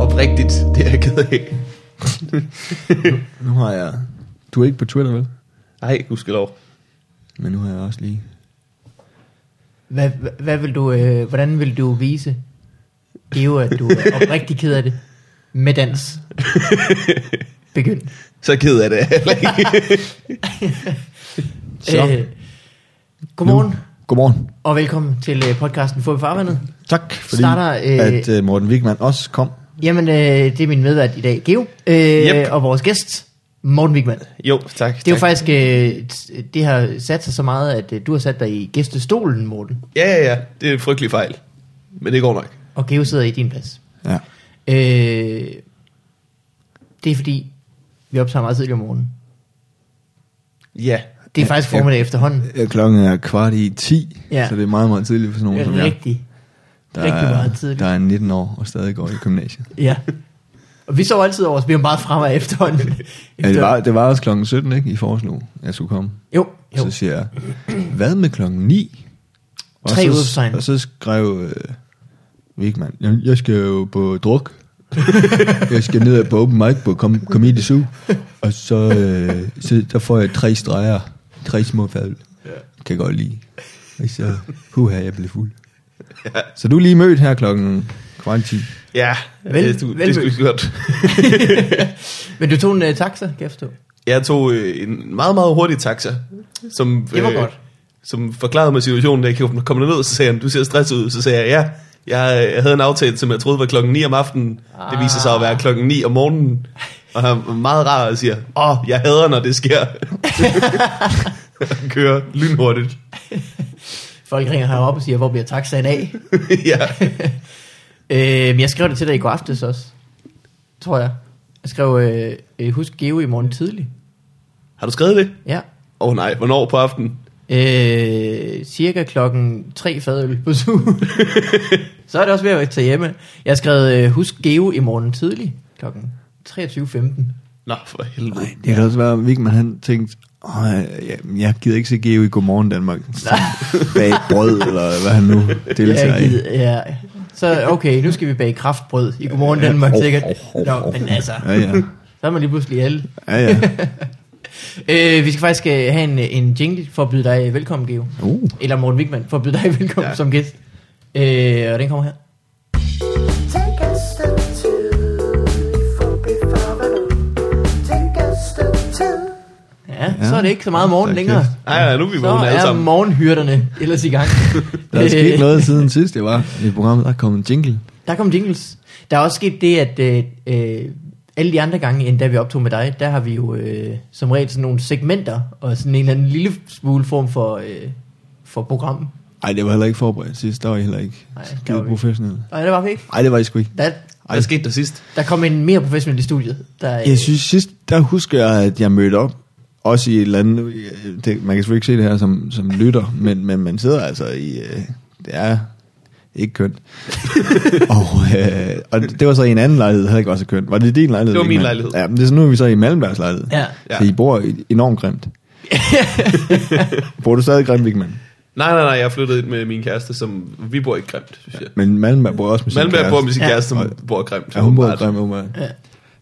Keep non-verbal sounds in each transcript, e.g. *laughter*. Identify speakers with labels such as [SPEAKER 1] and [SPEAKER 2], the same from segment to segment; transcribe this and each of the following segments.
[SPEAKER 1] Det er jeg ked af.
[SPEAKER 2] Nu har jeg... Du er ikke på Twitter, vel?
[SPEAKER 1] Ej, gudskelov.
[SPEAKER 2] Men nu har jeg også lige...
[SPEAKER 3] Hvad, hvad, hvad vil du, øh, hvordan vil du vise, det er jo, at du er oprigtig ked af det, med dans? Begynd.
[SPEAKER 1] Så ked af det. er jeg heller ikke.
[SPEAKER 2] Så.
[SPEAKER 3] Øh, godmorgen,
[SPEAKER 2] Nu. Godmorgen.
[SPEAKER 3] og velkommen til øh, podcasten Få i farvandet.
[SPEAKER 2] Tak, fordi
[SPEAKER 3] Starter, øh,
[SPEAKER 2] at øh, Morten Wigman også kom.
[SPEAKER 3] Jamen, øh, det er min medvært i dag, Geo, øh,
[SPEAKER 1] Yep.
[SPEAKER 3] og vores gæst, Morten Wigman.
[SPEAKER 1] *laughs* jo, tak.
[SPEAKER 3] Det er jo
[SPEAKER 1] tak.
[SPEAKER 3] faktisk, øh, t- det har sat sig så meget, at øh, du har sat dig i gæstestolen, Morten,
[SPEAKER 1] Ja, ja, ja. Det er en frygtelig fejl. Men det går nok.
[SPEAKER 3] og Geo sidder i din plads.
[SPEAKER 2] Ja.
[SPEAKER 3] Øh, det er fordi, vi optager meget tidligt om morgenen.
[SPEAKER 1] Ja.
[SPEAKER 3] Det er
[SPEAKER 2] Ja,
[SPEAKER 3] faktisk
[SPEAKER 2] ja.
[SPEAKER 3] formiddag efterhånden.
[SPEAKER 2] Øh, Klokken er kvart i 10,
[SPEAKER 3] Ja.
[SPEAKER 2] ja. så det er meget, meget tidligt for sådan nogen som jeg.
[SPEAKER 3] Rigtig, rigtig
[SPEAKER 2] er,
[SPEAKER 3] meget tidligt.
[SPEAKER 2] Der er 19 år og stadig går i gymnasiet.
[SPEAKER 3] Ja. Og vi sover altid over, så vi er meget fremme af efterhånden.
[SPEAKER 2] *laughs* Ja, det, var, det var også klokken 17, ikke? I foreslog, at jeg skulle komme.
[SPEAKER 3] Jo,
[SPEAKER 2] Jo. Så
[SPEAKER 3] jo.
[SPEAKER 2] siger jeg, hvad med klokken 9? Og
[SPEAKER 3] Tre
[SPEAKER 2] så,
[SPEAKER 3] udopstegn.
[SPEAKER 2] Og så skrev øh, Vigman, jeg, jeg skal jo på druk. jeg skal ned på open mic på Com- Comedy Zoo. Og så, øh, så der får jeg tre streger, tre små fadøl. Ja. Kan jeg godt lide. Og så, puha, jeg blev fuld. Ja. Så du er lige mødt her klokken kvart i 10.
[SPEAKER 1] Ja,
[SPEAKER 3] Vel-
[SPEAKER 1] det, er sgu- det er
[SPEAKER 3] velmødt.
[SPEAKER 1] sgu ikke godt.
[SPEAKER 3] *laughs* Men du tog en uh, taxa, kan jeg forstå.
[SPEAKER 1] Jeg tog øh, en meget, meget hurtig taxa, som, øh,
[SPEAKER 3] Det var godt.
[SPEAKER 1] som forklarede mig situationen, da jeg kom ned, så sagde han, du ser stresset ud. Så sagde jeg, ja, jeg, jeg havde en aftale, som jeg troede var klokken 9 om aftenen. Ah. Det viser sig at være klokken 9 om morgenen. Og han var meget rar og siger, åh, oh, jeg hader, når det sker. *laughs* Han kører lynhurtigt. *laughs*
[SPEAKER 3] Folk ringer heroppe og siger, hvor bliver taxaen af? *laughs*
[SPEAKER 1] ja.
[SPEAKER 3] øh, men jeg skrev det til dig i går aftes også, tror jeg. Jeg skrev, øh, øh, husk Geo i morgen tidlig.
[SPEAKER 1] Har du skrevet det?
[SPEAKER 3] Ja.
[SPEAKER 1] Åh oh, nej, hvornår på aftenen?
[SPEAKER 3] Øh, cirka klokken 3 fadøl på sugen. så er det også ved at være til hjemme. Jeg skrev, øh, husk Geo i morgen tidlig klokken 23.15.
[SPEAKER 1] Nå, for helvede.
[SPEAKER 2] Det kan også være, at Vigman han tænkte, Åh, jeg, jeg gider ikke se Geo i Godmorgen Danmark. Bag et brød, eller hvad han nu deltager
[SPEAKER 3] *laughs* Ja,
[SPEAKER 2] i.
[SPEAKER 3] givet, ja. Så okay, nu skal vi bage kraftbrød i Godmorgen Danmark
[SPEAKER 2] Hov,
[SPEAKER 3] sikkert.
[SPEAKER 2] hov, hov,
[SPEAKER 3] Nå,
[SPEAKER 2] hov.
[SPEAKER 3] men altså,
[SPEAKER 2] Ja, ja.
[SPEAKER 3] så er man lige pludselig alle.
[SPEAKER 2] Ja, ja.
[SPEAKER 3] Øh, vi skal faktisk øh, have en, en jingle for at byde dig velkommen, Geo.
[SPEAKER 2] Uh.
[SPEAKER 3] Eller Morten Wigman for at byde dig *laughs* velkommen ja.
[SPEAKER 1] Ja.
[SPEAKER 3] som gæst. Øh, og den kommer her.
[SPEAKER 4] Take a step two for befarvandet. Take a step two.
[SPEAKER 3] Ja, ja, så er det ikke så meget morgen
[SPEAKER 2] Tak,
[SPEAKER 3] længere.
[SPEAKER 2] kæft.
[SPEAKER 1] Ej, ja, nu er vi
[SPEAKER 3] Så
[SPEAKER 1] vågne alle
[SPEAKER 3] er
[SPEAKER 1] sammen.
[SPEAKER 3] morgenhyrderne ellers i gang.
[SPEAKER 2] *laughs* Der er
[SPEAKER 3] Øh, *laughs*
[SPEAKER 2] sket noget siden sidst, jeg var i programmet. Der er kommet en jingle.
[SPEAKER 3] Der kom jingles. Der er også sket det, at øh, øh, alle de andre gange, end da vi optog med dig, der har vi jo øh, som regel sådan nogle segmenter, og sådan en eller anden lille smule form for, øh, for program.
[SPEAKER 2] Ej, det var heller ikke forberedt sidst. Der var I heller ikke
[SPEAKER 3] Nej, der var
[SPEAKER 2] skide
[SPEAKER 3] vi-
[SPEAKER 2] professionelle.
[SPEAKER 3] Nej, det var vi ikke.
[SPEAKER 2] Ej, det var I sgu ikke.
[SPEAKER 3] Der,
[SPEAKER 1] Hvad skete der sidst?
[SPEAKER 3] der kom en mere professionel i studiet. Der, øh,
[SPEAKER 2] Jeg synes sidst, der husker jeg, at jeg mødte op. Også i et eller andet... øh, Det, man kan selvfølgelig ikke se det her som, som lytter, men, men man sidder altså i... øh, Det er ikke
[SPEAKER 1] *laughs*
[SPEAKER 2] kønt. og, øh, og det var så i en anden lejlighed, der heller ikke var så kønt. Var det din lejlighed?
[SPEAKER 1] Det var min
[SPEAKER 2] Ingemann?
[SPEAKER 1] lejlighed.
[SPEAKER 2] Ja, men det, er så nu er vi så i Malmbergs lejlighed.
[SPEAKER 3] Ja.
[SPEAKER 1] Ja.
[SPEAKER 2] Så I bor i-
[SPEAKER 1] *laughs*
[SPEAKER 2] enormt grimt. bor du stadig grimt, Vigman?
[SPEAKER 1] Nej, nej, nej, jeg flyttede ind med min kæreste, som... Vi bor ikke grimt, synes jeg.
[SPEAKER 2] Men Malmberg bor også med sin
[SPEAKER 1] Malmberg bor med sin
[SPEAKER 3] Ja.
[SPEAKER 1] kæreste, som
[SPEAKER 2] Og-
[SPEAKER 1] bor grimt.
[SPEAKER 2] Ja, hun bor
[SPEAKER 1] åbenbart.
[SPEAKER 2] grimt, åbenbart.
[SPEAKER 3] Ja.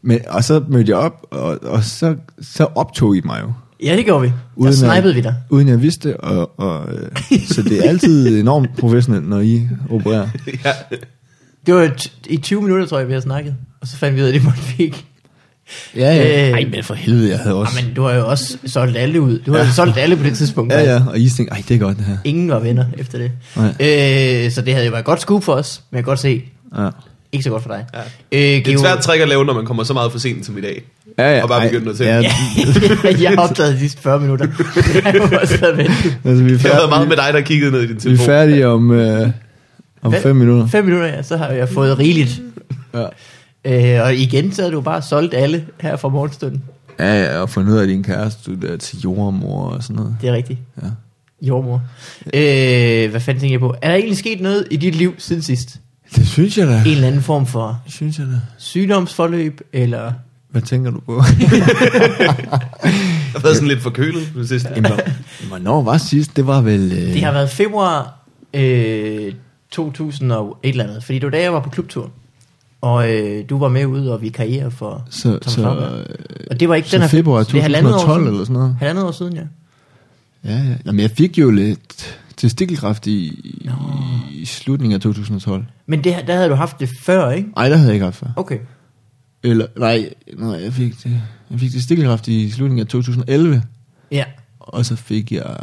[SPEAKER 2] Men, og så mødte jeg op, og, og så, så optog I mig jo.
[SPEAKER 3] ja, det gjorde vi. Uden der snipede
[SPEAKER 2] at,
[SPEAKER 3] vi dig.
[SPEAKER 2] Uden jeg vidste det, og, og, øh, så det er altid enormt professionelt, når I opererer.
[SPEAKER 1] Ja.
[SPEAKER 3] Det var t- i 20 minutter, tror jeg, vi har snakket. Og så fandt vi ud af, det måtte vi ikke.
[SPEAKER 2] Ja,
[SPEAKER 3] ja.
[SPEAKER 2] Ej, men for helvede, jeg havde også.
[SPEAKER 3] Jamen, du har jo også solgt alle ud. Du har jo solgt alle på det tidspunkt.
[SPEAKER 2] Ja, ja, og I tænkte, ej, det er godt det her.
[SPEAKER 3] Ingen var venner efter det.
[SPEAKER 2] Nej.
[SPEAKER 3] Øh, så det havde jo været et godt scoop for os, men jeg kan godt se,
[SPEAKER 2] Ja,
[SPEAKER 3] ikke så godt for dig.
[SPEAKER 1] Ja.
[SPEAKER 3] Øh,
[SPEAKER 1] Det er
[SPEAKER 3] Geo,
[SPEAKER 1] et svært
[SPEAKER 3] *laughs*
[SPEAKER 1] trick at lave, når man kommer så meget for sent som i dag.
[SPEAKER 2] ja, ja
[SPEAKER 1] Og bare
[SPEAKER 2] ej,
[SPEAKER 1] begynde at tænke.
[SPEAKER 2] Ja,
[SPEAKER 3] jeg har opdaget de sidste 40 minutter. *laughs* jeg har jo også været væk.
[SPEAKER 2] altså, vi er
[SPEAKER 1] Jeg havde meget
[SPEAKER 2] færdige,
[SPEAKER 1] med dig, der kiggede ned i din
[SPEAKER 2] vi er
[SPEAKER 1] telefon.
[SPEAKER 2] færdige om, øh, om
[SPEAKER 3] Vel-
[SPEAKER 2] fem minutter.
[SPEAKER 3] 5 minutter, ja, så har jeg fået rigeligt.
[SPEAKER 2] Ja.
[SPEAKER 3] Øh, og igen, så havde du bare solgt alle her fra morgenstunden.
[SPEAKER 2] Ja, ja, og fundet ud af din kæreste, du der til jordmor og sådan noget.
[SPEAKER 3] Det er rigtigt.
[SPEAKER 2] Ja.
[SPEAKER 3] Jordmor. Øh, hvad fanden tænker jeg på? Er der egentlig sket noget i dit liv siden sidst?
[SPEAKER 2] Det synes jeg da.
[SPEAKER 3] En eller anden form for
[SPEAKER 2] Det synes jeg da.
[SPEAKER 3] sygdomsforløb, eller...
[SPEAKER 2] Hvad tænker du på?
[SPEAKER 1] Jeg har været sådan lidt forkølet på det sidste.
[SPEAKER 2] Jamen, hvor- Hvornår var sidst? Det var vel... Øh,
[SPEAKER 3] Det har været februar øh, 2000 og et eller andet, fordi det var da jeg var på klubtur. Og øh, du var med ud og vikarierer for
[SPEAKER 2] Så,
[SPEAKER 3] Thomas
[SPEAKER 2] så,
[SPEAKER 3] Lauberg. Og det var ikke
[SPEAKER 2] så
[SPEAKER 3] den her,
[SPEAKER 2] februar
[SPEAKER 3] det er halvandet år
[SPEAKER 2] 2012
[SPEAKER 3] siden.
[SPEAKER 2] eller sådan noget.
[SPEAKER 3] Halvandet år siden, ja.
[SPEAKER 2] Ja, ja. Jamen, jeg fik jo lidt testikkelkræft i, i, i slutningen af 2012.
[SPEAKER 3] Men det, der havde du haft det før, ikke?
[SPEAKER 2] Nej, der havde jeg ikke haft før.
[SPEAKER 3] Okay.
[SPEAKER 2] Eller, nej, nej, jeg fik det. Jeg fik testikkelkræft i slutningen af 2011,
[SPEAKER 3] Ja.
[SPEAKER 2] og så fik jeg...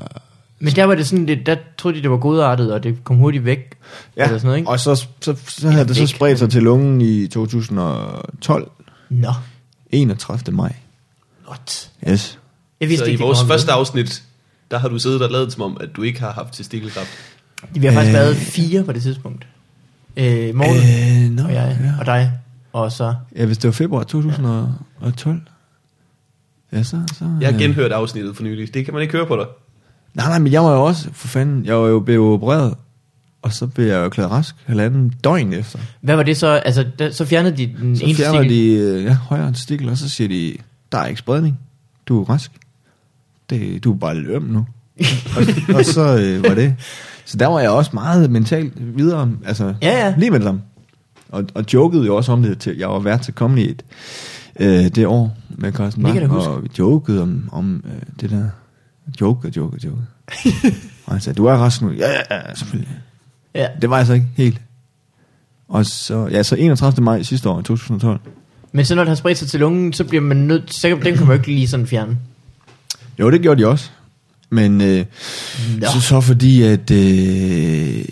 [SPEAKER 3] Men der var det sådan, det, der troede de, det var godartet, og det kom hurtigt væk. Ja. Eller sådan noget, ikke?
[SPEAKER 2] og så, så, så havde
[SPEAKER 3] Ja,
[SPEAKER 2] det så
[SPEAKER 3] væk,
[SPEAKER 2] spredt sig til lungen i 2012,
[SPEAKER 3] Nå.
[SPEAKER 2] 31. maj.
[SPEAKER 3] Not.
[SPEAKER 2] Yes.
[SPEAKER 3] Jeg
[SPEAKER 1] Så
[SPEAKER 3] vidste
[SPEAKER 1] i
[SPEAKER 3] ikke, det
[SPEAKER 1] vores
[SPEAKER 3] kom med.
[SPEAKER 1] første afsnit, der har du siddet og lavet som om, at du ikke har haft testikelkræft.
[SPEAKER 3] Vi har faktisk
[SPEAKER 2] Øh.
[SPEAKER 3] været fire på det tidspunkt. Øh, Morten
[SPEAKER 2] Øh, nå,
[SPEAKER 3] og jeg
[SPEAKER 2] ja.
[SPEAKER 3] og dig. Og så...
[SPEAKER 2] Ja, hvis det var februar 2012, ja, så... så
[SPEAKER 1] Jeg har
[SPEAKER 2] øh,
[SPEAKER 1] genhørt afsnittet for nylig. Det kan man ikke høre på dig. *laughs*
[SPEAKER 2] Nej, nej, men jeg var jo også, for fanden, jeg var jo blevet opereret, og så blev jeg jo erklæret rask halvanden døgn efter.
[SPEAKER 3] Hvad var det så? Altså, der, så fjernede de den
[SPEAKER 2] Så
[SPEAKER 3] ene
[SPEAKER 2] fjerner
[SPEAKER 3] stikkel.
[SPEAKER 2] de øh, ja, højre testikel, og så siger de, der er ikke spredning, du er rask, det, du er bare lidt øm
[SPEAKER 3] *laughs*
[SPEAKER 2] nu. og, og så øh, var det. Så der var jeg også meget mentalt videre, altså
[SPEAKER 3] Ja, ja.
[SPEAKER 2] lige med det samme. Og, og jokede jo også om det, til, jeg var vært til Comedy et, øh, det år med Carsten
[SPEAKER 3] Det kan
[SPEAKER 2] Bang,
[SPEAKER 3] jeg da
[SPEAKER 2] og vi jokede om, om øh, det der, joke og joke og
[SPEAKER 3] *laughs*
[SPEAKER 2] joke. og han sagde, du er rask nu. Ja, ja, ja, selvfølgelig.
[SPEAKER 3] Ja.
[SPEAKER 2] Det var jeg så ikke helt. Og så, ja, så 31. maj sidste år, 2012.
[SPEAKER 3] Men så når det har spredt sig til lungen, så bliver man nødt... Så kan- den kan man jo ikke lige sådan fjerne.
[SPEAKER 2] Jo, det gjorde de også. Men øh,
[SPEAKER 3] Nå.
[SPEAKER 2] så, så fordi, at øh,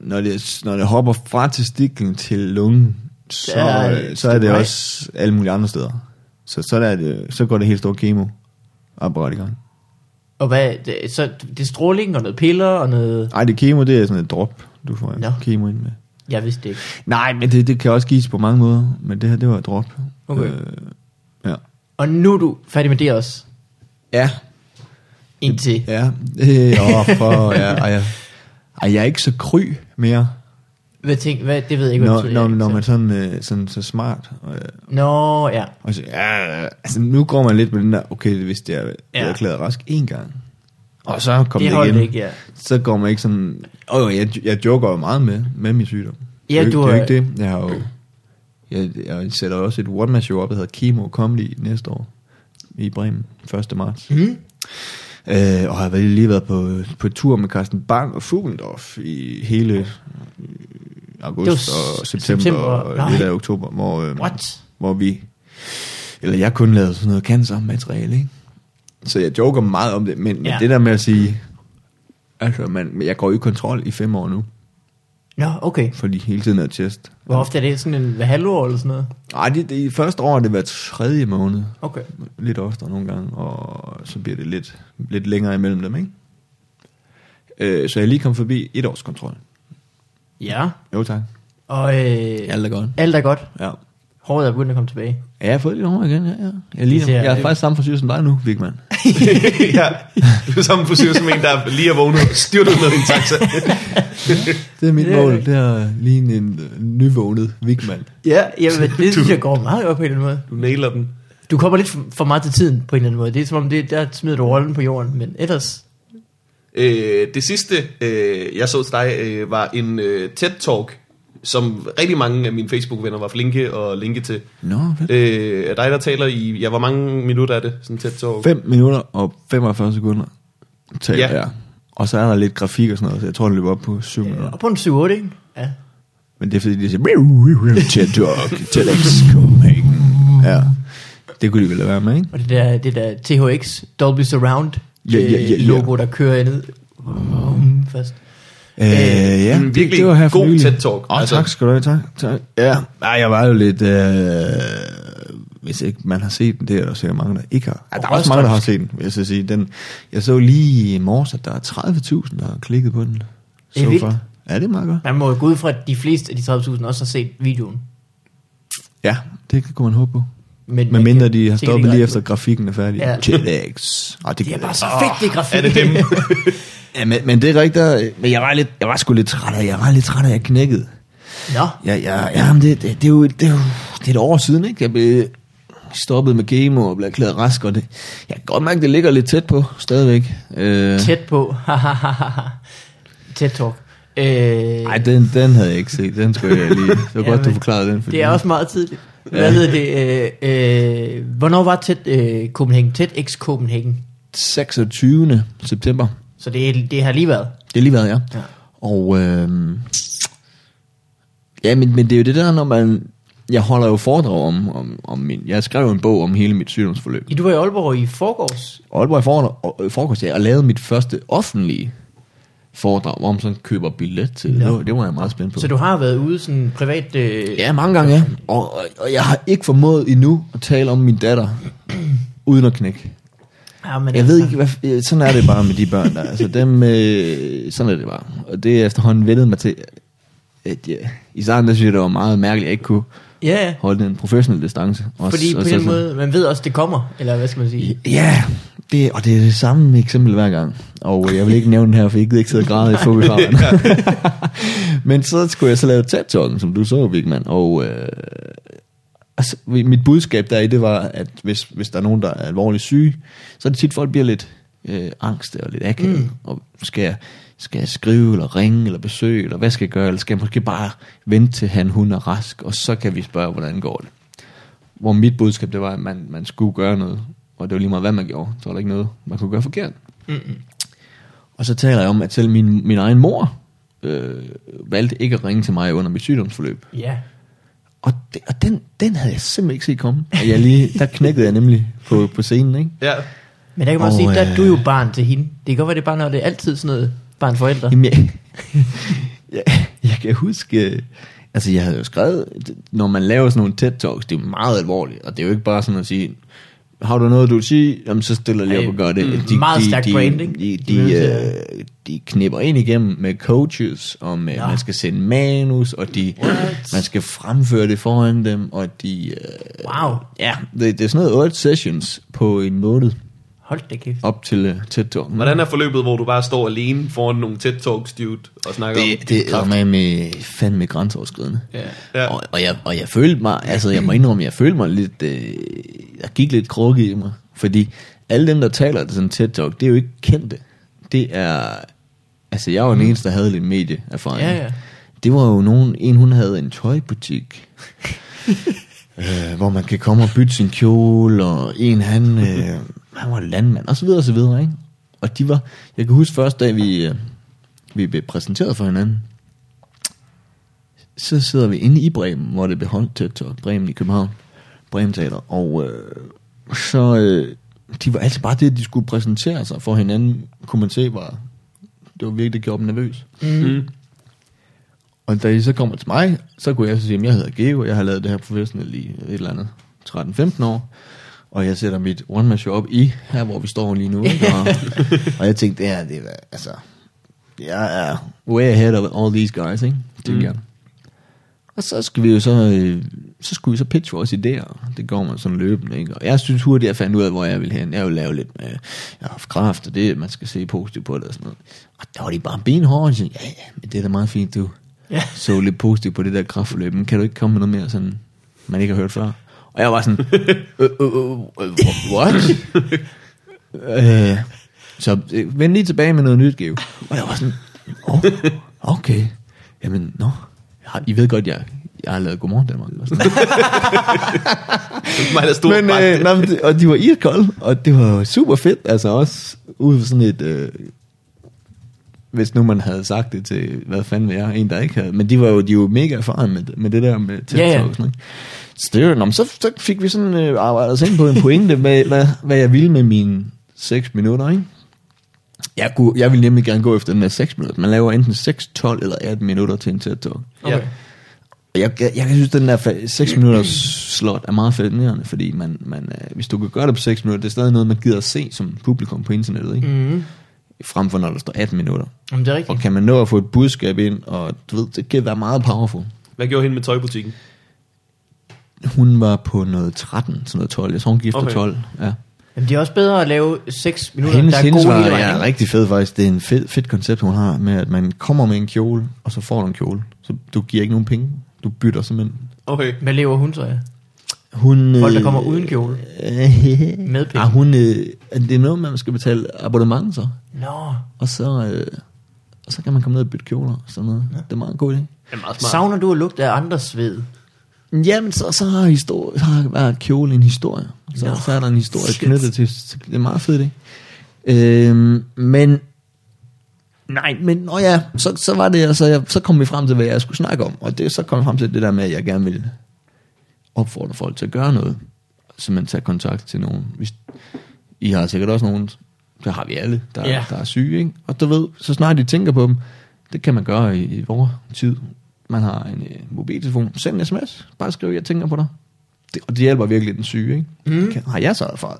[SPEAKER 2] når, det, når det hopper fra testiklen til lungen, så,
[SPEAKER 3] Der-
[SPEAKER 2] øh, så er det
[SPEAKER 3] nej.
[SPEAKER 2] også alle mulige andre steder. Så, så, er det, så går det helt store kemo apparat i gang.
[SPEAKER 3] Og hvad, det, så det er stråling og noget piller og noget...
[SPEAKER 2] Nej, det kemo, det er sådan et drop, du får
[SPEAKER 3] Nå.
[SPEAKER 2] no. kemo ind med.
[SPEAKER 3] Jeg vidste det ikke.
[SPEAKER 2] Nej, men det, det kan også gives på mange måder, men det her, det var et drop.
[SPEAKER 3] Okay.
[SPEAKER 2] Øh, ja.
[SPEAKER 3] Og nu er du færdig med det også.
[SPEAKER 2] Ja,
[SPEAKER 3] Indtil... Ja.
[SPEAKER 2] Ja, *laughs* øh, åh, for, ja, ej, jeg, ej, jeg er ikke så kry mere,
[SPEAKER 3] Hvad tænk, hvad, det ved jeg ikke, hvad
[SPEAKER 2] når,
[SPEAKER 3] betyder,
[SPEAKER 2] når,
[SPEAKER 3] jeg ikke
[SPEAKER 2] når man
[SPEAKER 3] selv.
[SPEAKER 2] sådan, øh, sådan så smart. Og,
[SPEAKER 3] Nå, ja.
[SPEAKER 2] og så, ja, altså, nu går man lidt med den der, okay, hvis det er
[SPEAKER 3] Ja.
[SPEAKER 2] ja. erklæret rask en gang, og så kommer
[SPEAKER 3] Det
[SPEAKER 2] det,
[SPEAKER 3] holdt
[SPEAKER 2] igen,
[SPEAKER 3] ikke, ja.
[SPEAKER 2] så går man ikke sådan, åh, jo, jeg, jeg joker jo meget med, med min sygdom.
[SPEAKER 3] Ja,
[SPEAKER 2] det er jo, ikke-
[SPEAKER 3] du
[SPEAKER 2] det er jo
[SPEAKER 3] har-
[SPEAKER 2] ikke det, jeg har jo, jeg, jeg sætter også et one-man show op, der hedder Kemo Comedy næste år, i Bremen, 1. marts.
[SPEAKER 3] Mm.
[SPEAKER 2] Øh, og har vel lige været på, på tur med Carsten Bang og Fuglendorf i hele øh,
[SPEAKER 3] Det var
[SPEAKER 2] august
[SPEAKER 3] s-
[SPEAKER 2] og september,
[SPEAKER 3] september.
[SPEAKER 2] september. og
[SPEAKER 3] Nej.
[SPEAKER 2] lidt af oktober, hvor, øh,
[SPEAKER 3] What?
[SPEAKER 2] hvor vi, eller jeg kun lavede sådan noget cancer-materiale, ikke? Så jeg joker meget om det, men, ja. men
[SPEAKER 3] Ja.
[SPEAKER 2] det der med at sige, altså man, men jeg går jo i kontrol i fem år nu,
[SPEAKER 3] Nå, okay.
[SPEAKER 2] fordi hele tiden er test.
[SPEAKER 3] Hvor ofte er det sådan en hver halvår eller sådan noget?
[SPEAKER 2] Nej, det, det, i første år har det været tredje måned,
[SPEAKER 3] Okay.
[SPEAKER 2] lidt oftere nogle gange, og så bliver det lidt, lidt længere imellem dem, ikke? Øh, så jeg er lige kom forbi et års kontrol.
[SPEAKER 3] Ja.
[SPEAKER 2] Jo tak.
[SPEAKER 3] Og øh,
[SPEAKER 2] Alt er godt.
[SPEAKER 3] alt er godt.
[SPEAKER 2] Ja.
[SPEAKER 3] Håret er begyndt at komme tilbage.
[SPEAKER 2] Ja, jeg har fået lidt hår igen, ja, ja. Jeg, er
[SPEAKER 3] Det
[SPEAKER 2] lige,
[SPEAKER 3] ser-
[SPEAKER 2] jeg er faktisk samme frisyr som dig nu, Vigman.
[SPEAKER 1] ja. Du er samme frisyr som en, der lige er vågnet og styrtet ned i en taxa.
[SPEAKER 2] Det er mit
[SPEAKER 3] Det er-
[SPEAKER 2] mål, det er lige en øh, nyvågnet Vigman.
[SPEAKER 1] *laughs*
[SPEAKER 3] Ja,
[SPEAKER 2] *laughs*
[SPEAKER 3] jamen, det synes jeg går meget godt på en eller anden måde.
[SPEAKER 1] Du nailer den.
[SPEAKER 3] Du kommer lidt for- for meget til tiden på en eller anden måde. Det er som om, det, der smider du rollen på jorden. Men ellers,
[SPEAKER 1] Øh, det sidste, øh, jeg så til dig, øh, var en øh, TED-talk, som rigtig mange af mine Facebook-venner var flinke og linke til.
[SPEAKER 2] Nå, fedt.
[SPEAKER 1] Øh, dig, der taler i... Ja, hvor mange minutter er det, sådan en TED-talk?
[SPEAKER 2] 5 minutter og 45 sekunder taler
[SPEAKER 1] Ja.
[SPEAKER 2] ja. jeg. Og så er der lidt grafik og sådan noget, så jeg tror, det løber op på 7
[SPEAKER 3] øh,
[SPEAKER 2] minutter.
[SPEAKER 3] op på en 7-8, ikke? Ja.
[SPEAKER 2] Men det er fordi, de siger, TED Talk, TEDx, Copenhagen. Ja, det kunne de vel lade være med, ikke?
[SPEAKER 3] Og det der, det der THX, Dolby Surround,
[SPEAKER 2] Ja, ja, ja, ja.
[SPEAKER 3] øh, logo, der kører ned. Vroom, Først.
[SPEAKER 2] Øh, ja,
[SPEAKER 1] en virkelig god
[SPEAKER 2] nylig.
[SPEAKER 1] TED Talk.
[SPEAKER 2] Åh,
[SPEAKER 1] Altså-
[SPEAKER 2] tak skal du have, tak. tak. Ja, Ej, jeg var jo lidt... Øh, hvis ikke man har set den, det er der sikkert mange, der ikke har. Ej, der er også mange, der har set den, vil jeg så sige. Den, jeg så lige i morges, at der er 30.000, der har klikket på den.
[SPEAKER 3] Det er vildt.
[SPEAKER 2] far. Ja, det er meget godt.
[SPEAKER 3] Man må jo gå ud fra, at de fleste af de 30.000 også har set videoen.
[SPEAKER 2] Ja, det kunne man håbe på.
[SPEAKER 3] Men,
[SPEAKER 2] Men mindre de har
[SPEAKER 3] Sikkert
[SPEAKER 2] stoppet
[SPEAKER 3] ikke
[SPEAKER 2] lige
[SPEAKER 3] rigtig.
[SPEAKER 2] efter grafikken er færdig.
[SPEAKER 3] Ja.
[SPEAKER 2] Ja. TEDx. Ej, det,
[SPEAKER 3] Det er bare så
[SPEAKER 2] så...
[SPEAKER 3] fedt, det grafik.
[SPEAKER 1] Er det dem?
[SPEAKER 2] Ja, men, men, det er rigtigt. der- Men jeg var, lidt, jeg var sgu lidt træt af, jeg var lidt træt af, at jeg knækkede.
[SPEAKER 3] *laughs* Nå,
[SPEAKER 2] Ja, ja, ja men det, det, det, er jo, det, er jo, det er et år siden, ikke? Jeg blev stoppet med gemo og blev erklæret rask, og det, jeg kan godt mærke, det ligger lidt tæt på stadigvæk. Øh,
[SPEAKER 3] *laughs* tæt på. tæt talk. Øh,
[SPEAKER 2] Nej, den, den havde jeg ikke set. Den skulle jeg
[SPEAKER 3] *laughs*
[SPEAKER 2] lige... Det var
[SPEAKER 3] Ja,
[SPEAKER 2] godt, du
[SPEAKER 3] men
[SPEAKER 2] forklarede den.
[SPEAKER 3] det er også meget tidligt. Hvad hedder det? Øh, øh, hvornår var tæt øh, Copenhagen? Tæt ex Copenhagen.
[SPEAKER 2] 26. september.
[SPEAKER 3] Så det, det har lige været.
[SPEAKER 2] Det har lige været, ja.
[SPEAKER 3] Ja.
[SPEAKER 2] ja. Og øh, ja, men, men det er jo det der, når man... Jeg holder jo foredrag om, om, om min... Jeg skrev en bog om hele mit sygdomsforløb.
[SPEAKER 3] I, du var i Aalborg i forgårs.
[SPEAKER 2] Og Aalborg foredrag, og, øh, foredrag, ja, og lavede mit første offentlige foredrag, hvor man sådan køber billet til.
[SPEAKER 3] Nå.
[SPEAKER 2] Ja. Det, det var jeg meget spændt på.
[SPEAKER 3] Så du har været ude sådan privat... Øh,
[SPEAKER 2] Ja, mange gange, ja. Og, og, og jeg har ikke formået endnu at tale om min datter, uden at knække.
[SPEAKER 3] ja ah, men altså-
[SPEAKER 2] Jeg ved ikke, hvad, øh, sådan er det bare med de børn der. Altså dem, øh, sådan er det bare. Og det er efterhånden vendet mig til, at jeg, i starten der synes jeg, det var meget mærkeligt, at jeg ikke kunne
[SPEAKER 3] Ja, ja.
[SPEAKER 2] holde en professionel distance. Også,
[SPEAKER 3] Fordi på
[SPEAKER 2] og så
[SPEAKER 3] den
[SPEAKER 2] sådan-
[SPEAKER 3] måde, man ved også, det kommer. Eller hvad skal man sige?
[SPEAKER 2] altså, Ja, det, og det er det samme eksempel hver gang. Og jeg vil ikke nævne den her, for jeg gider ikke sidde og græde i fokusarmen. *laughs* Men så skulle jeg så lave ted Talken, som du så, Vigman. Og øh, altså, mit budskab deri, det var, at hvis, hvis der er nogen, der er alvorligt syge, så er det tit, folk bliver lidt øh, angste og lidt akavet. Mm. Og skal jeg, skal jeg skrive, eller ringe, eller besøge, eller hvad skal jeg gøre? Eller skal jeg måske bare vente til han, hun er rask, og så kan vi spørge, hvordan går det? hvor mit budskab det var, at man, man skulle gøre noget, og det var lige meget, hvad man gjorde, så var der ikke noget, man kunne gøre forkert. Mm-hmm. Og så taler jeg om, at selv min, min egen mor øh, valgte ikke at ringe til mig under mit sygdomsforløb.
[SPEAKER 3] Ja.
[SPEAKER 2] Og, det, og den, den havde jeg simpelthen ikke set komme. Og jeg lige, der knækkede jeg nemlig på, på scenen, ikke?
[SPEAKER 1] Ja.
[SPEAKER 3] Men der kan man også
[SPEAKER 2] Og,
[SPEAKER 3] sige, der er
[SPEAKER 2] øh,
[SPEAKER 3] du jo barn til hende. Det kan godt være, det er bare, når det er altid sådan noget barn forældre.
[SPEAKER 2] *laughs* Jamen, jeg, jeg, jeg kan huske, øh, altså jeg havde jo skrevet, det- når man laver sådan nogle TED-talks, det er jo meget alvorligt, og det er jo ikke bare sådan at sige, har du noget, du vil sige, jamen så stiller jeg
[SPEAKER 3] Ej,
[SPEAKER 2] op og gør
[SPEAKER 3] mm,
[SPEAKER 2] det.
[SPEAKER 3] meget stærk
[SPEAKER 2] de,
[SPEAKER 3] branding.
[SPEAKER 2] De,
[SPEAKER 3] De er nødt
[SPEAKER 2] de, de,
[SPEAKER 3] til
[SPEAKER 2] øh, de knipper ind igennem med coaches, og med,
[SPEAKER 3] Nå.
[SPEAKER 2] man skal sende manus, og de, man skal fremføre det foran dem, og de... Øh,
[SPEAKER 3] Wow.
[SPEAKER 2] Ja, det, det er sådan noget 8 sessions på en måned,
[SPEAKER 3] Hold da kæft.
[SPEAKER 2] op til øh, TED-talken.
[SPEAKER 1] Hvordan er forløbet, hvor du bare står alene foran nogle TED Talks, dude, og snakker om
[SPEAKER 2] det, det er med, med fandme grænseoverskridende.
[SPEAKER 1] Ja.
[SPEAKER 2] Og, og, jeg, og jeg følte mig, altså
[SPEAKER 1] *clears throat*
[SPEAKER 2] jeg må indrømme, jeg følte mig lidt, øh, jeg gik lidt krukke i mig, fordi alle dem, der taler til sådan TED Talk, det er jo ikke kendte. Det er, altså jeg var
[SPEAKER 1] Mm.
[SPEAKER 2] den eneste, der havde lidt medieerfaring.
[SPEAKER 3] Ja, ja.
[SPEAKER 2] Det var jo nogen, en hun havde en
[SPEAKER 3] *laughs*
[SPEAKER 2] tøjbutik, øh, hvor man kan komme og bytte sin kjole, og en han, øh, han var landmand, og så videre, og så videre, ikke? Og de var, jeg kan huske første dag, vi, øh, vi blev præsenteret for hinanden, så sidder vi inde i Bremen, hvor det blev holdt til til Bremen i København, Bremen Teater, og øh, så, øh, de var altså bare det, at de skulle præsentere sig for hinanden, kunne man se, var, det var virkelig, det gjorde dem nervøs.
[SPEAKER 1] Mm.
[SPEAKER 2] Og da I så kommer til mig, så kunne jeg så sige, at jeg hedder Geo, og jeg har lavet det her professionelt i et eller andet 13-15 år. Og jeg sætter mit one-man show op i, her hvor vi står lige nu. ikke? Og, og jeg tænkte, det her, det er, altså, jeg er way ahead of all these guys, ikke? Det mm. jeg. Og så skal vi jo så, øh, så skulle vi så pitche vores idéer. Det går man sådan løbende, ikke? Og jeg synes hurtigt, jeg fandt ud af, hvor jeg ville hen. Jeg ville lave lidt med, jeg har haft kraft, og det, man skal se positivt på det og sådan noget. Og der var de bare benhårde, og jeg tænkte, ja, ja, men det er da meget fint, du
[SPEAKER 3] Ja.
[SPEAKER 2] ja. så lidt positivt på det der kraftforløb. Men kan du ikke komme med noget mere, sådan, man ikke har hørt før? Og jeg var sådan, øh, øh, øh, øh, what? Øh, så øh, vend lige tilbage med noget nyt, Geo. Og jeg var sådan, oh, okay. Jamen, nå. Jeg har- I ved godt, jeg, jeg har lavet Godmorgen Danmark. Og, sådan.
[SPEAKER 1] Det er mig, der stod
[SPEAKER 2] Men, øh, nej, men, det- og de var iskolde, og det var super fedt. Altså også ud fra sådan et... Øh, hvis nu man havde sagt det til, hvad fanden ved jeg, en der ikke havde. Men de var jo, de var mega erfarne med, med det der med TED
[SPEAKER 3] Ja,
[SPEAKER 2] ja,
[SPEAKER 3] ja.
[SPEAKER 2] ja. Sådan, ikke? Så, det, var- nå, men så, så fik vi sådan øh, arbejdet os ind på en pointe med, hvad, hvad jeg ville med mine 6 minutter, ikke? Jeg, kunne, jeg ville nemlig gerne gå efter den der 6 minutter. Man laver enten 6, 12 eller 18 minutter til en TED Talk.
[SPEAKER 3] Okay.
[SPEAKER 1] Ja.
[SPEAKER 2] Og Jeg, jeg, jeg synes, den der 6 minutters slot er meget fascinerende, fordi man, man, øh, hvis du kan gøre det på 6 minutter, det er stadig noget, man gider at se som publikum på internettet, ikke? Mm.
[SPEAKER 3] Mm.
[SPEAKER 2] frem for når der står 18 minutter.
[SPEAKER 3] Jamen, det er
[SPEAKER 2] Og
[SPEAKER 3] rigtigt.
[SPEAKER 2] kan man nå at få et budskab ind, og du ved, det kan være meget powerful.
[SPEAKER 1] Hvad gjorde hende med tøjbutikken?
[SPEAKER 2] Hun var på noget 13, sådan noget 12. Jeg tror, hun gik efter
[SPEAKER 1] Okay.
[SPEAKER 2] okay. 12. Ja.
[SPEAKER 3] Jamen, det er også bedre at lave 6 minutter,
[SPEAKER 2] Hendes,
[SPEAKER 3] der er
[SPEAKER 2] hendes
[SPEAKER 3] gode
[SPEAKER 2] var
[SPEAKER 3] hele vejen.
[SPEAKER 2] ja,
[SPEAKER 3] ikke?
[SPEAKER 2] rigtig fed faktisk. Det er en fed, fedt koncept, hun har med, at man kommer med en kjole, og så får du en kjole. Så du giver ikke nogen penge. Du bytter simpelthen.
[SPEAKER 1] Okay.
[SPEAKER 3] Hvad lever hun så af?
[SPEAKER 2] Hun,
[SPEAKER 3] Folk, der
[SPEAKER 2] øh,
[SPEAKER 3] kommer
[SPEAKER 2] *laughs*
[SPEAKER 3] uden kjole.
[SPEAKER 2] Med
[SPEAKER 3] penge.
[SPEAKER 2] Ah, hun, øh, det er noget, man skal betale abonnement så.
[SPEAKER 3] Nå,
[SPEAKER 2] Og så, øh, Og så kan man komme ned og bytte kjoler og sådan noget. Ja. Det er meget en god idé.
[SPEAKER 1] Det er meget smart.
[SPEAKER 3] Savner du at lugte af andres sved?
[SPEAKER 2] Jamen, så, så har, historie, så har hver kjole en historie. Så,
[SPEAKER 3] Nå,
[SPEAKER 2] så er der en historie
[SPEAKER 3] shit.
[SPEAKER 2] shit. knyttet til, til det er meget fedt, ikke? Øhm, men, nej, men, nå ja, så, så var det, altså, jeg, så kom vi frem til, hvad jeg skulle snakke om, og det, så kom jeg frem til det der med, at jeg gerne ville opfordre folk til at gøre noget, simpelthen tage kontakt til nogen. Hvis, I har sikkert også nogen, det har vi alle, der,
[SPEAKER 3] Ja.
[SPEAKER 2] yeah. der er syge, ikke? Og du ved, så snart de tænker på dem, det kan man gøre i, i vores tid. Man har en øh, mobiltelefon, send en sms, bare skriv, jeg tænker på dig. Det, og det hjælper virkelig den syge, ikke? Mm. Kan, har jeg så erfaret.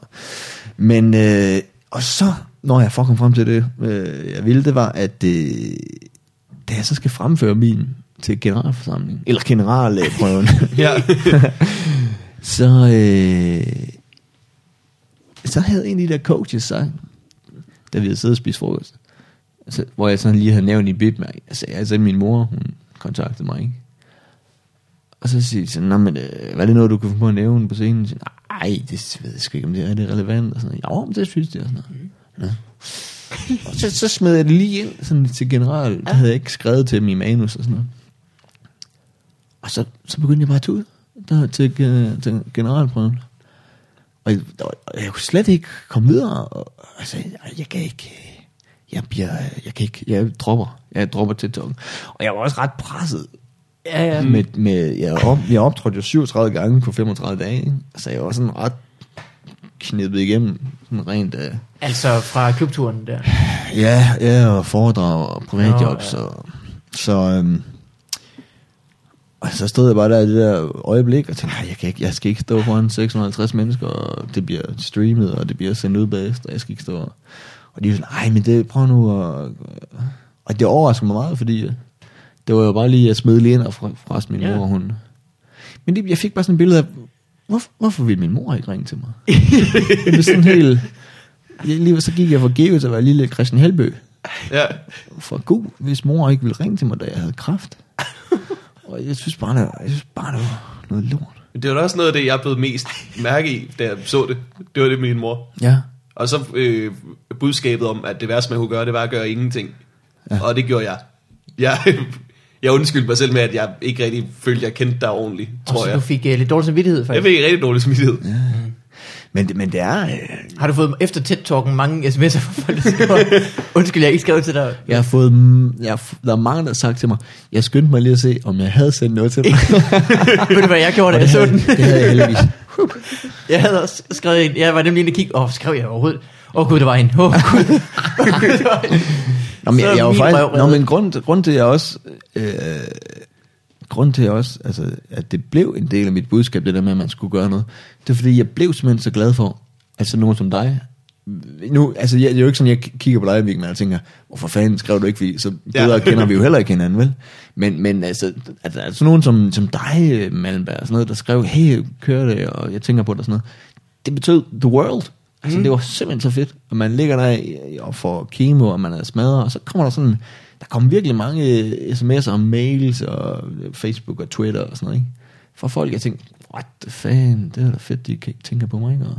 [SPEAKER 2] Men, øh, og så, når jeg fucking frem til det, øh, jeg ville, det var, at øh, da jeg så skal fremføre min til generalforsamling, eller generalprøven,
[SPEAKER 1] Ja.
[SPEAKER 2] så, øh, så havde en af de der coaches sagt, da vi havde siddet og spist frokost, altså, hvor jeg sådan lige havde nævnt i bitmærke, altså, altså min mor, hun kontaktede mig, ikke? Og så siger de sådan, "Nå, men, øh, var det noget, du kunne finde på at nævne på scenen? Så, Nej, det ved jeg sgu ikke, om det er, er det relevant. Og sådan, noget. jo, men det synes jeg. Og, sådan noget. Ja. og så, så smed jeg det lige ind sådan til general. Det havde jeg ikke skrevet til dem i manus og sådan noget. Og så, så begyndte jeg bare at tude der, til, øh, til generalprøven. Og jeg, der var- og jeg kunne slet ikke komme videre. Og, altså, jeg, jeg kan ikke... øh, Jeg, bliver, øh, jeg kan ikke... Jeg dropper. Jeg dropper til tokken. Og jeg var også ret presset.
[SPEAKER 3] Ja, ja.
[SPEAKER 2] Med, med, jeg, op, jeg optrådte jo 37 gange på 35 dage. ikke? Så jeg var sådan ret knippet igennem. Sådan rent øh, af...
[SPEAKER 3] Altså fra klubturen der.
[SPEAKER 2] Ja, ja, og foredrag og privatjobs.
[SPEAKER 3] Nå,
[SPEAKER 2] Nå, ja. og, så, øhm, og så stod jeg bare der i det der øjeblik og tænkte, nej, jeg, kan ikke, jeg skal ikke stå foran 650 mennesker, og det bliver streamet, og det bliver sendt ud bagefter, og jeg skal ikke stå. og- Og de var sådan, nej, men det, prøv nu at... Og det overraskede mig meget, fordi øh, det var jo bare lige, at smide lige ind og fra, fra min
[SPEAKER 3] Ja.
[SPEAKER 2] ja. mor og hun. Men det, jeg fik bare sådan et billede af, hvorfor, hvorfor ville min mor ikke ringe til mig? det blev sådan helt... Jeg, lige, så gik jeg forgæves at være lille Christian Helbø.
[SPEAKER 1] ja.
[SPEAKER 2] For god, hvis mor ikke ville ringe til mig, da jeg havde kræft. og jeg synes bare, det var, jeg synes bare, det var noget lort.
[SPEAKER 1] Men Det var da også noget af det, jeg blev mest mærke i, da jeg så det. Det var det med min mor.
[SPEAKER 2] Ja.
[SPEAKER 1] Og så øh, budskabet om, at det værste, man kunne gøre, det var at gøre ingenting. Ja. Og det gjorde jeg. Jeg, *laughs* jeg undskyldte mig selv med, at jeg ikke rigtig følte, jeg kendte dig ordentligt,
[SPEAKER 3] Og
[SPEAKER 1] tror
[SPEAKER 3] så du
[SPEAKER 1] jeg.
[SPEAKER 3] fik uh, lidt dårlig samvittighed
[SPEAKER 1] Jeg
[SPEAKER 3] faktisk.
[SPEAKER 1] fik rigtig dårlig smidighed. Ja.
[SPEAKER 2] Men, det- men det er... Øh,
[SPEAKER 3] Har du fået efter TED-talken mange sms'er fra folk, der skriver, undskyld, jeg har ikke skrev til dig.
[SPEAKER 2] jeg har fået... mm, Jeg, har f- der er mange, der har sagt til mig, jeg skyndte mig lige at se, om jeg havde sendt noget til *laughs* dig.
[SPEAKER 3] Ah, Ved du, hvad jeg gjorde, da jeg så den?
[SPEAKER 1] *laughs*
[SPEAKER 2] det havde jeg heldigvis.
[SPEAKER 3] Jeg havde også skrevet en. Jeg var nemlig inde og kigge. Åh, oh, skrev jeg overhovedet? Åh oh, gud, der var en. Åh
[SPEAKER 1] *laughs*
[SPEAKER 3] oh, gud. der var en.
[SPEAKER 2] Nå, men,
[SPEAKER 3] Så
[SPEAKER 2] jeg, jeg er jo
[SPEAKER 3] min
[SPEAKER 2] faktisk,
[SPEAKER 3] røv
[SPEAKER 2] nå,
[SPEAKER 3] reddet.
[SPEAKER 2] men grund, grund til, at jeg også... Øh, grund til, at jeg også... Altså, at det blev en del af mit budskab, det der med, at man skulle gøre noget. Det er fordi, jeg blev simpelthen så glad for, at sådan nogen som dig... Nu, altså, jeg, det er jo ikke sådan, jeg k- kigger på dig, Vigman, og tænker, hvorfor fanden skrev du ikke, fordi så bedre
[SPEAKER 1] Ja.
[SPEAKER 2] ja. kender vi jo heller ikke hinanden, vel? Men, men altså, at der er sådan nogen som, som dig, øh, Malmberg, og sådan noget, der skrev, hey, kør det, og jeg tænker på dig, og sådan noget. Det betød the world. Altså, mm. det var simpelthen så fedt. Og man ligger der i- og får kemo, og man er smadret, og så kommer der sådan, der kommer virkelig mange øh, sms'er og mails, og øh, Facebook og Twitter og sådan noget, ikke? Fra folk, jeg tænkte, what the fan, det er da fedt, de kan- tænker på mig, ikke? Og,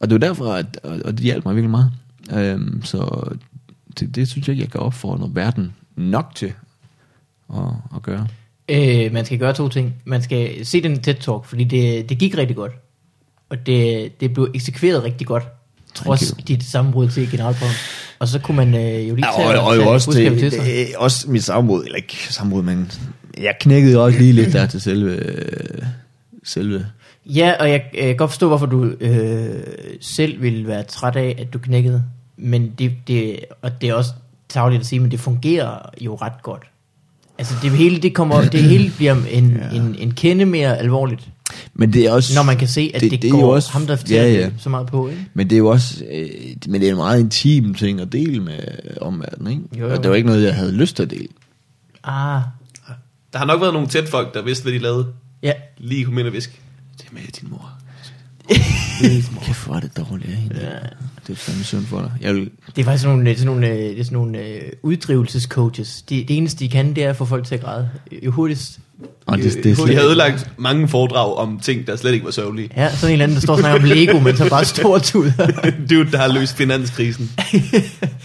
[SPEAKER 2] og det var derfor, at, og, og det hjalp mig virkelig meget. Øhm, så det, det synes jeg ikke, jeg kan opfordre verden nok til at, at gøre.
[SPEAKER 3] Øh, man skal gøre to ting. Man skal se den TED-talk, fordi det, det gik rigtig godt. Og det, det blev eksekveret rigtig godt. Trods
[SPEAKER 2] you.
[SPEAKER 3] dit sammenbrud til generalprøven. Og så kunne man øh, jo lige tage
[SPEAKER 2] Ja, og, og jo
[SPEAKER 3] tage
[SPEAKER 2] også,
[SPEAKER 3] budskabet
[SPEAKER 2] til, til
[SPEAKER 3] sig.
[SPEAKER 2] det, også mit samråd, eller ikke samråd, men jeg knækkede også lige lidt der til selve, øh, selve
[SPEAKER 3] Ja, og jeg øh, kan godt forstå, hvorfor du øh, selv ville være træt af, at du knækkede. Men det, det, og det er også tageligt at sige, men det fungerer jo ret godt. Altså det hele, det kommer, det hele bliver
[SPEAKER 2] *clears throat*
[SPEAKER 3] en, ja. en, en kende mere alvorligt,
[SPEAKER 2] men det er også,
[SPEAKER 3] når man kan se, at det, det, det
[SPEAKER 2] er jo
[SPEAKER 3] går også, ham, der fortæller
[SPEAKER 2] ja, ja.
[SPEAKER 3] det så meget på. Ikke?
[SPEAKER 2] Men det er jo også, øh, det- men det er en meget intim ting at dele med øh, omverdenen, ikke?
[SPEAKER 3] Jo, jo.
[SPEAKER 2] Og det var ikke noget, jeg havde lyst til at dele.
[SPEAKER 3] Ah,
[SPEAKER 1] Der har nok været nogle tæt folk, der vidste, hvad de lavede.
[SPEAKER 3] ja.
[SPEAKER 1] Lige kunne minde og viske.
[SPEAKER 2] Det er med din mor. Kæft, hvor er det dårligt af hende.
[SPEAKER 3] Ja.
[SPEAKER 2] det er fandme synd for dig. Jeg vil,
[SPEAKER 3] Det er faktisk sådan nogle, øh, sådan nogle, øh, det er sådan nogle øh, uddrivelsescoaches. Det, det eneste, de kan, det er at få folk til at græde. øh, Jo hurtigst.
[SPEAKER 2] og det,
[SPEAKER 3] jo-
[SPEAKER 2] det, det, er
[SPEAKER 1] De
[SPEAKER 2] slet,
[SPEAKER 1] Øh, havde ødelagt mange foredrag om ting, der slet ikke var sørgelige. *laughs*
[SPEAKER 3] Ja, sådan en eller anden, der står og snakker om Lego, men så bare stort ud.
[SPEAKER 1] Dude, der har løst finanskrisen.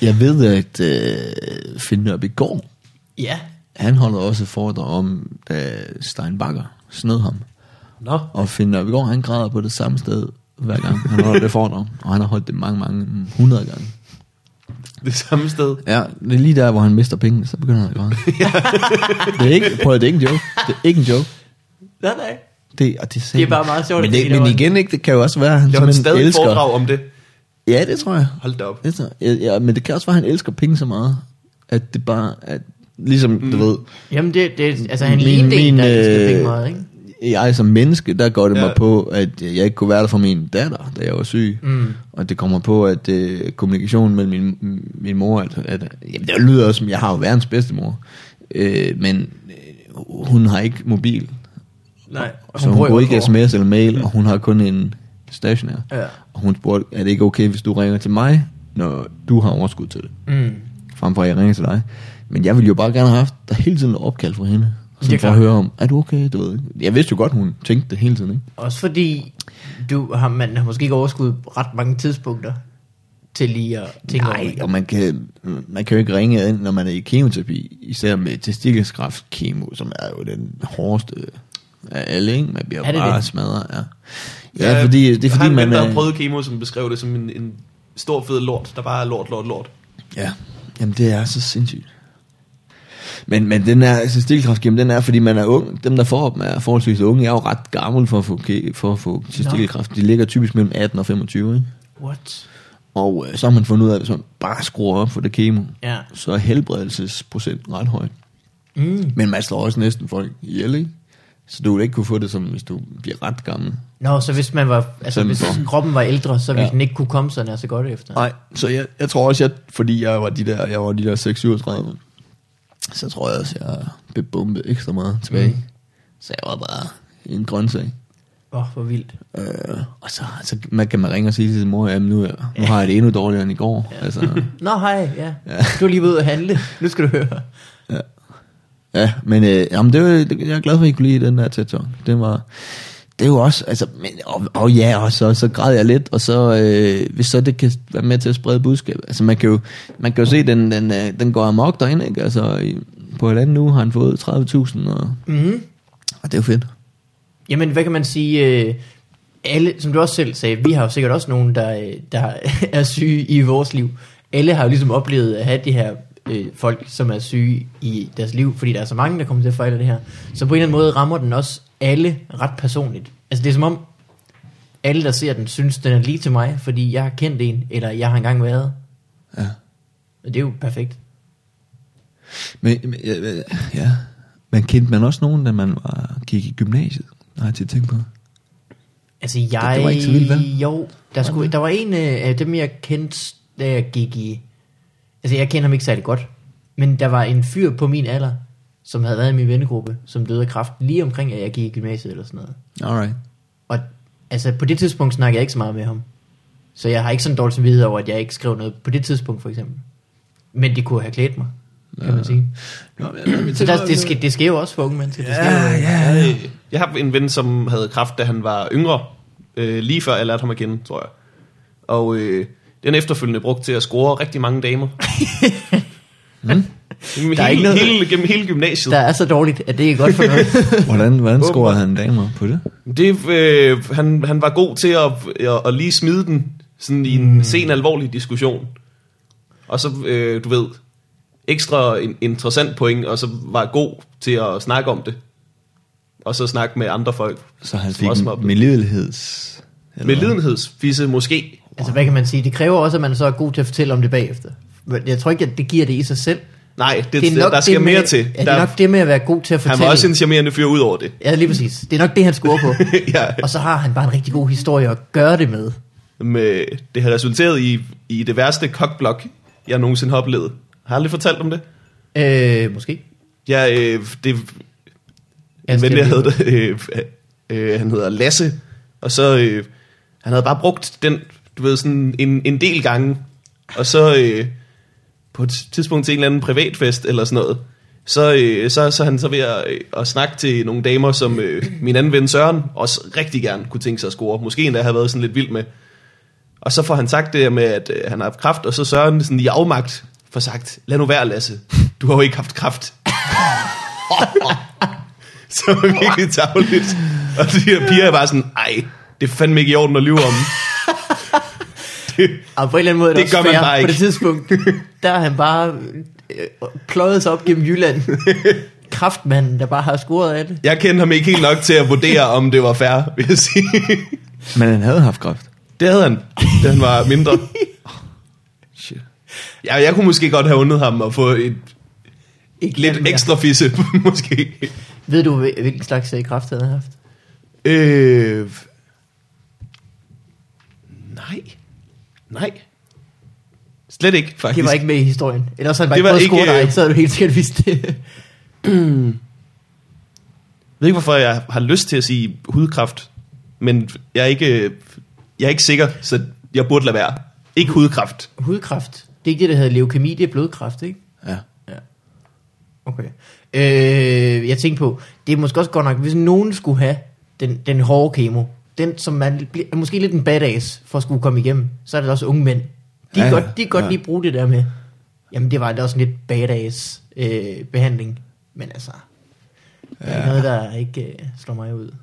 [SPEAKER 2] jeg ved, at øh, Finn Nørby i går,
[SPEAKER 3] ja.
[SPEAKER 2] han holder også et foredrag om, da Steinbacher sned ham.
[SPEAKER 1] Nå.
[SPEAKER 2] Og Finn Nørby går, han græder på det samme sted hver gang han holder det foredrag. Og han har holdt det mange, mange mm, hundrede gange.
[SPEAKER 1] Det samme sted.
[SPEAKER 2] Ja, det er lige der, hvor han mister pengene, så begynder han at græde. det er ikke, prøv at det er ikke en joke. Det er ikke en joke.
[SPEAKER 3] Nej, nej.
[SPEAKER 2] Det, og det,
[SPEAKER 3] Det er bare meget sjovt,
[SPEAKER 2] Men,
[SPEAKER 3] at sige,
[SPEAKER 2] det,
[SPEAKER 3] der
[SPEAKER 2] men
[SPEAKER 3] var-
[SPEAKER 2] igen, ikke, det kan jo også være, at han
[SPEAKER 1] Jeg har
[SPEAKER 2] simpelthen
[SPEAKER 1] stadig elsker.
[SPEAKER 2] elsker...
[SPEAKER 1] foredrag om det.
[SPEAKER 2] Ja, det tror jeg.
[SPEAKER 1] Hold da op.
[SPEAKER 2] Det tror jeg. Ja, men det kan også være, at han elsker penge så meget, at det bare... At, ligesom, mm. du ved... øh,
[SPEAKER 3] Jamen, det, det, altså, han lignede en, der elskede penge meget, ikke?
[SPEAKER 2] Jeg som menneske, der går det
[SPEAKER 1] Ja.
[SPEAKER 2] ja. mig på, at jeg ikke kunne være der for min datter, da jeg var syg. Mm. Og det kommer på, at øh, kommunikationen mellem min, min mor, at, at jamen, det lyder også som, jeg har jo verdens bedste mor, øh, men øh, hun har ikke mobil,
[SPEAKER 3] Nej.
[SPEAKER 2] og så hun, hun bruger ikke sms eller mail, og hun har kun en stationær.
[SPEAKER 3] Mm. Ja.
[SPEAKER 2] Og hun spurgte, er det ikke okay, hvis du ringer til mig, når du har overskud til det?
[SPEAKER 3] Mm.
[SPEAKER 2] frem for at jeg ringer til dig. Men jeg ville jo bare gerne have haft der hele tiden et opkald fra hende.
[SPEAKER 3] Det
[SPEAKER 2] Sådan
[SPEAKER 3] er
[SPEAKER 2] for at
[SPEAKER 3] klart.
[SPEAKER 2] høre om, er du okay? Du ved, jeg vidste jo godt, hun tænkte det hele tiden. Ikke?
[SPEAKER 3] Også fordi, du har, man har måske ikke overskud ret mange tidspunkter til lige at tænke over
[SPEAKER 2] Nej,
[SPEAKER 3] det.
[SPEAKER 2] og man kan, man kan jo ikke ringe ind, når man er i kemoterapi. Især med testikelskræft kemo, som er jo den hårdeste af alle. Ikke? Man bliver
[SPEAKER 3] Er det
[SPEAKER 2] bare
[SPEAKER 3] det?
[SPEAKER 2] smadret. Ja. Ja, ja, fordi, det er fordi, man
[SPEAKER 1] der har
[SPEAKER 2] er...
[SPEAKER 1] prøvet kemo, som beskrev det som en, en stor fed lort, der bare er lort, lort, lort.
[SPEAKER 2] Ja, jamen det er så sindssygt. Men, men den er, altså stilkræftskæmpe, den er, fordi man er ung. Dem, der får dem, er forholdsvis unge. Jeg er jo ret gammel for at få, ke- for at få stilkræft. De ligger typisk mellem 18 og 25, ikke?
[SPEAKER 3] What?
[SPEAKER 2] Og øh, så har man fundet ud af, at hvis man bare skruer op for det kemo,
[SPEAKER 3] Ja.
[SPEAKER 2] så er helbredelsesprocenten ret høj.
[SPEAKER 3] Mm.
[SPEAKER 2] Men man slår også næsten folk ihjel, ikke? Så du vil ikke kunne få det, som hvis du bliver ret gammel.
[SPEAKER 3] Nå, så hvis man var, altså
[SPEAKER 2] Sådan
[SPEAKER 3] hvis
[SPEAKER 2] for-
[SPEAKER 3] kroppen var ældre, så ville
[SPEAKER 2] Ja.
[SPEAKER 3] den ikke kunne komme sådan her så godt efter.
[SPEAKER 2] Nej, så jeg, jeg tror også, jeg, fordi jeg var de der, jeg var de der 637, så tror jeg også, jeg blev bombet ekstra meget tilbage. Mm. Så jeg var bare en grøntsag.
[SPEAKER 3] Åh, oh, hvor vildt.
[SPEAKER 2] Øh, og så, så man, kan man ringe og sige til sin mor, jamen nu, er jeg- nu har jeg det endnu dårligere end i går. Ja. *laughs* Altså,
[SPEAKER 3] Nå, hej, ja. ja. Du er lige ved at handle. Nu skal du høre.
[SPEAKER 2] ja, men øh, jamen, det var, det, jeg er glad for, at I kunne lide den der TED Talk. Den var, det er jo også, altså, men, og, og ja, og så, så græd jeg lidt, og så, øh, hvis så det kan være med til at sprede budskabet. Altså, man kan jo, man kan jo se, den, den, øh, den går amok derinde, ikke? Altså, i, på et andet uge har han fået 30.000, og,
[SPEAKER 3] Mm.
[SPEAKER 2] og det er jo fedt.
[SPEAKER 3] Jamen, hvad kan man sige? øh, Alle, som du også selv sagde, vi har jo sikkert også nogen, der, øh, der *laughs* er syge i vores liv. Alle har jo ligesom oplevet at have de her øh, folk, som er syge i deres liv, fordi der er så mange, der kommer til at fejle det her. Så på en eller anden måde rammer den også alle ret personligt. Altså det er som om, alle der ser den, synes den er lige til mig, fordi jeg har kendt en, eller jeg har engang været.
[SPEAKER 2] Ja.
[SPEAKER 3] Og det er jo perfekt.
[SPEAKER 2] Men, men ja, ja, man kendte man også nogen, da man var, gik i gymnasiet, har jeg tit tænkt på.
[SPEAKER 3] Altså jeg...
[SPEAKER 2] det var ikke så vildt, vel?
[SPEAKER 3] Jo, der, skulle, der var en øh, af dem, jeg kendte, da jeg gik i... Altså jeg kender ham ikke særlig godt, men der var en fyr på min alder, som havde været i min vennegruppe, som døde af kræft lige omkring, at jeg gik i gymnasiet eller sådan noget.
[SPEAKER 2] Alright.
[SPEAKER 3] Og altså på det tidspunkt snakkede jeg ikke så meget med ham. Så jeg har ikke sådan dårlig samvittighed over, at jeg ikke skrev noget på det tidspunkt for eksempel. Men det kunne have klædt mig, kan man sige.
[SPEAKER 2] Nå, men,
[SPEAKER 3] Så der, det, sker, det sker jo også for unge mennesker. Det sker jo.
[SPEAKER 2] ja, ja.
[SPEAKER 1] Øh, Jeg har en ven, som havde kraft, da han var yngre. Øh, lige før jeg lærte ham at kende, tror jeg. Og øh, den efterfølgende brugt til at score rigtig mange damer. mm.
[SPEAKER 3] Der er
[SPEAKER 1] hele,
[SPEAKER 3] ikke noget-
[SPEAKER 1] hele, gennem hele gymnasiet.
[SPEAKER 3] Der er så dårligt, at det ikke er godt for noget.
[SPEAKER 2] Hvordan, hvordan scorede han damer på det?
[SPEAKER 1] Det, øh, han, han var god til at, at, at lige smide den sådan i en mm. sen alvorlig diskussion. Og så, øh, du ved, ekstra in, interessant point, og så var god til at snakke om det. Og så snakke med andre folk.
[SPEAKER 2] Så han
[SPEAKER 1] som
[SPEAKER 2] fik
[SPEAKER 1] også var-
[SPEAKER 2] en medlidenheds...
[SPEAKER 1] med lidenhedsfisse måske.
[SPEAKER 3] Altså, hvad kan man sige? Det kræver også, at man så er god til at fortælle om det bagefter. Men jeg tror ikke, at det giver det i sig selv.
[SPEAKER 1] Nej, det, det der skal
[SPEAKER 3] det
[SPEAKER 1] mere
[SPEAKER 3] med,
[SPEAKER 1] til.
[SPEAKER 3] Ja, det
[SPEAKER 1] der,
[SPEAKER 3] er nok det med at være god til at
[SPEAKER 1] han
[SPEAKER 3] fortælle.
[SPEAKER 1] var også en charmerende fyr ud over det. *laughs*
[SPEAKER 3] Ja, lige præcis. Det er nok det, han scorer på.
[SPEAKER 1] ja,
[SPEAKER 3] Og så har han bare en rigtig god historie at gøre det med.
[SPEAKER 1] med, det har resulteret i, i det værste kokblok, jeg nogensinde har oplevet. Har jeg aldrig fortalt om det?
[SPEAKER 3] Øh, måske.
[SPEAKER 1] Jeg, øh, det, En ven,
[SPEAKER 3] skal
[SPEAKER 1] jeg havde,
[SPEAKER 3] blive-
[SPEAKER 1] der, øh, øh, han hedder Lasse, og så, øh, han havde bare brugt den du ved, sådan en, en del gange, og så øh, på et tidspunkt til en eller anden privatfest eller sådan noget, så, øh, så, så er han så ved at, øh, at snakke til nogle damer, som øh, min anden ven Søren også rigtig gerne kunne tænke sig at score. Måske endda havde været sådan lidt vild med. Og så får han sagt det her med, at øh, han har haft kraft, og så Søren sådan i afmagt får sagt, lad nu være Lasse, du har jo ikke haft kraft. så er det virkelig tageligt. Og de her piger er bare sådan, ej, det er fandme ikke i orden at lyve om. det,
[SPEAKER 3] Og på en eller anden måde er det,
[SPEAKER 1] Det
[SPEAKER 3] det
[SPEAKER 1] gør man
[SPEAKER 3] også
[SPEAKER 1] bare
[SPEAKER 3] fair.
[SPEAKER 1] ikke.
[SPEAKER 3] På det
[SPEAKER 1] *laughs*
[SPEAKER 3] tidspunkt, der er han bare øh, pløjet sig op gennem
[SPEAKER 1] *laughs*
[SPEAKER 3] Jylland. Kraftmanden, der bare har scoret af det.
[SPEAKER 1] jeg kendte ham ikke helt nok til at vurdere, om det var fair, vil jeg sige.
[SPEAKER 2] Men han havde haft kræft.
[SPEAKER 1] Det havde han, da han var mindre.
[SPEAKER 2] Shit.
[SPEAKER 1] Jeg, jeg kunne måske godt have undet ham at få et
[SPEAKER 3] Ikke
[SPEAKER 1] lidt
[SPEAKER 3] mere.
[SPEAKER 1] ekstra fisse, *laughs* måske.
[SPEAKER 3] Ved du, hvil- hvilken slags øh, kraft han har haft?
[SPEAKER 1] Øh... Nej. Nej. Slet ikke, faktisk.
[SPEAKER 3] Det var ikke med i historien. Ellers havde han bare
[SPEAKER 1] Det var
[SPEAKER 3] ikke prøvet at
[SPEAKER 1] ikke,
[SPEAKER 3] score
[SPEAKER 1] øh,
[SPEAKER 3] dig, så havde du helt sikkert vidst det.
[SPEAKER 1] Jeg ved ikke, hvorfor jeg har lyst til at sige hudkræft, men jeg er ikke, jeg er ikke sikker, så jeg burde lade være. Ikke hudkræft.
[SPEAKER 3] Hudkræft. Det er ikke det, der hedder leukemi, det er blodkræft, ikke?
[SPEAKER 2] Ja.
[SPEAKER 3] Okay. Øh, jeg tænkte på, det er måske også godt nok, hvis nogen skulle have den, den hårde kemo, den som man bliver, måske lidt en badass for at skulle komme igennem, så er det også unge mænd. De kan
[SPEAKER 2] Ja,
[SPEAKER 3] ja,
[SPEAKER 2] ja,
[SPEAKER 3] godt, de kan godt
[SPEAKER 2] ja.
[SPEAKER 3] lige bruge det der med, jamen det var da også en lidt badass øh, behandling, men altså, ja. der er noget, der ikke øh, slår mig ud.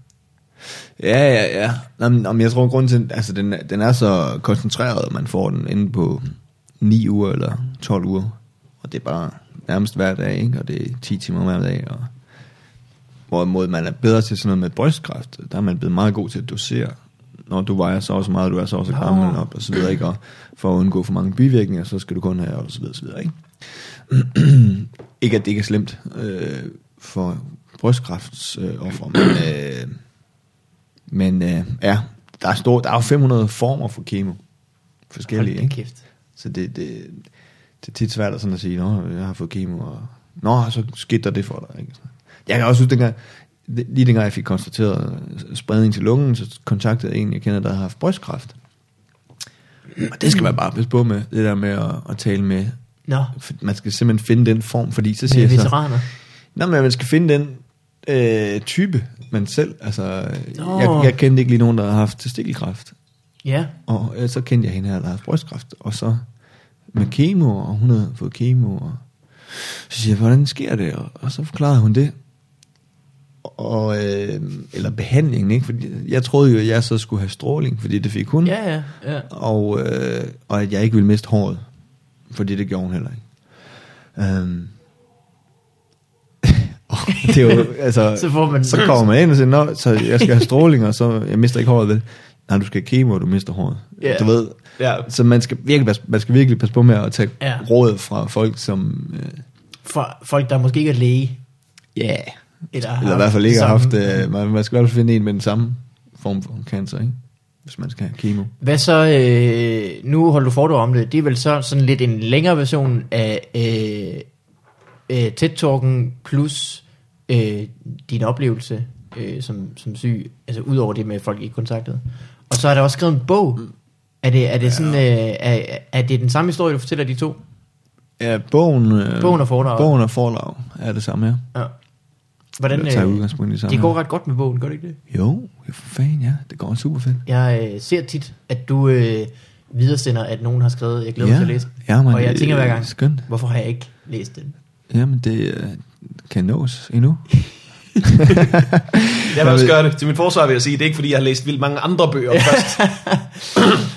[SPEAKER 2] Ja, ja, ja. Nå, men- nå, men jeg tror, grunden til, altså den, er- den er så koncentreret, at man får den inde på 9 uger eller 12 uger. Og det er bare nærmest hver dag, ikke? Og det er 10 timer hver dag. Og hvorimod man er bedre til sådan noget med brystkræft, der er man blevet meget god til at dosere. Når du vejer så og så meget, du er så og så gammel op, og så videre, ikke? Og for at undgå for mange bivirkninger, så skal du kun have, og så videre, og så videre, ikke? *clears throat* ikke at det ikke er slemt øh, for brystkræfts øh, offer, men, øh, men øh, ja, der er, stor, der er jo 500 former for kemo. Forskellige,
[SPEAKER 3] Hold da
[SPEAKER 2] ikke?
[SPEAKER 3] kæft.
[SPEAKER 2] Så det, det, det er tit svært at, sådan at sige, nå, jeg har fået kemo, og nå, så skete der det for dig. Ikke? Sådan. Jeg kan også huske, dengang, lige dengang jeg fik konstateret øh, spredning til lungen, så kontaktede jeg en, jeg kender, der har haft brystkræft. Og det skal man bare passe på med, det der med at, at tale med.
[SPEAKER 3] Nå,
[SPEAKER 2] For Man skal simpelthen finde den form, fordi så siger
[SPEAKER 3] med
[SPEAKER 2] jeg så...
[SPEAKER 3] veteraner.
[SPEAKER 2] Nå, men man skal finde den øh, type, man selv... Altså,
[SPEAKER 3] Nå.
[SPEAKER 2] jeg, jeg kendte ikke lige nogen, der har haft testikelkræft.
[SPEAKER 3] Ja,
[SPEAKER 2] Og øh, så kendte jeg hende her, der har haft brystkræft. Og så med kemo, og hun havde fået kemo. Og så siger jeg, hvordan sker det? Og, og så forklarede hun det. Og, øh, eller behandlingen, ikke? Fordi jeg troede jo, at jeg så skulle have stråling, fordi det fik hun.
[SPEAKER 3] ja, ja. ja.
[SPEAKER 2] Og, øh, og at jeg ikke ville miste håret. Fordi det gjorde hun heller ikke. Øhm. *laughs* og det er jo, altså,
[SPEAKER 3] *laughs* Så får man-
[SPEAKER 2] så kommer man ind og siger, Nå, så jeg skal have stråling, og så jeg mister ikke håret, vel? Nej, du skal have kemo, og du mister håret.
[SPEAKER 3] Ja.
[SPEAKER 2] Du ved,
[SPEAKER 1] Ja.
[SPEAKER 2] så man skal, virkelig, passe- man skal virkelig passe på med at tage
[SPEAKER 3] Ja.
[SPEAKER 2] ja. råd fra folk, som... Øh,
[SPEAKER 3] For folk, der måske ikke er læge,
[SPEAKER 2] yeah.
[SPEAKER 3] eller, har
[SPEAKER 2] Eller i hvert fald ikke har
[SPEAKER 3] samme-
[SPEAKER 2] haft... Øh, man, man skal i hvert fald finde en med den samme form for cancer, ikke? Hvis man skal have kemo.
[SPEAKER 3] Hvad så, øh, nu holder du foredrag om det, det er vel så sådan lidt en længere version af øh, øh, TED-talken plus øh, din oplevelse øh, som, som syg, altså ud over det med, at folk ikke kontaktede. Og så er der også skrevet en bog. Er det, er det sådan, øh, er, er det den samme historie, du fortæller de to?
[SPEAKER 2] Ja, bogen, øh,
[SPEAKER 3] Bogen og foredraget.
[SPEAKER 2] Bogen og forlag er det samme, ja.
[SPEAKER 3] Ja. Hvordan,
[SPEAKER 2] Jeg tager
[SPEAKER 3] øh,
[SPEAKER 2] udgangspunkt i det samme.
[SPEAKER 3] det går ret godt med bogen, gør det ikke det?
[SPEAKER 2] Jo, ja, for fanden ja. Det går super fedt.
[SPEAKER 3] Jeg øh, ser tit, at du øh, videresender, at nogen har skrevet, jeg glæder mig
[SPEAKER 2] Ja.
[SPEAKER 3] til at læse den.
[SPEAKER 2] Ja, men
[SPEAKER 3] Og jeg
[SPEAKER 2] det
[SPEAKER 3] tænker hver
[SPEAKER 2] er
[SPEAKER 3] gang,
[SPEAKER 2] skønt.
[SPEAKER 3] hvorfor har jeg ikke læst den?
[SPEAKER 2] Jamen, det øh, kan nås endnu.
[SPEAKER 1] Jeg vil også gøre det. Til mit forsvar vil jeg sige, det er ikke fordi, jeg har læst vildt mange andre bøger først.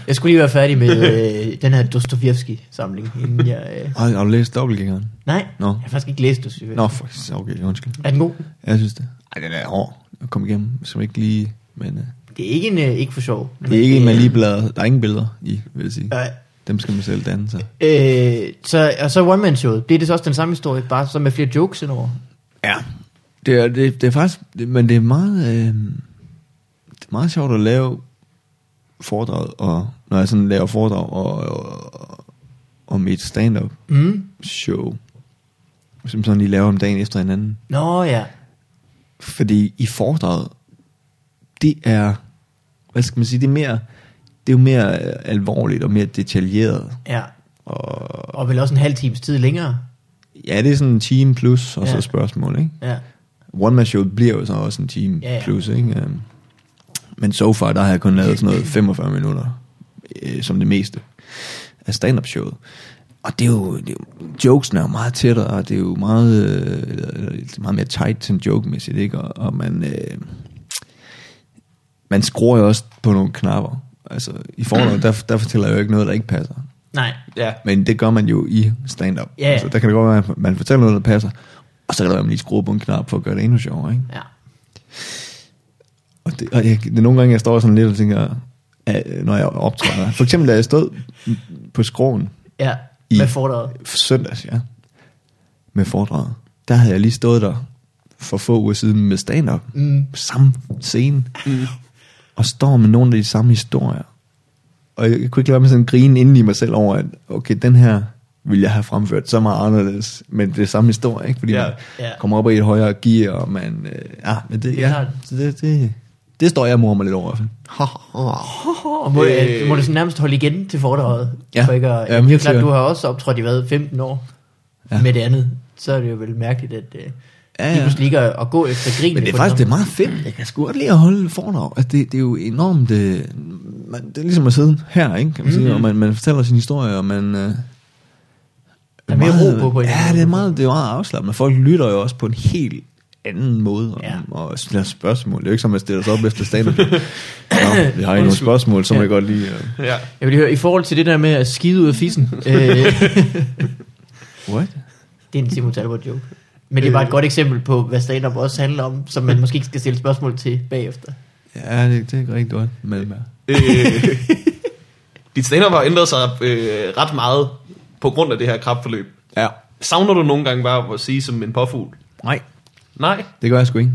[SPEAKER 3] Jeg skulle lige være
[SPEAKER 2] *laughs*
[SPEAKER 3] færdig med øh, den her Dostoyevsky-samling, inden jeg... Øh,
[SPEAKER 2] Og har du læst dobbeltgængeren?
[SPEAKER 3] nej,
[SPEAKER 2] Nå.
[SPEAKER 3] jeg har faktisk ikke læst Dostoyevsky.
[SPEAKER 2] Nå, for, okay, undskyld.
[SPEAKER 3] Er den god?
[SPEAKER 2] Jeg synes det. Ej, den er hård at komme igennem, som ikke lige... Men øh,
[SPEAKER 3] Det er ikke, en, øh, ikke for sjov.
[SPEAKER 2] det er ikke en, man lige bladrer. Der er ingen billeder i, vil jeg sige.
[SPEAKER 3] Nej.
[SPEAKER 2] Dem skal man selv danne sig.
[SPEAKER 3] Øh, så, og så One Man Show, det er det så også den samme historie, bare så med flere jokes indover.
[SPEAKER 2] Ja. Det er, det, det er faktisk... Det, men det er meget... Øh, det er meget sjovt at lave foredrag, og når jeg sådan laver foredrag og, og, og, og mit stand-up
[SPEAKER 3] Mm.
[SPEAKER 2] show, som sådan lige laver om dagen efter hinanden.
[SPEAKER 3] Nå ja,
[SPEAKER 2] Fordi i foredraget, det er, hvad skal man sige, det er mere, det er jo mere øh, alvorligt og mere detaljeret.
[SPEAKER 3] Ja.
[SPEAKER 2] Og
[SPEAKER 3] Og vel også en halv times tid længere.
[SPEAKER 2] ja, det er sådan en time plus, og ja.
[SPEAKER 3] Ja.
[SPEAKER 2] så spørgsmål, ikke?
[SPEAKER 3] Ja.
[SPEAKER 2] One Man Show bliver jo så også en time
[SPEAKER 3] Ja,
[SPEAKER 2] ja,
[SPEAKER 3] ja.
[SPEAKER 2] ja. plus, ikke? Øhm, Men so far, der har jeg kun lavet sådan noget 45 minutter, øh, som det meste, af stand-up showet. Og det er, jo, det er jo, jokesene er jo meget tættere, og det er jo meget, øh, eller- eller det er meget mere tight sådan joke-mæssigt, ikke? Og, og man, øh, man skruer jo også på nogle knapper. Altså, i forhold der, der fortæller jeg jo ikke noget, der ikke passer.
[SPEAKER 3] Nej.
[SPEAKER 1] Ja.
[SPEAKER 2] Men det gør man jo i stand-up.
[SPEAKER 3] Ja, ja.
[SPEAKER 2] Altså, der kan det godt være, at man fortæller noget, der passer, og så kan det være, at man lige skruer på en knap for at gøre det endnu sjovere, ikke?
[SPEAKER 3] Ja.
[SPEAKER 2] Og det, og jeg, det er nogle gange, jeg står sådan lidt og tænker, at, når jeg optræder. For eksempel, da jeg stod på skroen
[SPEAKER 3] Ja.
[SPEAKER 2] I-
[SPEAKER 3] Med fordraget.
[SPEAKER 2] søndags, ja, med foredraget, der havde jeg lige stået der for få uger siden med stand-up, mm. samme scene, mm. og står med nogle af de samme historier. Og jeg, jeg kunne ikke lade mig sådan grine inde i mig selv over, at okay, den her ville jeg have fremført så meget anderledes, men det er samme historie, ikke? Fordi
[SPEAKER 1] Ja.
[SPEAKER 2] ja. man
[SPEAKER 3] Ja.
[SPEAKER 2] kommer op i et højere gear, og man... Øh, ja, men det, ja,
[SPEAKER 3] klart.
[SPEAKER 2] så det, det, det står jeg og morer mig lidt over. i hvert fald.
[SPEAKER 3] Og må,
[SPEAKER 1] Øh.
[SPEAKER 3] øh, må du sådan nærmest holde igen til fordraget?
[SPEAKER 2] Ja.
[SPEAKER 3] For ikke at,
[SPEAKER 2] Ja,
[SPEAKER 3] ja, det er
[SPEAKER 2] virkelig.
[SPEAKER 3] klart, du har også optrådt i hvad, 15 år
[SPEAKER 2] Ja.
[SPEAKER 3] ja. med det andet. Så er det jo vel mærkeligt, at øh,
[SPEAKER 2] Ja,
[SPEAKER 3] ja, ja.
[SPEAKER 2] ja.
[SPEAKER 3] pludselig ikke at, at gå efter grin.
[SPEAKER 2] Men det er faktisk det er meget fedt. Jeg kan sgu godt lide at holde foredrag. Altså, det, det er jo enormt... Øh, man, det er ligesom at sidde her, ikke? Kan man sige, og man, man fortæller sin historie, og man... Øh,
[SPEAKER 3] Der er mere ro på på en eller
[SPEAKER 2] Ja,
[SPEAKER 3] anden
[SPEAKER 2] det er
[SPEAKER 3] måde.
[SPEAKER 2] meget, det er meget afslappende. Folk lytter jo også på en helt anden måde og,
[SPEAKER 3] Ja.
[SPEAKER 2] ja. og stiller spørgsmål. Det er jo ikke som, at man stiller sig op efter stand *laughs* Nå, vi har jo nogle spørgsmål, som ja. jeg godt lige... Øh.
[SPEAKER 1] ja.
[SPEAKER 3] Jeg vil lige høre, i forhold til det der med at skide ud af *laughs* fissen. øh,
[SPEAKER 2] What?
[SPEAKER 3] Det er en Simon Talbot joke. Men det er bare et godt eksempel på, hvad stand-up også handler om, som man måske ikke skal stille spørgsmål til bagefter.
[SPEAKER 2] Ja, det, det er rigtig godt. Mellem jer.
[SPEAKER 1] Øh, dit stand-up har ændret sig øh, ret meget på grund af det her kraftforløb.
[SPEAKER 2] Ja.
[SPEAKER 1] Savner du nogle gange bare at sige som en påfugl?
[SPEAKER 2] Nej,
[SPEAKER 1] Nej.
[SPEAKER 2] Det gør jeg sgu ikke.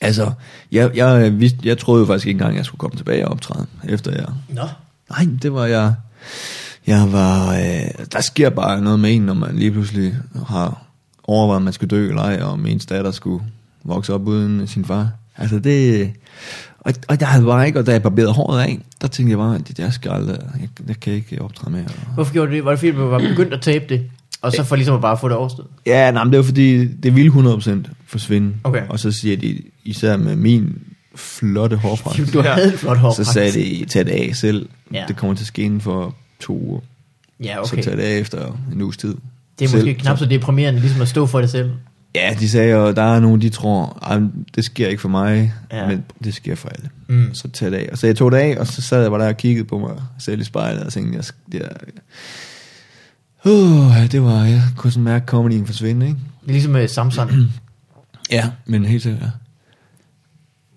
[SPEAKER 2] Altså, jeg, jeg, øh, vidste, jeg troede jo faktisk ikke engang, jeg skulle komme tilbage og optræde, efter jeg...
[SPEAKER 3] Nå.
[SPEAKER 2] Nej, det var jeg... Jeg var... Øh, der sker bare noget med en, når man lige pludselig har overvejet, om man skulle dø eller ej, og om ens datter skulle vokse op uden sin far. Altså, det... Og, og der havde bare ikke, og da jeg barberede håret af, der tænkte jeg bare, at jeg skal aldrig, jeg, jeg kan ikke optræde mere.
[SPEAKER 3] Hvorfor gjorde du det? Var det fordi, du var begyndt at tabe det? Og så for ligesom at bare få det overstået?
[SPEAKER 2] Ja, nej, men det var fordi, det ville 100% forsvinde.
[SPEAKER 3] Okay.
[SPEAKER 2] Og så siger de, især med min flotte hårfragt,
[SPEAKER 3] *laughs* Du
[SPEAKER 1] Ja.
[SPEAKER 3] havde et flot hår.
[SPEAKER 2] så sagde de, tag det af selv.
[SPEAKER 3] Ja.
[SPEAKER 2] Ja. Det kommer til at ske inden for to uger.
[SPEAKER 3] Ja,
[SPEAKER 2] Okay.
[SPEAKER 3] okay.
[SPEAKER 2] Så tag det af efter en uges tid.
[SPEAKER 3] Det er måske knap så deprimerende ligesom at stå for det selv.
[SPEAKER 2] Ja, de sagde, og der er nogen, de tror, "Ej, men det sker ikke for mig,
[SPEAKER 3] Ja.
[SPEAKER 2] ja. men det sker for alle.
[SPEAKER 3] Mm.
[SPEAKER 2] Så tag det af. Og så jeg tog det af, og så sad jeg bare der og kiggede på mig selv i spejlet, og tænkte, jeg, sk- jeg uh, det var, jeg kunne sådan mærke comedyen forsvinde, ikke?
[SPEAKER 3] Det er ligesom med
[SPEAKER 2] *clears throat*
[SPEAKER 3] Samson.
[SPEAKER 2] Ja, men helt sikkert, ja.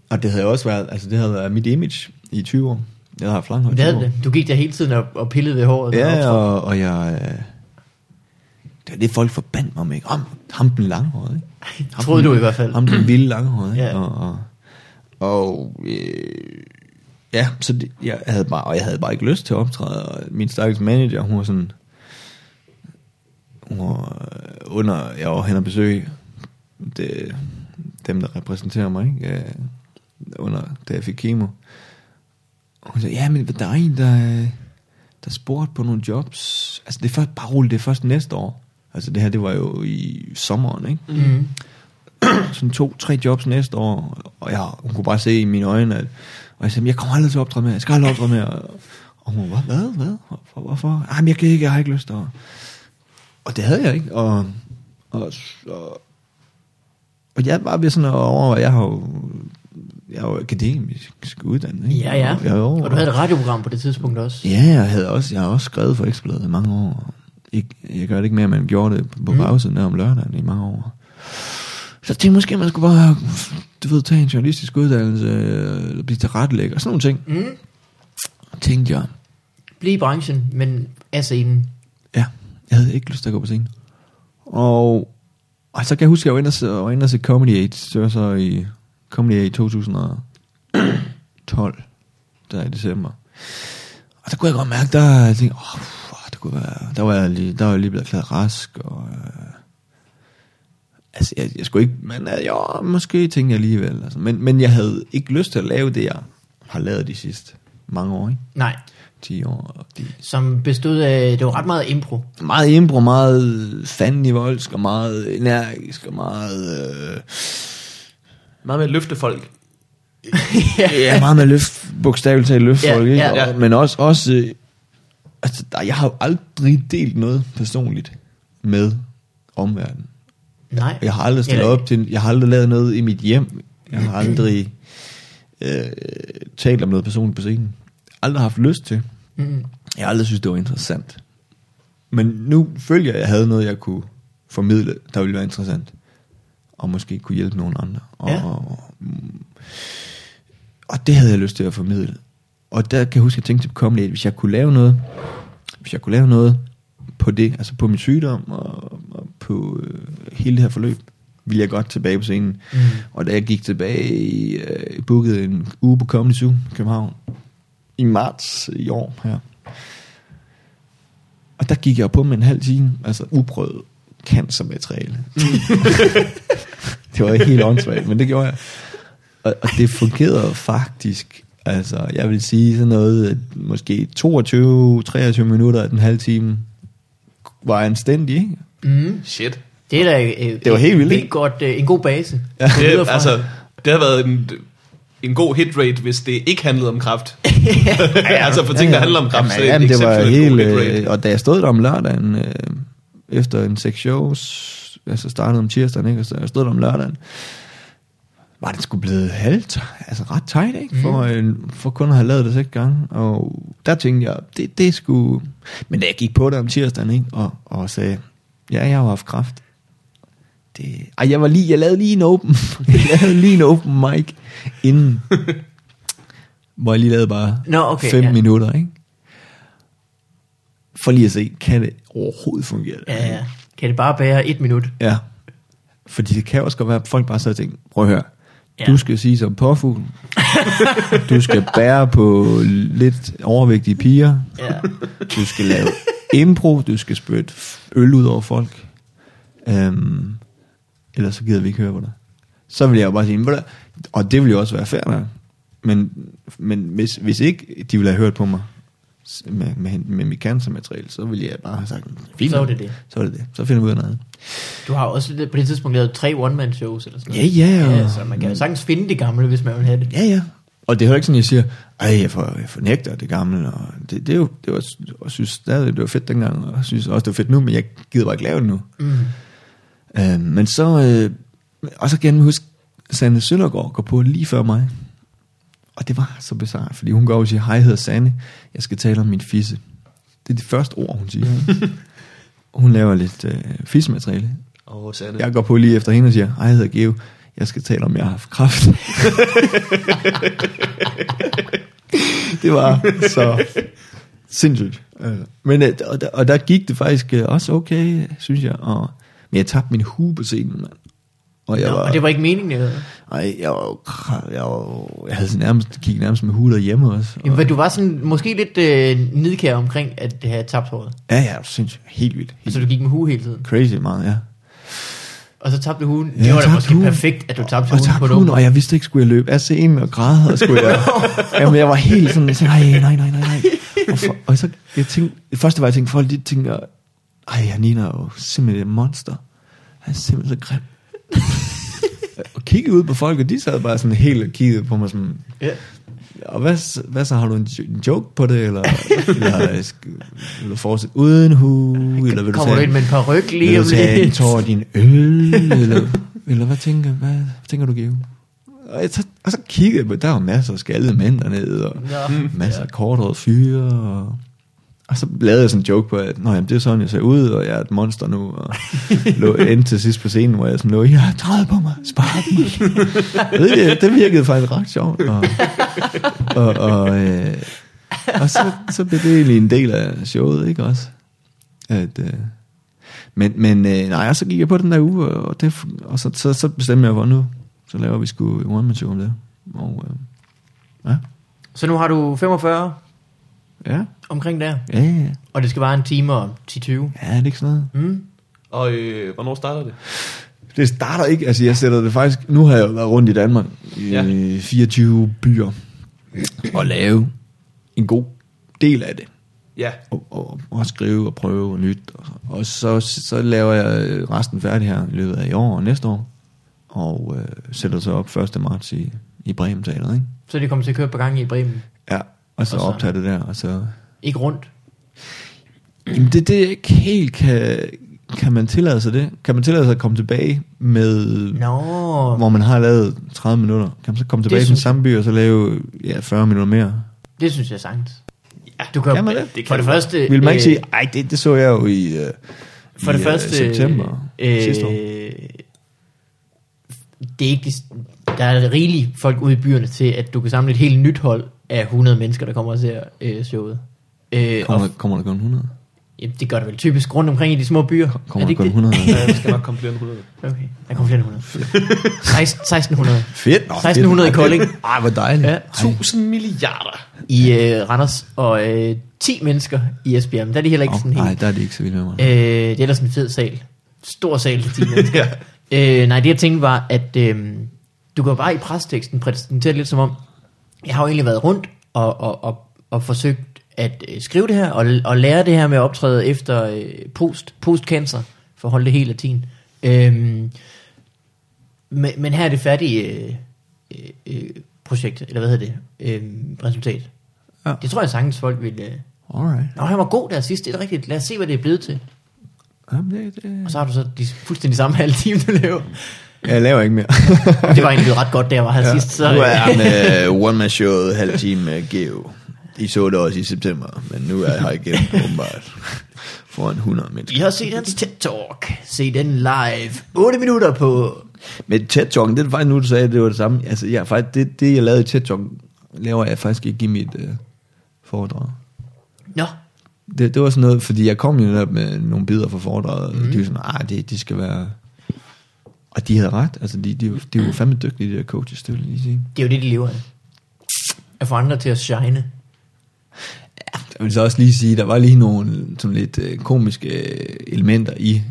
[SPEAKER 2] Og det havde også været, altså det havde været mit image i 20 år. Jeg havde haft langhåret
[SPEAKER 3] det havde det. Du gik der hele tiden og, og pillede ved håret. når du
[SPEAKER 2] Ja,
[SPEAKER 3] optrådte.
[SPEAKER 2] og, og jeg... øh, Det var det, folk forbandt mig med, ikke? Om ham den langhårede, ikke? Ham
[SPEAKER 3] Troede
[SPEAKER 2] den-
[SPEAKER 3] du i hvert fald.
[SPEAKER 2] Ham den vilde langhårede, ikke?
[SPEAKER 3] Ja.
[SPEAKER 2] Og, og, og øh, ja, så det, jeg havde bare, og jeg havde bare ikke lyst til at optræde, og min stakkels manager, hun var sådan, hun var øh, under, jeg var hen og besøge det, dem, der repræsenterer mig, ikke? Øh, under, da jeg fik kemo. Og hun sagde, ja, men der er en, der, øh, der spurgte på nogle jobs. Altså, det er først, bare roligt, det er først næste år. Altså, det her, det var jo i sommeren, ikke?
[SPEAKER 3] Mm.
[SPEAKER 2] sådan to-tre jobs næste år, og jeg, hun kunne bare se i mine øjne, at, og jeg sagde, "Men jeg kommer aldrig til at optræde mere, jeg skal aldrig optræde mere. Og, og hun var, hvad, hvad, hvorfor? hvorfor? Ej, men jeg kan ikke, jeg har ikke lyst til at... Og det havde jeg ikke, og, og, og, og jeg var ved sådan over, jeg har jo, jeg er jo akademisk uddannet, ikke?
[SPEAKER 3] Ja, ja.
[SPEAKER 2] Jeg er jo,
[SPEAKER 3] Og du havde et radioprogram på det tidspunkt også.
[SPEAKER 2] Ja, jeg havde også, jeg har også skrevet for Ekstrabladet i mange år. og Ikke, jeg gør det ikke mere, men gjorde det på, på bagsiden der om lørdagen i mange år. Så jeg tænkte måske, man skulle bare, du ved, tage en journalistisk uddannelse, øh, eller blive tilrettelægger, og sådan nogle ting. Mm. Tænkte jeg,
[SPEAKER 3] Bliv i branchen, men af scenen.
[SPEAKER 2] ja, jeg havde ikke lyst til at gå på scenen. Og, og så kan jeg huske, at jeg var inde og se, jeg var inde og se Comedy 8, det var så i Comedy 8 2012, der i december. Og der kunne jeg godt mærke, der jeg tænkte, åh, oh, det kunne være, der var jeg lige, der var jeg lige blevet erklæret rask, og... Øh, altså, jeg, jeg skulle ikke, men øh, jo, måske tænkte jeg alligevel. Altså, men, men jeg havde ikke lyst til at lave det, jeg har lavet de sidste mange år, ikke?
[SPEAKER 3] Nej,
[SPEAKER 2] 10 år. Og de
[SPEAKER 3] som bestod af, det var ret meget
[SPEAKER 2] *laughs*
[SPEAKER 3] impro.
[SPEAKER 2] meget impro, meget fandenivoldsk, og meget energisk, og meget... Øh,
[SPEAKER 1] Meget med at løfte folk.
[SPEAKER 2] ja, meget med løft, bogstaveligt talt løft
[SPEAKER 3] Ja,
[SPEAKER 2] folk, ikke?
[SPEAKER 3] ja.
[SPEAKER 2] Og, men også, også øh, altså, der, jeg har jo aldrig delt noget personligt med omverdenen.
[SPEAKER 3] Nej.
[SPEAKER 2] Jeg har aldrig stillet
[SPEAKER 3] Eller-
[SPEAKER 2] op til, jeg har aldrig lavet noget i mit hjem. Jeg har
[SPEAKER 3] *clears throat*
[SPEAKER 2] aldrig øh, talt om noget personligt på scenen. Aldrig haft lyst til.
[SPEAKER 3] Mm.
[SPEAKER 2] Jeg har aldrig synes, det var interessant. Men nu følger jeg, at jeg havde noget, jeg kunne formidle, der ville være interessant. Og måske kunne hjælpe nogen andre. Og,
[SPEAKER 3] Ja.
[SPEAKER 2] ja. og, mm, og det havde jeg lyst til at formidle. Og der kan jeg huske, at jeg tænkte til Comedy, at hvis jeg kunne lave noget, hvis jeg kunne lave noget på det, altså på min sygdom og, og på øh, hele det her forløb, ville jeg godt tilbage på scenen. Mm. Og da jeg gik tilbage, øh, bookede en uge på Comedy Zoo i København i marts i år her. Og der gik jeg på med en halv time, altså uprøvet cancermateriale. *laughs* det var helt åndssvagt, men det gjorde jeg. Og, og det fungerede faktisk, altså jeg vil sige sådan noget, at måske 22-23 minutter af den halve time var anstændig, ikke?
[SPEAKER 3] Mm.
[SPEAKER 1] Shit.
[SPEAKER 3] Det er da øh,
[SPEAKER 2] Det var helt vildt, ikke?
[SPEAKER 3] vildt godt, øh, en god base. Ja,
[SPEAKER 1] Det, altså, det har været en, en god hitrate, hvis det ikke handlede om
[SPEAKER 2] *laughs*
[SPEAKER 1] kraft. altså for ting, der handler om kraft, så er det
[SPEAKER 2] jamen,
[SPEAKER 1] en
[SPEAKER 2] det var
[SPEAKER 1] exceptionelt
[SPEAKER 2] helt,
[SPEAKER 1] god hitrate.
[SPEAKER 2] øh, og da jeg stod der om lørdagen, øh, efter en seks shows, altså startede om tirsdagen, ikke, og så jeg stod der om lørdagen, var det sgu blevet halvt, altså ret tight, ikke? For,
[SPEAKER 1] Mm.
[SPEAKER 2] øh, for kun at have lavet det seks gange, og der tænkte jeg, det, det skulle, men da jeg gik på det om tirsdagen, ikke, og, og sagde, ja, jeg har jo haft kraft, det, ej, jeg, var lige, jeg lavede lige en open, *laughs* jeg lavede lige en open mic inden, hvor jeg lige lavede bare
[SPEAKER 3] Nå, okay,
[SPEAKER 2] fem
[SPEAKER 3] ja.
[SPEAKER 2] minutter, ikke? For lige at se, kan det overhovedet fungere? det her,
[SPEAKER 3] ja,
[SPEAKER 2] ikke?
[SPEAKER 3] ja. Kan det bare bære et minut?
[SPEAKER 2] ja. Fordi det kan også godt være, at folk bare sidder og tænker, prøv at høre,
[SPEAKER 3] Ja.
[SPEAKER 2] ja. du skal sige som påfugl, du skal bære på lidt overvægtige piger,
[SPEAKER 3] Ja.
[SPEAKER 2] du skal lave impro, du skal spytte øl ud over folk. Øhm, ellers så gider vi ikke høre på dig. Så vil jeg jo bare sige, "Ved du hvad?" og det vil jo også være fair nok. Men, men hvis, hvis ikke de ville have hørt på mig s- med, med, med mit cancermateriale, så ville jeg bare have sagt, "Fint
[SPEAKER 3] Så var
[SPEAKER 2] nok.
[SPEAKER 3] det det.
[SPEAKER 2] Så er det det. Så finder vi ud af noget.
[SPEAKER 3] Du har også lidt- på det tidspunkt lavet tre one-man-shows eller sådan noget.
[SPEAKER 2] Ja, ja, og-
[SPEAKER 3] ja så man kan jo sagtens finde det gamle, hvis man vil have det.
[SPEAKER 2] Ja, ja. Og det er jo ikke sådan, jeg siger, ej, jeg, for, jeg fornægter det gamle, og det, det, er jo, det var, jeg synes stadig, det var fedt dengang, og jeg synes også, det var fedt nu, men jeg gider bare ikke lave det nu. Mm. Øh, men så, øh, og så kan jeg huske, Sanne Søndergaard går på lige før mig, og det var så bizarrt, fordi hun går over og siger, hej, jeg hedder Sanne, jeg skal tale om min fisse. Det er det første ord, hun siger. *laughs* hun laver lidt øh, fissemateriale.
[SPEAKER 1] Åh, oh, Sanne.
[SPEAKER 2] Jeg går på lige efter hende og siger, hej, jeg hedder Geo, jeg skal tale om, jeg har haft kræft. *laughs* det var så sindssygt. Altså. Men, øh, og, der, og der gik det faktisk øh, også okay, synes jeg. Og, men jeg tabte min hue på scenen, mand. Og jeg
[SPEAKER 3] Nå,
[SPEAKER 2] var,
[SPEAKER 3] og det var ikke meningen, eller hvad?
[SPEAKER 2] ej, jeg, var, jo kra- jeg, var, jeg havde sådan nærmest, gik nærmest med hue derhjemme også.
[SPEAKER 3] Jamen,
[SPEAKER 2] Og,
[SPEAKER 3] for du var sådan måske lidt øh, nidkær omkring at have tabt håret.
[SPEAKER 2] ja, ja, sindssygt. Helt vildt. Helt
[SPEAKER 3] Altså du gik med hue hele tiden.
[SPEAKER 2] crazy meget, ja.
[SPEAKER 3] Og så tabte du huen.
[SPEAKER 2] Ja,
[SPEAKER 3] det var da
[SPEAKER 2] tak,
[SPEAKER 3] måske
[SPEAKER 2] Pune.
[SPEAKER 3] perfekt, at du tabte
[SPEAKER 2] og,
[SPEAKER 3] huen
[SPEAKER 2] tak,
[SPEAKER 3] på
[SPEAKER 2] Pune,
[SPEAKER 3] nogen.
[SPEAKER 2] Og jeg vidste ikke, skulle jeg løbe af scenen og græde, og skulle jeg... jamen, jeg var helt sådan, jeg tænkte, nej, nej, nej, nej, nej. Og, for, og så, jeg tænkte, det første var, jeg tænkte, folk de tænker, ej, han ligner jo simpelthen et monster. Han er simpelthen så grim. og kiggede ud på folk, og de sad bare sådan helt og kiggede på mig sådan,
[SPEAKER 3] Ja.
[SPEAKER 2] og hvad, s- hvad så, har du en jo- en joke på det, eller, eller skal- vil du fortsætte uden hue, eller vil du
[SPEAKER 3] Kommer du
[SPEAKER 2] tage
[SPEAKER 3] ind med en peruk
[SPEAKER 2] vil
[SPEAKER 3] lige
[SPEAKER 2] du
[SPEAKER 3] om
[SPEAKER 2] tage en
[SPEAKER 3] lidt?
[SPEAKER 2] tår af din øl, eller, eller hvad, tænker, hvad, hvad tænker du, Geo? Og, jeg, så, og så kiggede jeg på, der var masser af skaldede mænd dernede, og
[SPEAKER 3] Nå.
[SPEAKER 2] masser af korthårede fyre, og, og så lavede jeg sådan en joke på, at Nå, jamen, det er sådan, jeg ser ud, og jeg er et monster nu, og
[SPEAKER 3] *laughs*
[SPEAKER 2] lå endte til sidst på scenen, hvor jeg sådan lå, jeg har drejet på mig, spark
[SPEAKER 3] *laughs*
[SPEAKER 2] mig. Ved I, det virkede faktisk ret sjovt, og, og, og, øh, og så, så blev det egentlig en del af showet, ikke også? At, øh, men men øh, nej, og så gik jeg på den der uge, og, det, og så, så, så bestemte jeg, hvor nu, så laver vi sgu one man show om det. Og, øh, ja,
[SPEAKER 3] Så nu har du 45
[SPEAKER 2] ja,
[SPEAKER 3] omkring der.
[SPEAKER 2] ja, ja,
[SPEAKER 3] Og det skal vare en time og 10-20.
[SPEAKER 2] ja, det er ikke sådan noget.
[SPEAKER 3] Mm.
[SPEAKER 1] Og øh, hvornår starter det?
[SPEAKER 2] Det starter ikke, altså jeg sætter det faktisk, nu øh, har jeg jo været rundt i Danmark, i
[SPEAKER 1] Ja.
[SPEAKER 2] ja. 24 byer, og lave en god del af det.
[SPEAKER 1] Ja.
[SPEAKER 2] Og, og, og skrive og prøve og nyt. Og, så- og så, så laver jeg resten færdig her i løbet af i år og næste år. Og øh, sætter så op 1. marts i, i Bremen Teateret, ikke?
[SPEAKER 3] Så det kommer til at køre på gang i Bremen.
[SPEAKER 2] Ja. Og så,
[SPEAKER 3] Og så-
[SPEAKER 2] optager det der, og så...
[SPEAKER 3] Ikke rundt.
[SPEAKER 2] Jamen, det er det, jeg ikke helt kan... Kan man tillade sig det? Kan man tillade sig at komme tilbage med
[SPEAKER 3] Nå,
[SPEAKER 2] hvor man har lavet 30 minutter, kan man så komme tilbage til den
[SPEAKER 3] synes-
[SPEAKER 2] samme by og så lave ja, 40 minutter mere?
[SPEAKER 3] det synes jeg sagtens. Ja, du kan,
[SPEAKER 2] kan man det?
[SPEAKER 3] det? For det første...
[SPEAKER 2] Vil man ikke
[SPEAKER 3] øh,
[SPEAKER 2] sige, ej, det, det så jeg jo i, øh,
[SPEAKER 3] For
[SPEAKER 2] i
[SPEAKER 3] det
[SPEAKER 2] øh,
[SPEAKER 3] første...
[SPEAKER 2] september øh, sidste år.
[SPEAKER 3] Det er ikke... De, der er rigeligt folk ude i byerne til, at du kan samle et helt nyt hold af 100 mennesker, der kommer og ser øh, showet. Øh,
[SPEAKER 2] Kommer,
[SPEAKER 3] og,
[SPEAKER 2] der- kommer der kun 100?
[SPEAKER 3] jamen, det gør det vel typisk rundt omkring i de små byer.
[SPEAKER 2] Kommer
[SPEAKER 3] er
[SPEAKER 2] der
[SPEAKER 3] det
[SPEAKER 2] kun
[SPEAKER 3] ikke
[SPEAKER 2] 100?
[SPEAKER 1] Ja, det skal nok komme flere end 100.
[SPEAKER 3] det? *laughs* Okay, der kommer flere end 100. *laughs* 16,
[SPEAKER 2] *laughs*
[SPEAKER 3] 1600.
[SPEAKER 2] Fedt. Nå,
[SPEAKER 3] 1600 i
[SPEAKER 2] fedt.
[SPEAKER 3] Kolding.
[SPEAKER 2] Ej, hvor dejligt.
[SPEAKER 3] Ja.
[SPEAKER 2] Ja.
[SPEAKER 1] 1000 milliarder.
[SPEAKER 3] I øh, Randers og øh, 10 mennesker i Esbjerg, men der er de heller ikke sådan helt...
[SPEAKER 2] Nej, der er det ikke så vildt med mig.
[SPEAKER 3] Øh, det er ellers en fed sal. Stor sal til 10 mennesker.
[SPEAKER 1] Ja.
[SPEAKER 3] øh, nej, det jeg tænkte var, at øh, du kan jo bare i presteksten præsentere det lidt som om, jeg har jo egentlig været rundt og, og, og, og forsøgt at øh, skrive det her, og, og lære det her med at optræde efter øh, post, postcancer, for at holde det helt latin. Øh, men, men her er det færdige øh, øh, øh, projekt, eller hvad hedder det, øh, resultat. Ja.
[SPEAKER 2] Ja.
[SPEAKER 3] Det tror jeg sagtens folk vil... Øh,
[SPEAKER 2] Alright.
[SPEAKER 3] Nå, han var god der sidst, det er da rigtigt. Lad os se, hvad det er blevet til.
[SPEAKER 2] Jamen, det, det.
[SPEAKER 3] Og så har du så de fuldstændig samme halve time, du laver.
[SPEAKER 2] Jeg laver ikke mere. *laughs*
[SPEAKER 3] Det var egentlig blevet ret godt, der var her ja. sidst. Så,
[SPEAKER 2] Nu er han uh, one man show halv time med Geo. I så det også i september, men nu er jeg her igen, åbenbart. Foran 100 mennesker.
[SPEAKER 3] øh, I har set hans TED-talk. Se den live. 8 minutter på...
[SPEAKER 2] Men TED Talk, det er faktisk nu, du sagde, at det var det samme. Altså, ja, faktisk, det, det jeg lavede i TED Talk, laver jeg faktisk ikke i mit øh, foredrag.
[SPEAKER 3] Nå,
[SPEAKER 2] Det, det var sådan noget, fordi jeg kom jo netop med nogle bidder fra foredraget, mm. og de var sådan, nej, det, det skal være... Og de havde ret, altså de, de, var- de var fandme dygtige, de der coaches, det vil jeg lige sige.
[SPEAKER 3] det er jo det, de lever af. At få andre til at shine.
[SPEAKER 2] Jeg vil så også lige sige, der var lige nogle sådan lidt øh, komiske øh, elementer i,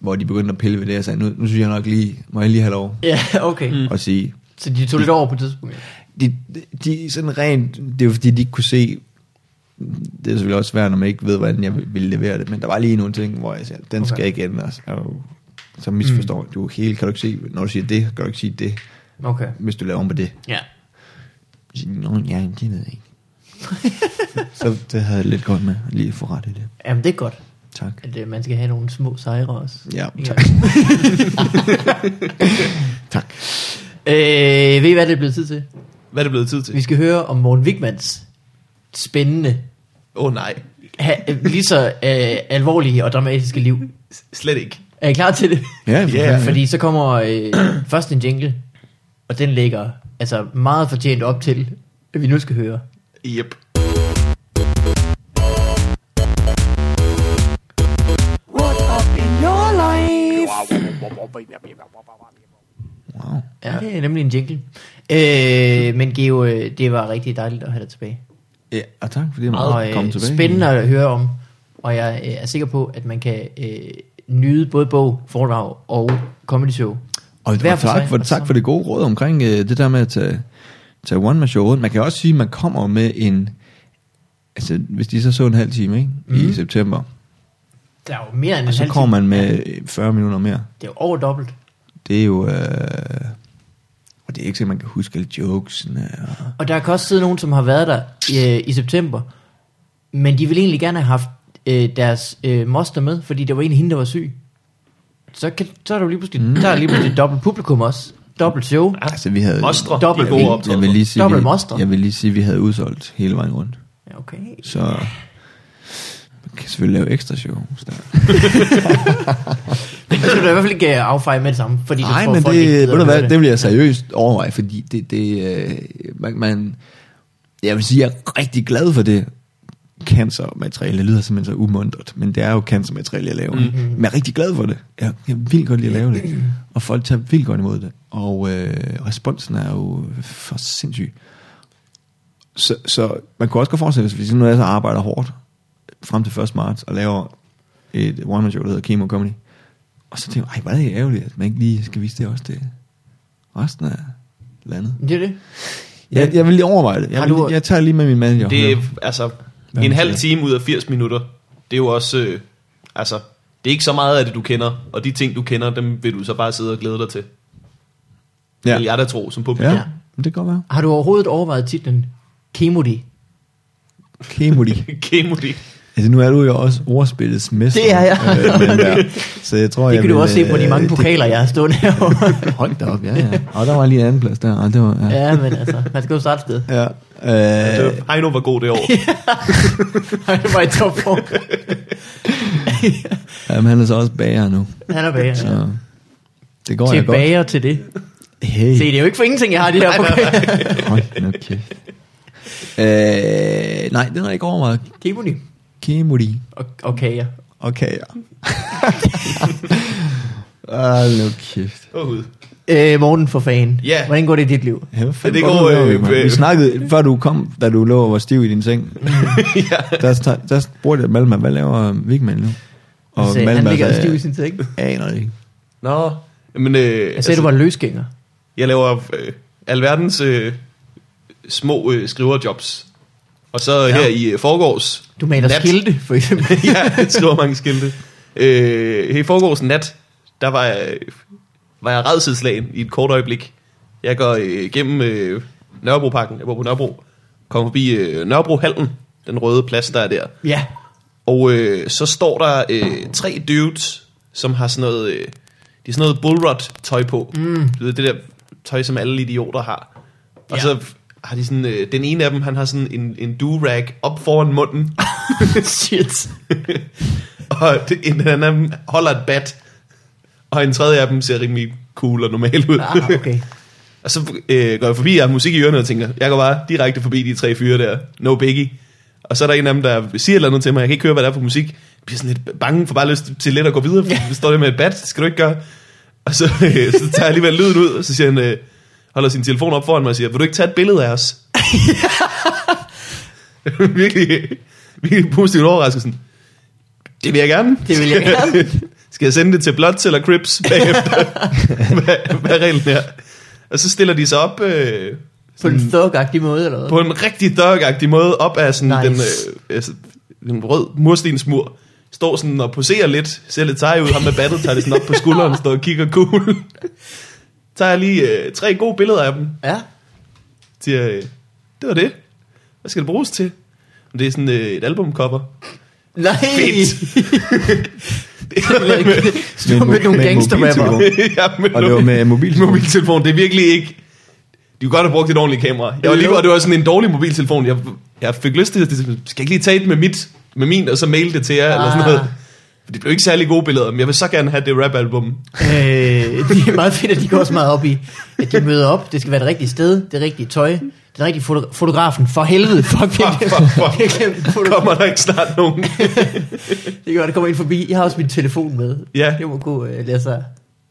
[SPEAKER 2] hvor de begyndte at pille ved det, og sagde, nu, nu synes jeg nok lige, må jeg lige have lov
[SPEAKER 3] Ja, okay. Mm.
[SPEAKER 2] at sige,
[SPEAKER 3] Så de tog lidt over på et tidspunkt.
[SPEAKER 2] de, de- de er sådan rent, det er jo fordi, de ikke kunne se, det er selvfølgelig også svært, når man ikke ved, hvordan jeg ville levere det, men der var lige nogle ting, hvor jeg siger, den okay. skal
[SPEAKER 3] Okay. Oh.
[SPEAKER 2] ikke ændres, og så misforstår mm. du helt, kan du ikke se, når du siger det, kan du ikke sige det,
[SPEAKER 3] Okay.
[SPEAKER 2] hvis du laver om på det.
[SPEAKER 3] Ja.
[SPEAKER 2] Så siger de, Nå, ja, jamen, det ved jeg
[SPEAKER 3] *laughs*
[SPEAKER 2] ikke. så det havde jeg lidt godt med, at lige at få ret i det.
[SPEAKER 3] Jamen, det er godt,
[SPEAKER 2] Tak.
[SPEAKER 3] at øh, man skal have nogle små sejre også.
[SPEAKER 2] Ja,
[SPEAKER 3] Ja.
[SPEAKER 2] tak. tak.
[SPEAKER 3] Øh, ved I, hvad det er blevet tid til?
[SPEAKER 1] Hvad er det blevet tid til?
[SPEAKER 3] Vi skal høre om Morten Wigmans spændende
[SPEAKER 1] Åh oh, nej,
[SPEAKER 3] ha, lige så øh, alvorlige og dramatiske liv.
[SPEAKER 1] slet ikke.
[SPEAKER 3] Er I klar til det?
[SPEAKER 2] Ja, for
[SPEAKER 1] Ja,
[SPEAKER 2] fanden.
[SPEAKER 3] Fordi så kommer øh, *clears throat* først en jingle, og den lægger altså meget fortjent op til, at vi nu skal høre.
[SPEAKER 1] Yep.
[SPEAKER 4] What up in your life?
[SPEAKER 2] Wow.
[SPEAKER 3] Ja, det er nemlig en jingle. Øh, men Geo, øh, det var rigtig dejligt at have dig tilbage.
[SPEAKER 2] Ja, og tak, fordi jeg
[SPEAKER 3] Og
[SPEAKER 2] måtte komme
[SPEAKER 3] øh,
[SPEAKER 2] tilbage.
[SPEAKER 3] spændende at høre om, og jeg øh, er sikker på, at man kan øh, nyde både bog, foredrag og comedy show.
[SPEAKER 2] Og, og
[SPEAKER 3] Hver
[SPEAKER 2] tak,
[SPEAKER 3] for sig,
[SPEAKER 2] for,
[SPEAKER 3] og
[SPEAKER 2] tak for det gode råd omkring øh, det der med at tage, tage one man show rundt. Man kan også sige, at man kommer med en... Altså, hvis de så så en halv time ikke? Mm. i september,
[SPEAKER 3] Der er jo mere end en
[SPEAKER 2] og så
[SPEAKER 3] halv
[SPEAKER 2] kommer
[SPEAKER 3] time.
[SPEAKER 2] man med øh, 40 minutter mere.
[SPEAKER 3] Det er jo over dobbelt.
[SPEAKER 2] Det er jo... Øh, og det er ikke så, man kan huske alle jokesene. Og,
[SPEAKER 3] Og der kan også sidde nogen, som har været der øh, i september, men de ville egentlig gerne have haft øh, deres øh, moster med, fordi det var en af hende, der var syg. Så, kan, så er der jo lige pludselig, mm. der er lige pludselig et dobbelt publikum også. Dobbelt show.
[SPEAKER 2] altså, vi havde...
[SPEAKER 1] Mostre.
[SPEAKER 3] Dobbelt
[SPEAKER 2] jeg,
[SPEAKER 1] gode
[SPEAKER 2] vil, jeg, vil
[SPEAKER 1] optræder.
[SPEAKER 2] lige sige,
[SPEAKER 3] Dobbelt
[SPEAKER 2] vi,
[SPEAKER 3] moster.
[SPEAKER 2] jeg vil lige sige, at vi havde udsolgt hele vejen rundt.
[SPEAKER 3] Ja, okay.
[SPEAKER 2] Så man kan selvfølgelig lave ekstra shows der.
[SPEAKER 3] Men det skal du da i hvert fald ikke øh, affeje med det samme, fordi
[SPEAKER 2] Nej,
[SPEAKER 3] så tror
[SPEAKER 2] men
[SPEAKER 3] folk ikke
[SPEAKER 2] det,
[SPEAKER 3] gider
[SPEAKER 2] ved du
[SPEAKER 3] at høre
[SPEAKER 2] hvad, det vil jeg seriøst overveje, fordi det, det øh, man, man, jeg vil sige, jeg er rigtig glad for det cancermateriale. Det lyder simpelthen så umundret, men det er jo cancermateriale, jeg laver.
[SPEAKER 3] Mhm.
[SPEAKER 2] Mm-hmm. Men jeg er rigtig glad for det. Jeg, jeg vil godt lide at lave det. Og folk tager vildt godt imod det. Og øh, responsen er jo for sindssyg. Så, så man kunne også godt forestille sig, hvis nu jeg så arbejder hårdt frem til 1. marts og laver et one man show, der hedder Chemo Comedy. Og så tænker jeg, ej, hvor er det ærgerligt, at man ikke lige skal vise det også til resten af landet.
[SPEAKER 3] Det er det.
[SPEAKER 2] Jeg, jeg vil lige overveje det.
[SPEAKER 3] Har
[SPEAKER 2] Jeg,
[SPEAKER 3] du-
[SPEAKER 2] vil, jeg tager lige med min manager.
[SPEAKER 1] Det er altså
[SPEAKER 2] man
[SPEAKER 1] en halv
[SPEAKER 2] siger.
[SPEAKER 1] time ud af 80 minutter. Det er jo også, øh, altså, det er ikke så meget af det, du kender. Og de ting, du kender, dem vil du så bare sidde og glæde dig til. Ja.
[SPEAKER 2] ja.
[SPEAKER 1] Vil jeg da tro, som publikum.
[SPEAKER 2] Ja.
[SPEAKER 1] Ja.
[SPEAKER 2] ja. Det kan godt være.
[SPEAKER 3] Har du overhovedet overvejet titlen Kemodi?
[SPEAKER 2] Kemodi.
[SPEAKER 3] *laughs*
[SPEAKER 1] *laughs* Kemodi.
[SPEAKER 2] Altså, nu er du jo også ordspillets mester.
[SPEAKER 3] Det er jeg.
[SPEAKER 2] Øh, men,
[SPEAKER 3] *laughs*
[SPEAKER 2] ja. Så jeg tror,
[SPEAKER 3] Det
[SPEAKER 2] jeg
[SPEAKER 3] kan du
[SPEAKER 2] vil,
[SPEAKER 3] også se på de
[SPEAKER 2] øh,
[SPEAKER 3] mange
[SPEAKER 2] det-
[SPEAKER 3] pokaler, jeg har stået herovre.
[SPEAKER 2] *laughs*
[SPEAKER 3] *laughs*
[SPEAKER 2] Hold da op, ja, ja. Og der var lige en anden plads der. Og det var, ja.
[SPEAKER 3] ja, men altså, man skal jo starte et sted. *laughs*
[SPEAKER 2] ja.
[SPEAKER 1] Det
[SPEAKER 2] Øh,
[SPEAKER 1] var- Heino var god det år.
[SPEAKER 3] Han var i topform.
[SPEAKER 2] jamen, han er så også bager nu.
[SPEAKER 3] Han er bager. Ja.
[SPEAKER 2] Så det går jeg
[SPEAKER 3] Til
[SPEAKER 2] godt.
[SPEAKER 3] bager til det.
[SPEAKER 2] Hey.
[SPEAKER 3] Se, det er jo ikke for ingenting, jeg har de her pokaler.
[SPEAKER 2] Hold nu
[SPEAKER 3] *laughs*
[SPEAKER 2] kæft. Øh, nej, det har jeg ikke overvejet.
[SPEAKER 3] Kemodi
[SPEAKER 2] Kemodi.
[SPEAKER 3] og, og kager.
[SPEAKER 2] Okay,
[SPEAKER 3] *laughs*
[SPEAKER 2] ja. Hold nu kæft.
[SPEAKER 1] Åh, Gud.
[SPEAKER 3] Øh, Morten for fan.
[SPEAKER 1] Ja.
[SPEAKER 3] Hvordan går det i dit liv?
[SPEAKER 2] Ja, hvad fanden
[SPEAKER 1] Det
[SPEAKER 2] går
[SPEAKER 1] går,
[SPEAKER 2] du med,
[SPEAKER 1] øh,
[SPEAKER 2] mand?
[SPEAKER 1] øh,
[SPEAKER 2] Vi snakkede, før du kom, da du lå og var stiv i din seng. *laughs* ja. Der, sta- der spurgte jeg Malman, hvad laver Vigman nu?
[SPEAKER 3] Og sagde, Altså, han
[SPEAKER 2] Malman
[SPEAKER 3] ligger og
[SPEAKER 2] sagde,
[SPEAKER 3] stiv i sin seng.
[SPEAKER 2] Aner det ikke.
[SPEAKER 1] Nå, men øh,
[SPEAKER 3] Jeg sagde, du var en løsgænger.
[SPEAKER 1] jeg laver øh, alverdens øh, små øh, skriverjobs. Og så ja. her i øh, forgårs... *laughs*
[SPEAKER 3] Du maler
[SPEAKER 1] nat-
[SPEAKER 3] skilte,
[SPEAKER 1] *laughs*
[SPEAKER 3] for eksempel.
[SPEAKER 1] ja, jeg skriver mange skilte. Øh, I forgårs nat, der var jeg, var jeg redselslagen i et kort øjeblik. Jeg går øh, gennem øh, Nørrebroparken, jeg bor på Nørrebro, kommer forbi øh, Nørrebrohallen, den røde plads, der er der. *laughs*
[SPEAKER 3] ja.
[SPEAKER 1] Og øh, så står der øh, tre dudes, som har sådan noget, øh, de har sådan noget bullrod tøj på. Mm. Du ved, det der tøj, som alle idioter har. Og
[SPEAKER 3] Ja.
[SPEAKER 1] ja. så har de sådan, øh, den ene af dem, han har sådan en, en do-rag op foran munden.
[SPEAKER 3] Shit.
[SPEAKER 1] og det, en anden af dem holder et bat. Og en tredje af dem ser rimelig cool og normal ud.
[SPEAKER 3] Ah, okay.
[SPEAKER 1] og så øh, går jeg forbi, jeg har musik i ørerne og tænker, jeg går bare direkte forbi de tre fyre der. No biggie. Og så er der en af dem, der siger et eller andet til mig, jeg kan ikke høre, hvad der er for musik. Jeg bliver sådan lidt bange for bare lyst til lidt at gå videre, for vi står der med et bat, det skal du ikke gøre. Og så, øh, så tager jeg alligevel lyden ud, og så siger han, øh, holder sin telefon op foran mig og siger, vil du ikke tage et billede af os? *laughs* virkelig, virkelig positivt overrasket. Sådan, det vil jeg gerne.
[SPEAKER 3] Det vil jeg gerne.
[SPEAKER 1] *laughs* Skal jeg sende det til Bloods eller Crips
[SPEAKER 3] *laughs*
[SPEAKER 1] bagefter? hvad, hvad er reglen her? Og så stiller de sig op øh,
[SPEAKER 3] På en thug måde, eller hvad?
[SPEAKER 1] på en rigtig dørgagtig måde op af sådan
[SPEAKER 3] Nice.
[SPEAKER 1] nice. den, øh, altså, den rød murstensmur. Står sådan og poserer lidt, ser lidt sej ud, ham med battet tager det sådan op på skulderen, står og kigger cool. *laughs* tager jeg lige øh, tre gode billeder af dem,
[SPEAKER 3] Ja.
[SPEAKER 1] siger, øh, det var det. Hvad skal det bruges til? Og det er sådan øh, et albumcover. *laughs*
[SPEAKER 3] Nej. *laughs*
[SPEAKER 1] Fedt.
[SPEAKER 3] Stå med nogle
[SPEAKER 2] med en
[SPEAKER 3] gangsterrapper.
[SPEAKER 2] mobiltelefon.
[SPEAKER 1] *laughs* ja, men
[SPEAKER 2] Og det var med mobil.
[SPEAKER 1] mobiltelefon, det er virkelig ikke... De kunne godt have brugt et ordentligt kamera. Jeg var lige, og det var sådan en dårlig mobiltelefon. Jeg, jeg fik lyst til at skal jeg ikke lige tage den med, mit, med min, og så maile det til jer, ah. eller sådan
[SPEAKER 3] Ah.
[SPEAKER 1] noget. Det blev ikke særlig gode billeder, men jeg vil så gerne have det rap-album.
[SPEAKER 3] Øh, det er meget fedt, at de går så meget op i, at de møder op. Det skal være det rigtige sted, det rigtige tøj, den rigtige foto- fotografen. For helvede, fuck, vi har
[SPEAKER 1] Fuck,
[SPEAKER 3] glemt-
[SPEAKER 1] fuck, fuck.
[SPEAKER 3] vi har glemt fotografen.
[SPEAKER 1] Kommer der ikke snart nogen?
[SPEAKER 3] Det gør, der kommer ind forbi. Jeg har også min telefon med.
[SPEAKER 1] Ja.
[SPEAKER 3] Det må gå øh, lade sig.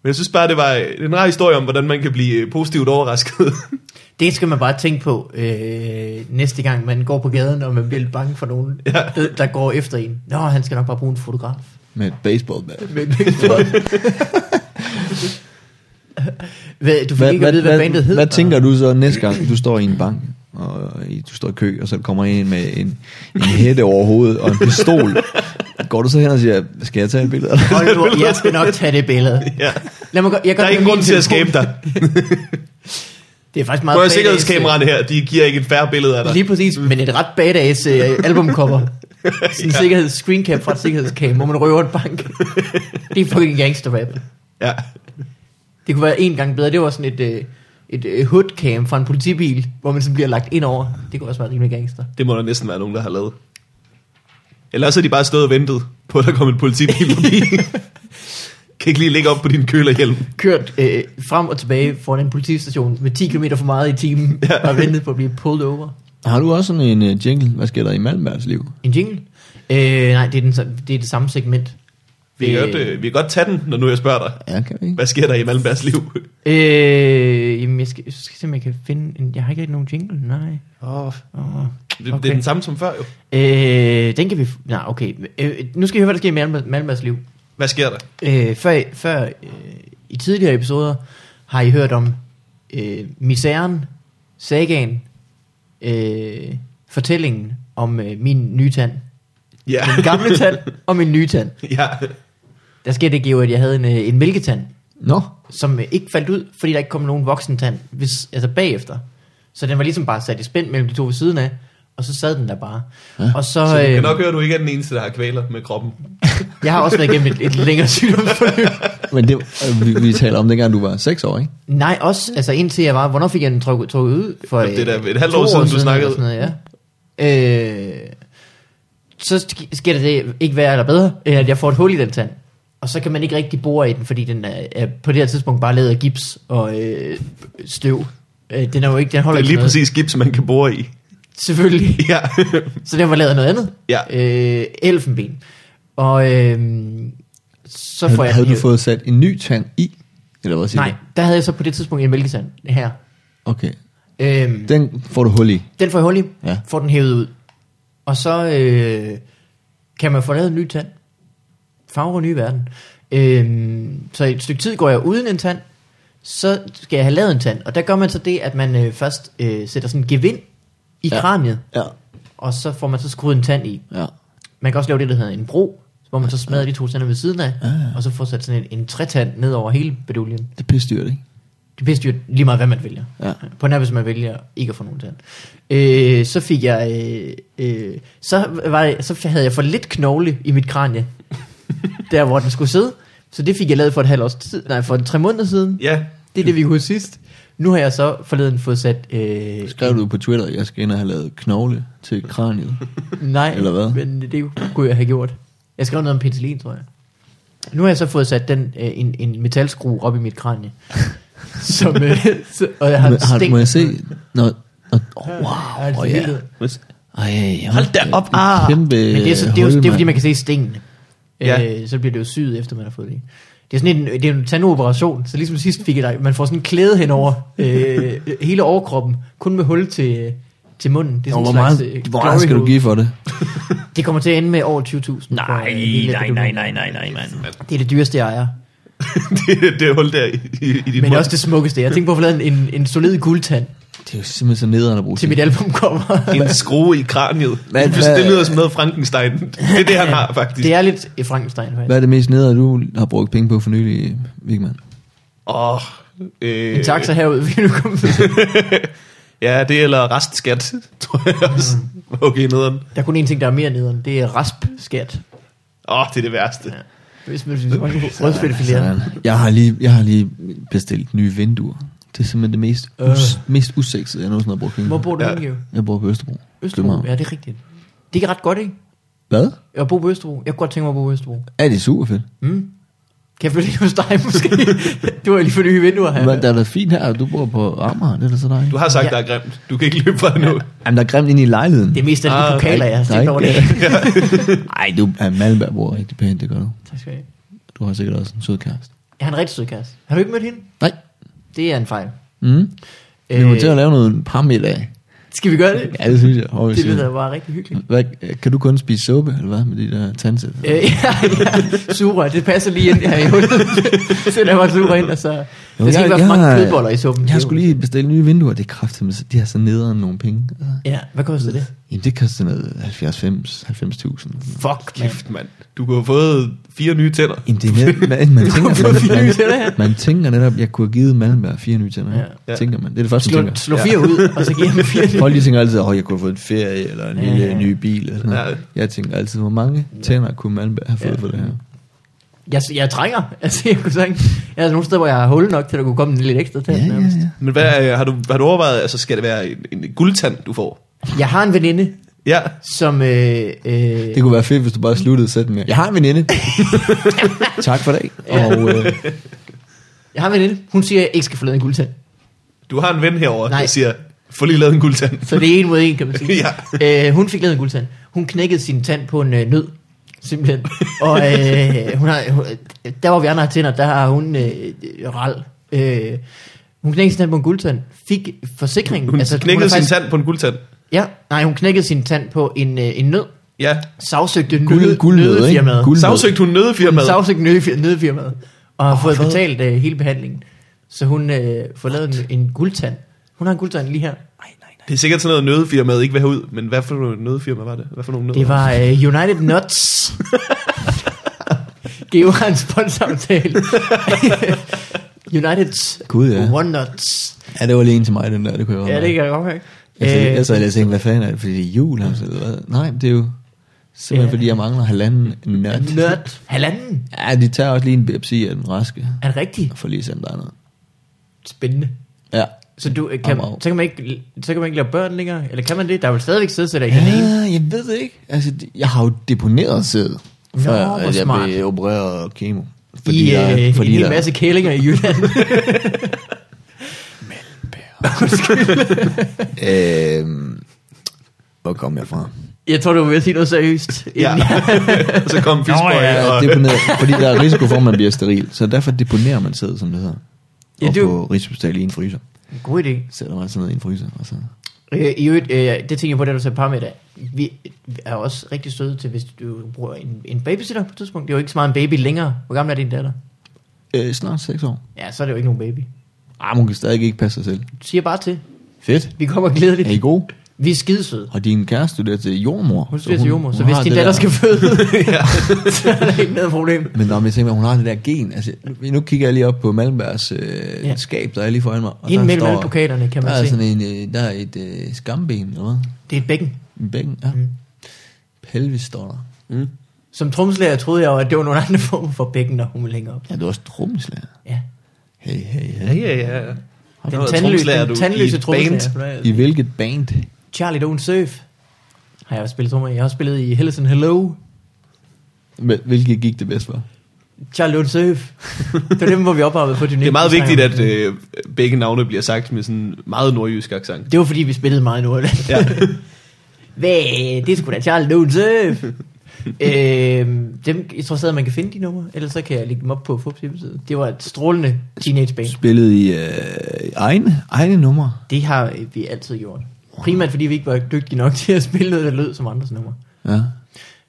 [SPEAKER 1] Men jeg synes bare, det var øh, en rar historie om, hvordan man kan blive øh, positivt overrasket. *laughs*
[SPEAKER 3] Det skal man bare tænke på øh, næste gang, man går på gaden, og man bliver lidt bange for nogen, ja. der, der går efter en. Nå, han skal nok bare bruge en fotograf.
[SPEAKER 2] Med et baseballbat. *laughs*
[SPEAKER 3] Med en pækspot. Hvad, du fik ikke at vide, hvad, bandet hed.
[SPEAKER 2] hvad tænker du så næste gang, du står i en bank, og i- du står i kø, og så kommer en med en, en hætte over hovedet og en pistol? Går du så hen og siger, skal jeg tage et billede? af dig?"
[SPEAKER 3] Hold nu, op, jeg
[SPEAKER 1] *laughs*
[SPEAKER 3] skal nok tage det billede.
[SPEAKER 1] ja.
[SPEAKER 3] Lad mig, gå- jeg
[SPEAKER 1] Der er ingen grund til at skabe dig.
[SPEAKER 3] Det er faktisk meget
[SPEAKER 1] Prøv at
[SPEAKER 3] badass,
[SPEAKER 1] sikkerhedskameraerne her, de giver ikke et færre billede af
[SPEAKER 3] øh,
[SPEAKER 1] dig.
[SPEAKER 3] Lige præcis, men et ret badass øh,
[SPEAKER 1] *laughs*
[SPEAKER 3] albumcover. Sådan en sikkerheds screencap fra et sikkerhedskamera, hvor man røver en
[SPEAKER 1] *laughs*
[SPEAKER 3] bank. det er fucking gangster rap.
[SPEAKER 1] Ja.
[SPEAKER 3] Det kunne være en gang bedre. Det var sådan et, øh, et øh, hoodcam fra en politibil, hvor man sådan bliver lagt ind over. Det kunne også være rimelig gangster.
[SPEAKER 1] Det må der næsten være nogen, der har lavet. Eller også har de bare stået og ventet på, at der kom en politibil
[SPEAKER 3] *laughs*
[SPEAKER 1] forbi. kan ikke lige ligge op på din kølerhjelm.
[SPEAKER 3] Kørt øh, frem og tilbage foran en politistation med 10 km for meget i timen,
[SPEAKER 1] *laughs*
[SPEAKER 3] ja. bare ventet på at blive pulled over.
[SPEAKER 2] Har du også sådan en uh, jingle? Hvad sker der i Malmbergs liv?
[SPEAKER 3] En jingle? Øh, nej, det er, den, sa- det er det samme segment.
[SPEAKER 1] Vi kan, godt, øh, vi kan godt tage den, når nu jeg spørger dig.
[SPEAKER 2] Ja, kan vi ikke?
[SPEAKER 1] Hvad sker der i Malmbergs liv?
[SPEAKER 3] Øh, jamen, jeg skal, jeg skal se, om jeg kan finde en... Jeg har ikke rigtig nogen jingle, nej.
[SPEAKER 1] Oh,
[SPEAKER 3] Oh,
[SPEAKER 1] det, okay. det
[SPEAKER 3] Okay.
[SPEAKER 1] er den samme som før jo.
[SPEAKER 3] øh, den kan vi... Nej, okay. Øh, nu skal vi høre, hvad der sker i Malmø, Malmøs liv.
[SPEAKER 1] Hvad sker der?
[SPEAKER 3] Øh, før før øh, i tidligere episoder har I hørt om øh, misæren, sagaen øh, fortællingen om øh, min nye tand.
[SPEAKER 1] *laughs* Ja.
[SPEAKER 3] Min gamle tand og min nye tand.
[SPEAKER 1] ja.
[SPEAKER 3] Der skete det, Geo, at jeg havde en, øh, en mælketand,
[SPEAKER 2] Nå,
[SPEAKER 3] som øh, ikke faldt ud, fordi der ikke kom nogen voksentand hvis, altså bagefter. Så den var ligesom bare sat i spænd mellem de to ved siden af, og så sad den der bare. Ja. Og så,
[SPEAKER 1] Så du kan
[SPEAKER 3] øh,
[SPEAKER 1] nok høre, at du ikke er den eneste, der har kvaler med kroppen.
[SPEAKER 3] jeg har også været igennem et, et længere sygdomsforløb.
[SPEAKER 2] men det, øh, vi, vi taler om dengang, du var 6 år, ikke?
[SPEAKER 3] Nej, også, altså indtil jeg var, hvornår fik jeg den trukket, trukket ud? For,
[SPEAKER 1] Jamen, det er da
[SPEAKER 3] øh,
[SPEAKER 1] et halvt
[SPEAKER 3] to
[SPEAKER 1] år siden, du
[SPEAKER 3] eller
[SPEAKER 1] snakkede.
[SPEAKER 3] Sådan noget, ja. øh, så sk- sker der det ikke værre eller bedre, end at jeg får et hul i den tand. Og så kan man ikke rigtig bore i den, fordi den er, er på det her tidspunkt bare lavet af gips og øh, støv. Øh, den er jo ikke, den
[SPEAKER 1] Det
[SPEAKER 3] holder
[SPEAKER 1] er
[SPEAKER 3] ikke
[SPEAKER 1] lige
[SPEAKER 3] til noget.
[SPEAKER 1] præcis gips, man kan bore i.
[SPEAKER 3] Selvfølgelig.
[SPEAKER 1] Ja.
[SPEAKER 3] Så den var lavet af noget andet.
[SPEAKER 1] Ja.
[SPEAKER 3] Øh, elfenben. Og øh, så får jeg
[SPEAKER 2] Havde
[SPEAKER 3] den
[SPEAKER 2] du
[SPEAKER 3] i-
[SPEAKER 2] fået sat en ny tand i? Eller hvad siger
[SPEAKER 3] Nej,
[SPEAKER 2] du?
[SPEAKER 3] der havde jeg så på det tidspunkt en mælkesand her.
[SPEAKER 2] Okay.
[SPEAKER 3] Øhm,
[SPEAKER 2] Den får du hul i.
[SPEAKER 3] Den får jeg hul i, ja.
[SPEAKER 2] Ja.
[SPEAKER 3] får den hævet ud. Og så øh, kan man få lavet en ny tand. Farver en ny verden. Øh, så i et stykke tid går jeg uden en tand, så skal jeg have lavet en tand. Og der gør man så det, at man øh, først øh, sætter sådan en gevind i ja.
[SPEAKER 2] Ja.
[SPEAKER 3] kraniet,
[SPEAKER 2] Ja.
[SPEAKER 3] og så får man så skruet en tand i.
[SPEAKER 2] Ja.
[SPEAKER 3] Man kan også lave det, der hedder en bro, hvor man så smadrer de to tænder ved siden af, og så får sat sådan en, en trætand ned over hele beduljen.
[SPEAKER 2] Det er pisse dyrt, ikke?
[SPEAKER 3] Det er pisse dyrt, lige meget hvad man vælger.
[SPEAKER 2] Ja.
[SPEAKER 3] På nær, hvis man vælger ikke at få nogen tand. Øh, så fik jeg... Øh, øh, så, var jeg, så havde jeg for lidt knogle i mit
[SPEAKER 2] *laughs*
[SPEAKER 3] kranie. der, hvor den skulle sidde. Så det fik jeg lavet for et halvt års tid. Nej, for tre måneder
[SPEAKER 1] *laughs*
[SPEAKER 3] siden.
[SPEAKER 1] ja.
[SPEAKER 3] Det er det, vi kunne sidst. Nu har jeg så forleden fået sat... Øh,
[SPEAKER 2] Skrev du på Twitter, at jeg skal ind og have lavet knogle til kraniet?
[SPEAKER 3] nej,
[SPEAKER 2] eller hvad?
[SPEAKER 3] men det kunne jeg have gjort. Jeg skrev noget om penicillin, tror jeg. Nu har jeg så fået sat den, øh, en, en metalskrue op i mit
[SPEAKER 2] *laughs*
[SPEAKER 3] kranie. som, øh, så, og jeg har,
[SPEAKER 2] Men har,
[SPEAKER 3] stængt-
[SPEAKER 2] må jeg se? Nå, nå oh,
[SPEAKER 3] Ja, det
[SPEAKER 2] wow,
[SPEAKER 3] er
[SPEAKER 2] oh, ja.
[SPEAKER 3] vildt.
[SPEAKER 2] Ej,
[SPEAKER 1] Hold da op,
[SPEAKER 2] ah. Kæmpe
[SPEAKER 3] Men det er, så, det er, jo,
[SPEAKER 2] hul,
[SPEAKER 3] det er
[SPEAKER 2] mand.
[SPEAKER 3] fordi, man kan se stenene. Ja.
[SPEAKER 1] Ja.
[SPEAKER 3] Øh, så bliver det jo syet, efter man har fået det. i. Det er sådan en, det er en tandoperation, så ligesom sidst fik jeg dig, man får sådan en klæde henover øh, hele overkroppen, kun med hul til, øh, til munden. Det er
[SPEAKER 2] Nå,
[SPEAKER 3] sådan
[SPEAKER 2] hvor
[SPEAKER 3] en slags,
[SPEAKER 2] meget,
[SPEAKER 3] øh,
[SPEAKER 2] hvor meget
[SPEAKER 3] glory
[SPEAKER 2] skal du
[SPEAKER 3] hole.
[SPEAKER 2] give for det?
[SPEAKER 3] Det kommer til at ende med over 20.000. for, øh, hele pedellen.
[SPEAKER 2] nej, nej, mand.
[SPEAKER 3] Det er det dyreste, jeg ejer.
[SPEAKER 1] *laughs* det, det hul der i, i, i din
[SPEAKER 3] Men det
[SPEAKER 1] mund.
[SPEAKER 3] er også det smukkeste. Jeg tænkte på at få lavet en, en, en solid guldtand
[SPEAKER 2] Det er jo simpelthen så nederen at bruge
[SPEAKER 3] til mit album
[SPEAKER 2] *laughs*
[SPEAKER 3] kommer.
[SPEAKER 1] En skrue i kraniet.
[SPEAKER 2] Hvad-
[SPEAKER 1] det,
[SPEAKER 2] hvad-
[SPEAKER 1] det lyder som noget Frankenstein. Det er det, han har, faktisk.
[SPEAKER 3] Det er lidt i Frankenstein, faktisk.
[SPEAKER 2] Hvad er det mest nederen, du har brugt penge på for nylig, Vigman?
[SPEAKER 1] Åh, øh,
[SPEAKER 3] En taxa herude, *laughs* vi nu komme til.
[SPEAKER 1] Ja, det eller restskat, *laughs* tror jeg også.
[SPEAKER 3] Mm.
[SPEAKER 1] Okay, nederen.
[SPEAKER 3] Der er kun én ting, der er mere nederen. Det er rasp-skat.
[SPEAKER 1] Åh, oh, det er det værste. Ja.
[SPEAKER 3] Hvis man synes, man kan få rødspættefiléer.
[SPEAKER 2] Sådan. Jeg har, lige, jeg har lige bestilt nye vinduer. Det er simpelthen det mest,
[SPEAKER 3] Øh.
[SPEAKER 2] us, mest usexede, jeg nogensinde har brugt penge
[SPEAKER 3] Hvor
[SPEAKER 2] på.
[SPEAKER 3] bor du
[SPEAKER 1] Ja.
[SPEAKER 3] ja. henne, jo?
[SPEAKER 2] Jeg bor på Østerbro.
[SPEAKER 3] Østerbro? Ja, det er rigtigt. Det er ret godt, ikke?
[SPEAKER 2] Hvad?
[SPEAKER 3] Jeg bor på Østerbro. Jeg kunne godt tænke mig at bo på Østerbro.
[SPEAKER 2] Er det super fedt?
[SPEAKER 3] Mm. Kan jeg flytte ind hos dig,
[SPEAKER 2] *laughs*
[SPEAKER 3] måske? du har lige fået nye vinduer her.
[SPEAKER 2] Ja. Men der er da fint her, du bor på Amager, det er da så dejligt.
[SPEAKER 1] Du har sagt,
[SPEAKER 3] Ja.
[SPEAKER 1] ja. der er grimt. Du kan ikke løbe fra det nu.
[SPEAKER 2] Jamen, der er grimt ind i lejligheden.
[SPEAKER 3] Det er mest af de
[SPEAKER 1] Ah,
[SPEAKER 3] pokaler, jeg
[SPEAKER 2] nej,
[SPEAKER 3] har stillet over det.
[SPEAKER 2] nej. *laughs* Nej, du... Ja, Malmberg bor rigtig pænt, det gør du.
[SPEAKER 3] tak skal du have.
[SPEAKER 2] Du har sikkert også en sød kæreste.
[SPEAKER 3] Jeg har en rigtig sød kæreste. Har du ikke mødt hende?
[SPEAKER 2] Nej.
[SPEAKER 3] Det er en fejl.
[SPEAKER 2] Mm. Vi
[SPEAKER 3] Øh.
[SPEAKER 2] må til at lave noget parmiddag.
[SPEAKER 3] skal vi gøre det?
[SPEAKER 2] Ja, det synes jeg. Hvor vi
[SPEAKER 3] Det
[SPEAKER 2] siger-
[SPEAKER 3] lyder bare rigtig hyggeligt.
[SPEAKER 2] Hvad, kan du kun spise suppe, eller hvad, med de der tandsæt?
[SPEAKER 3] Øh, *laughs* ja, ja, sugerør, det passer lige ind her i
[SPEAKER 2] *laughs*
[SPEAKER 3] hullet. Sætter jeg bare sugerør ind, og så...
[SPEAKER 2] Jo,
[SPEAKER 3] der skal
[SPEAKER 2] jeg-
[SPEAKER 3] ikke være for
[SPEAKER 2] jeg-
[SPEAKER 3] mange kødboller i suppen. Det er
[SPEAKER 2] Jeg
[SPEAKER 3] jo-
[SPEAKER 2] skulle lige bestille nye vinduer. Det er kraftedeme, så- de har så nederen nogle penge. Altså,
[SPEAKER 3] Ja, hvad koster det? *laughs*
[SPEAKER 2] Jamen, det koster sådan noget 70 90.000.
[SPEAKER 3] Fuck, man.
[SPEAKER 1] Kæft, mand. Du kunne have fået fire nye tænder.
[SPEAKER 2] Jamen, det er net, man, man, tænker,
[SPEAKER 3] fået fire nye tænder, ja.
[SPEAKER 2] man, man, tænker netop, jeg kunne have givet Malmberg fire nye tænder.
[SPEAKER 1] Ja.
[SPEAKER 2] Ja. Tænker man. Det er det første, man
[SPEAKER 3] Slå,
[SPEAKER 2] tænker.
[SPEAKER 3] slå fire ud,
[SPEAKER 1] *laughs*
[SPEAKER 3] og så giver jeg dem fire nye.
[SPEAKER 2] Folk de tænker altid, at oh, jeg kunne have fået en ferie, eller en
[SPEAKER 3] Ja,
[SPEAKER 2] lille
[SPEAKER 3] ja.
[SPEAKER 2] ny bil. Eller sådan
[SPEAKER 1] Ja.
[SPEAKER 2] noget. Jeg tænker altid, hvor mange tænder kunne Malmberg have fået
[SPEAKER 3] Ja.
[SPEAKER 2] for det her?
[SPEAKER 3] Jeg, jeg trænger. *laughs* Altså, jeg kunne sagtens... Jeg er nogle steder, hvor jeg har hul nok til, at der kunne komme en lidt ekstra tand. nærmest.
[SPEAKER 1] Men hvad, er- har, du, har du overvejet, altså skal det være en, en guldtand, du får?
[SPEAKER 3] Jeg har en veninde,
[SPEAKER 1] Ja,
[SPEAKER 3] som... Øh, øh,
[SPEAKER 2] Det kunne være fedt, hvis du bare sluttede sætten med, jeg har en
[SPEAKER 3] *laughs*
[SPEAKER 2] veninde. tak for det. Og, øh,
[SPEAKER 3] jeg har en veninde. Hun siger, at jeg ikke skal få lavet en guldtand.
[SPEAKER 1] du har en ven herover,
[SPEAKER 3] Nej.
[SPEAKER 1] der siger, få lige lavet en guldtand.
[SPEAKER 3] Så det er en mod en, kan man sige.
[SPEAKER 1] *laughs* Ja.
[SPEAKER 3] øh, hun fik lavet en guldtand. Hun knækkede sin tand på en øh, nød. Simpelthen. Og øh, hun har, hun, der hvor vi andre har tænder, der har hun øh, øh, ral. Øh, hun knækkede sin tand på en guldtand. Fik forsikringen.
[SPEAKER 1] Hun altså,
[SPEAKER 3] har
[SPEAKER 1] knækkede sin
[SPEAKER 3] faktisk-
[SPEAKER 1] tand på en guldtand.
[SPEAKER 3] Ja, nej, hun knækkede sin tand på en, øh, en nød.
[SPEAKER 1] Ja.
[SPEAKER 3] sagsøgte
[SPEAKER 2] Guld-
[SPEAKER 3] nød,
[SPEAKER 2] guldnød, ikke?
[SPEAKER 3] nødefirmaet.
[SPEAKER 2] Guld-
[SPEAKER 1] Sagsøgte hun nødefirmaet.
[SPEAKER 3] Sagsøgte nødefir- nødefirmaet. Og har fået betalt øh, hele behandlingen. Så hun øh, får lavet en, en guldtand. Hun har en guldtand lige her. Nej, nej, nej.
[SPEAKER 1] Det er sikkert sådan noget, nødefirmaet ikke vil have ud, men hvad for nogle nødefirma var det? Hvad for nogle nødder?
[SPEAKER 3] Det var uh, United
[SPEAKER 2] *laughs*
[SPEAKER 3] Nuts. Geo har en sponsoraftale. *laughs* United
[SPEAKER 2] Gud, ja.
[SPEAKER 3] One Nuts.
[SPEAKER 2] Ja, det var lige en til mig, den der, det kunne jeg
[SPEAKER 3] Ja, det kan jeg godt høre.
[SPEAKER 2] Altså,
[SPEAKER 3] Øh,
[SPEAKER 2] jeg sad lige og tænkte, hvad fanden er det, fordi det er jul, altså, eller hvad? Nej, men det er jo simpelthen,
[SPEAKER 3] Ja.
[SPEAKER 2] fordi jeg mangler halvanden nødt.
[SPEAKER 3] Nørd. Halvanden.
[SPEAKER 2] Ja, de tager også lige en biopsi af den raske,
[SPEAKER 3] Er det rigtigt?
[SPEAKER 2] og får lige sendt dig noget.
[SPEAKER 3] Spændende.
[SPEAKER 2] Ja.
[SPEAKER 3] Så, du, øh, kan,
[SPEAKER 2] Au, au.
[SPEAKER 3] så, kan man ikke, så kan man ikke lave børn længere? Eller kan man det? Der er vel stadigvæk sædceller i den ene.
[SPEAKER 2] ja, jeg ved det ikke. Altså, de- jeg har jo deponeret sæd, før
[SPEAKER 3] hvor
[SPEAKER 2] at jeg
[SPEAKER 3] smart.
[SPEAKER 2] blev opereret og kemo.
[SPEAKER 3] I, øh,
[SPEAKER 2] jeg-
[SPEAKER 3] en hel
[SPEAKER 2] der-
[SPEAKER 3] masse kællinger i Jylland.
[SPEAKER 2] Øhm, hvor kom *laughs* jeg fra?
[SPEAKER 3] jeg tror, du var ved at sige noget seriøst.
[SPEAKER 1] Ja. *laughs*
[SPEAKER 3] inden jeg-
[SPEAKER 1] og så kom Fisborg.
[SPEAKER 2] Ja,
[SPEAKER 1] ja, og,
[SPEAKER 2] deponeret, fordi der er risiko for, at man bliver steril. Så derfor deponerer man sæd, som det hedder.
[SPEAKER 3] Ja,
[SPEAKER 2] Ja, og
[SPEAKER 3] det er jo-
[SPEAKER 2] på Rigshospitalet i en fryser.
[SPEAKER 3] God idé.
[SPEAKER 2] Sætter man sådan noget i en fryser. Og så.
[SPEAKER 3] Øh, I øvrigt, øh, det tænker jeg på, da du sagde par med Vi vi er også rigtig søde til, hvis du bruger en, en babysitter på et tidspunkt. Det er jo ikke så meget en baby længere. Hvor gammel er din datter?
[SPEAKER 2] Øh, snart 6 år.
[SPEAKER 3] Ja, så er det jo ikke nogen baby.
[SPEAKER 2] Ah, hun kan stadig ikke passe sig selv.
[SPEAKER 3] Du siger bare til.
[SPEAKER 2] Fedt.
[SPEAKER 3] Vi kommer glædeligt.
[SPEAKER 2] Er I gode?
[SPEAKER 3] Vi er skidesøde.
[SPEAKER 2] Og din kæreste studerer til jordmor.
[SPEAKER 3] Hun studerer til jordmor, så
[SPEAKER 2] hun
[SPEAKER 3] hvis
[SPEAKER 2] har
[SPEAKER 3] din
[SPEAKER 2] det
[SPEAKER 3] datter
[SPEAKER 2] der- *laughs*
[SPEAKER 3] skal føde, så er der ikke noget problem.
[SPEAKER 2] Men når jeg tænker, hun har det der gen. Altså, nu kigger jeg lige op på Malmbergs øh,
[SPEAKER 3] Ja.
[SPEAKER 2] ja. skab, der er lige foran mig. Og
[SPEAKER 3] Ind
[SPEAKER 2] der
[SPEAKER 3] mellem
[SPEAKER 2] står-
[SPEAKER 3] alle pokalerne, kan man
[SPEAKER 2] der er
[SPEAKER 3] se.
[SPEAKER 2] Sådan en, øh, der er et øh, skamben, eller hvad?
[SPEAKER 3] Det er et bækken.
[SPEAKER 2] En bækken, ja.
[SPEAKER 3] Mm.
[SPEAKER 2] Mm. Pelvis står der.
[SPEAKER 3] Som tromslærer troede jeg jo, at det var nogle andre former for bækken, når hun ville hænge op.
[SPEAKER 2] Ja, du er også trommeslager.
[SPEAKER 3] Ja.
[SPEAKER 2] Hey, hey,
[SPEAKER 1] ja,
[SPEAKER 2] hey.
[SPEAKER 1] ja, ja.
[SPEAKER 3] Den
[SPEAKER 1] været
[SPEAKER 3] tandløse,
[SPEAKER 1] trommeslager, du,
[SPEAKER 3] den
[SPEAKER 1] i
[SPEAKER 3] tandløse
[SPEAKER 1] et
[SPEAKER 3] tromslærer.
[SPEAKER 2] I hvilket band?
[SPEAKER 3] Charlie Don't Surf. Har jeg også spillet trommer i. Jeg har også spillet i Hellesen Hello.
[SPEAKER 2] Hvil- Hvilket gik det bedst for?
[SPEAKER 3] Charlie Don't Surf. Det var dem, hvor vi opvarmede på
[SPEAKER 1] Det er meget vigtigt, at øh, begge navne bliver sagt med sådan meget nordjysk accent.
[SPEAKER 3] Det var fordi, vi spillede meget i Nordjylland. *laughs* Ja. Hvad? Det skulle da Charlie Don't Surf. øhm, dem, jeg tror stadig, man kan finde de numre. Ellers så kan jeg lægge dem op på Fubs hjemmeside. Det var et strålende teenage band.
[SPEAKER 2] Spillede i øh, egne, egne numre.
[SPEAKER 3] Det har øh, vi altid gjort. Primært fordi vi ikke var dygtige nok til at spille noget, der lød som andres numre.
[SPEAKER 2] Ja.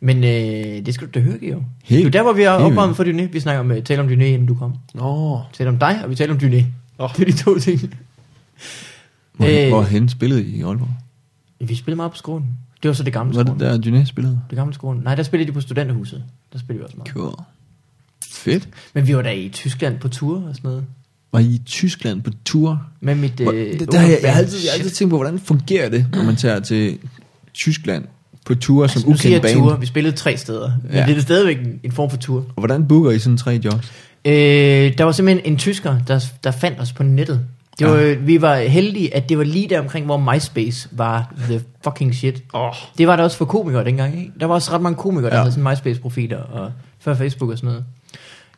[SPEAKER 3] Men øh, det skal du da høre, Geo.
[SPEAKER 2] Helt-
[SPEAKER 3] det er jo der, hvor vi har
[SPEAKER 2] helt
[SPEAKER 3] opvarmet for Dyné. Vi snakker om uh, tale om Dyné, inden du kom.
[SPEAKER 2] Nå.
[SPEAKER 3] Vi taler om dig, og vi taler om Dyné.
[SPEAKER 1] Åh.
[SPEAKER 3] Det er de to ting.
[SPEAKER 2] Hvor,
[SPEAKER 3] Øh.
[SPEAKER 2] øh. Hvorhen spillede I i Aalborg?
[SPEAKER 3] Vi spillede meget på skråen. Det var så det gamle
[SPEAKER 2] Var
[SPEAKER 3] skråen.
[SPEAKER 2] det
[SPEAKER 3] Det,
[SPEAKER 2] der, Dyné spillede?
[SPEAKER 3] det gamle skråen. Nej, der spillede de på studenterhuset. Der spillede vi også meget.
[SPEAKER 2] Cool. Fedt.
[SPEAKER 3] Men vi var da i Tyskland på tur og sådan noget.
[SPEAKER 2] Var I i Tyskland på tur?
[SPEAKER 3] Med mit... Øh,
[SPEAKER 2] Hvor- det, der, har jeg, jeg, har altid, jeg har altid tænkt på, hvordan fungerer det, når man tager til Tyskland på tur som
[SPEAKER 3] som Altså, nu siger
[SPEAKER 2] ukendt
[SPEAKER 3] jeg
[SPEAKER 2] band?
[SPEAKER 3] tur. Vi spillede tre steder. Men
[SPEAKER 2] Ja.
[SPEAKER 3] det er stadigvæk en, en form for tur.
[SPEAKER 2] Og hvordan booker I sådan tre jobs?
[SPEAKER 3] Øh, der var simpelthen en tysker, der, der fandt os på nettet. Det var, ja. Vi var heldige, at det var lige der omkring, hvor MySpace var the fucking shit.
[SPEAKER 1] Åh.
[SPEAKER 3] Det var der også for komikere dengang, ikke? Der var også ret mange komikere, der ja.
[SPEAKER 2] Ja.
[SPEAKER 3] havde sådan MySpace-profiler, og før Facebook og sådan noget.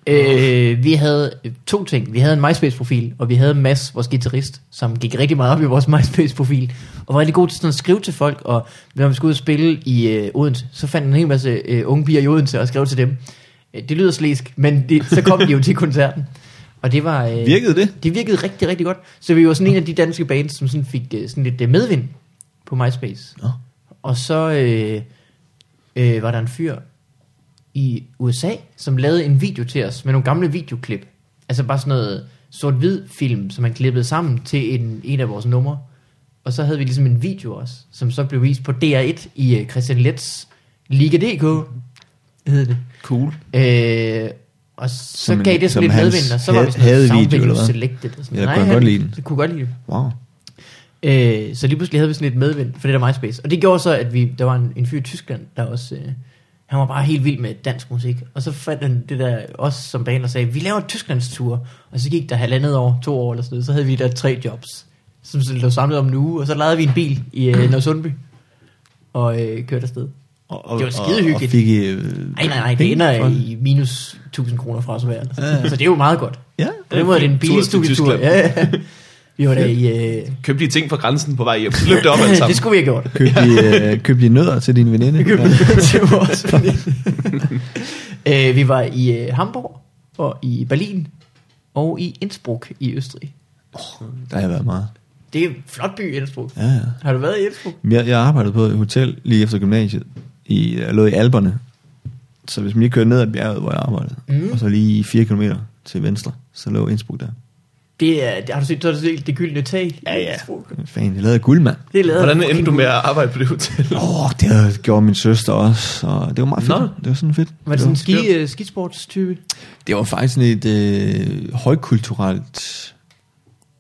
[SPEAKER 3] Øh, vi havde øh, to ting. Vi havde en MySpace-profil, og vi havde Mads, vores guitarist, som gik rigtig meget op i vores *laughs* MySpace-profil, og var rigtig god til sådan at skrive til folk, og når vi skulle ud og spille i øh, Odense, så fandt han en hel masse øh, unge piger i Odense og skrev til dem. Øh, det lyder slæsk, men det, så kom de jo til koncerten. Og det var... Øh,
[SPEAKER 1] Virkede det?
[SPEAKER 3] det virkede rigtig, rigtig godt. Så vi var sådan en af de danske bands, som sådan fik øh, sådan lidt øh, medvind på MySpace.
[SPEAKER 2] Nå.
[SPEAKER 3] Og så øh, øh, var der en fyr i USA, som lavede en video til os med nogle gamle videoklip. Altså bare sådan noget sort-hvid film, som han klippede sammen til en, en af vores numre. Og så havde vi ligesom en video også, som så blev vist på DR1 i øh, Christian Lets Liga.dk, hed det.
[SPEAKER 1] Cool.
[SPEAKER 3] Øh, og så
[SPEAKER 2] Som en-
[SPEAKER 3] gav det
[SPEAKER 2] som
[SPEAKER 3] sådan
[SPEAKER 2] hans
[SPEAKER 3] lidt medvind, og så var
[SPEAKER 2] had-
[SPEAKER 3] vi sådan noget
[SPEAKER 2] hadevideo,
[SPEAKER 3] sound
[SPEAKER 2] eller
[SPEAKER 3] venue
[SPEAKER 2] hvad?
[SPEAKER 3] selected. Og sådan.
[SPEAKER 2] Ja,
[SPEAKER 3] Nej,
[SPEAKER 2] kunne han
[SPEAKER 3] han-
[SPEAKER 2] godt lide den?
[SPEAKER 3] Det kunne godt lide det.
[SPEAKER 2] Wow.
[SPEAKER 3] Øh, så lige pludselig havde vi sådan lidt medvind for det der MySpace. Og det gjorde så, at vi, der var en, en fyr i Tyskland, der også... Øh, han var bare helt vild med dansk musik. Og så fandt han det der os som band og sagde, vi laver en Tysklandstur. Og så gik der halvandet år, to år eller sådan noget, så havde vi der tre jobs, som så lå samlet om en uge. Og så lejede vi en bil i øh, Nørresundby og øh, kørte afsted.
[SPEAKER 2] Og, og,
[SPEAKER 3] Det var
[SPEAKER 2] Og, og
[SPEAKER 3] skidehyggeligt.
[SPEAKER 2] fik I, øh,
[SPEAKER 3] Nej, nej, nej, det
[SPEAKER 2] penge
[SPEAKER 3] ender
[SPEAKER 2] for det?
[SPEAKER 3] i minus 1000 kroner fra os hver. altså. Så det er jo meget godt.
[SPEAKER 2] Ja.
[SPEAKER 3] På den måde er det en billig
[SPEAKER 1] Tur til
[SPEAKER 3] studietur.
[SPEAKER 1] Tyskland.
[SPEAKER 3] Ja, ja. Vi var der i... Øh,
[SPEAKER 1] Købte de ting fra grænsen på vej hjem. Så løb
[SPEAKER 3] *laughs*
[SPEAKER 1] det op alt sammen.
[SPEAKER 3] det skulle vi have gjort.
[SPEAKER 2] Købte I, øh, købte I nødder til din veninde?
[SPEAKER 3] Vi købte *laughs* til vores
[SPEAKER 2] *laughs*
[SPEAKER 3] veninde. øh, vi var i øh, Hamburg og i Berlin og i Innsbruck i Østrig.
[SPEAKER 2] Der har jeg været meget.
[SPEAKER 3] Det er en flot by, Innsbruck.
[SPEAKER 2] Ja, ja.
[SPEAKER 3] Har du været i Innsbruck?
[SPEAKER 2] Jeg, jeg arbejdede på et hotel lige efter gymnasiet. I, jeg lå i Alberne. Så hvis man lige kører ned ad bjerget, hvor jeg arbejdede, mm. og så lige 4 km til venstre, så lå Innsbruck der.
[SPEAKER 3] Det er, det, har du set, så har du set det gyldne tag?
[SPEAKER 2] Ja, ja. Fanden, det lavede guld, mand.
[SPEAKER 3] Det er lavet
[SPEAKER 1] Hvordan
[SPEAKER 3] af
[SPEAKER 1] endte
[SPEAKER 3] fucking-
[SPEAKER 1] du med at arbejde på det
[SPEAKER 3] *laughs*
[SPEAKER 1] hotel?
[SPEAKER 2] Åh, oh, det havde- gjorde min søster også, og det var meget fedt.
[SPEAKER 1] Nå.
[SPEAKER 2] Det var sådan fedt.
[SPEAKER 3] Var det
[SPEAKER 2] det,
[SPEAKER 3] sådan en
[SPEAKER 2] var,
[SPEAKER 3] ski, uh, skisportstype?
[SPEAKER 2] det var faktisk sådan et øh, højkulturelt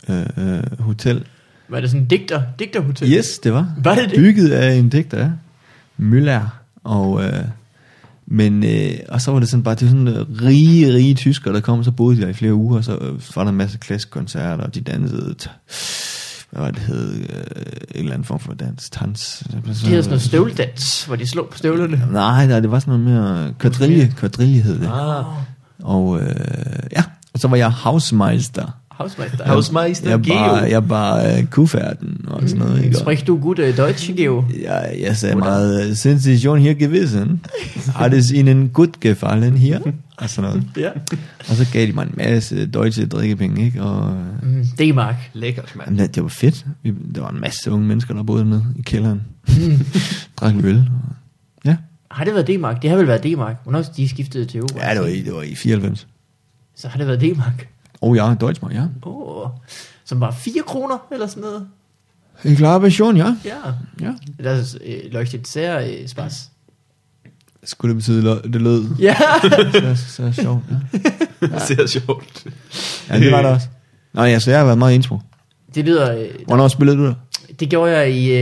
[SPEAKER 2] øh, øh, hotel.
[SPEAKER 3] Var det sådan en digter, digterhotel?
[SPEAKER 2] Yes, det var.
[SPEAKER 3] Var det det?
[SPEAKER 2] Bygget af en digter, ja. Müller. Og, øh, men, øh, og så var det sådan bare, det var sådan øh, rige, rige tysker, der kom, og så boede de der i flere uger, og så øh, var der en masse klassikoncerter, og de dansede, t- hvad var det, det hed, øh, en eller anden form for dans, tans.
[SPEAKER 3] Det hedder sådan noget støvledans, hvor de slog på støvlerne.
[SPEAKER 2] Nej, nej, det var sådan noget mere kvadrille, kvadrille hed det.
[SPEAKER 1] Ah,
[SPEAKER 2] Og øh, ja, og så var jeg housemeister.
[SPEAKER 3] Hausmeister.
[SPEAKER 1] Hausmeister
[SPEAKER 2] Jeg
[SPEAKER 1] Ah, Geo.
[SPEAKER 2] var, jeg var øh, kuferten og sådan noget. Mm. Ikke? Og-
[SPEAKER 3] Sprich du gut äh, Deutsch, Geo?
[SPEAKER 2] Ja, jeg sagde meget, øh, sind Sie schon hier gewesen? Hat es Ihnen gut gefallen hier? Og sådan noget.
[SPEAKER 3] Ja.
[SPEAKER 2] Og så gav de mig en masse deutsche drikkepenge, ikke? Og øh,
[SPEAKER 3] Mm, D-mark.
[SPEAKER 1] Lækkert, mand.
[SPEAKER 2] jamen, det- det var fedt. Vi, der var en masse unge mennesker, der boede med i *laughs* kælderen. Drak øl. og- Ja.
[SPEAKER 3] Har det været D-mark? Det har vel været D-mark. Hvornår de skiftede til euro?
[SPEAKER 2] ja, det var, i, det var i 94.
[SPEAKER 3] Så har det været D-mark.
[SPEAKER 2] Oh ja, Deutschmark, ja.
[SPEAKER 3] Åh, oh, som var 4 kroner eller sådan noget.
[SPEAKER 2] Ich glaube schon, ja.
[SPEAKER 3] Ja,
[SPEAKER 2] Ja.
[SPEAKER 3] der er øh, leuchtet sehr øh, spas.
[SPEAKER 2] Skulle det betyde, lo- det lød
[SPEAKER 3] Ja,
[SPEAKER 2] *laughs* så, så sjovt. Ja.
[SPEAKER 1] Det er sjovt.
[SPEAKER 2] ja, det var det *laughs* også. Nå ja, så jeg har været meget intro.
[SPEAKER 3] det lyder... Øh,
[SPEAKER 2] Hvornår spillede du der?
[SPEAKER 3] det gjorde jeg i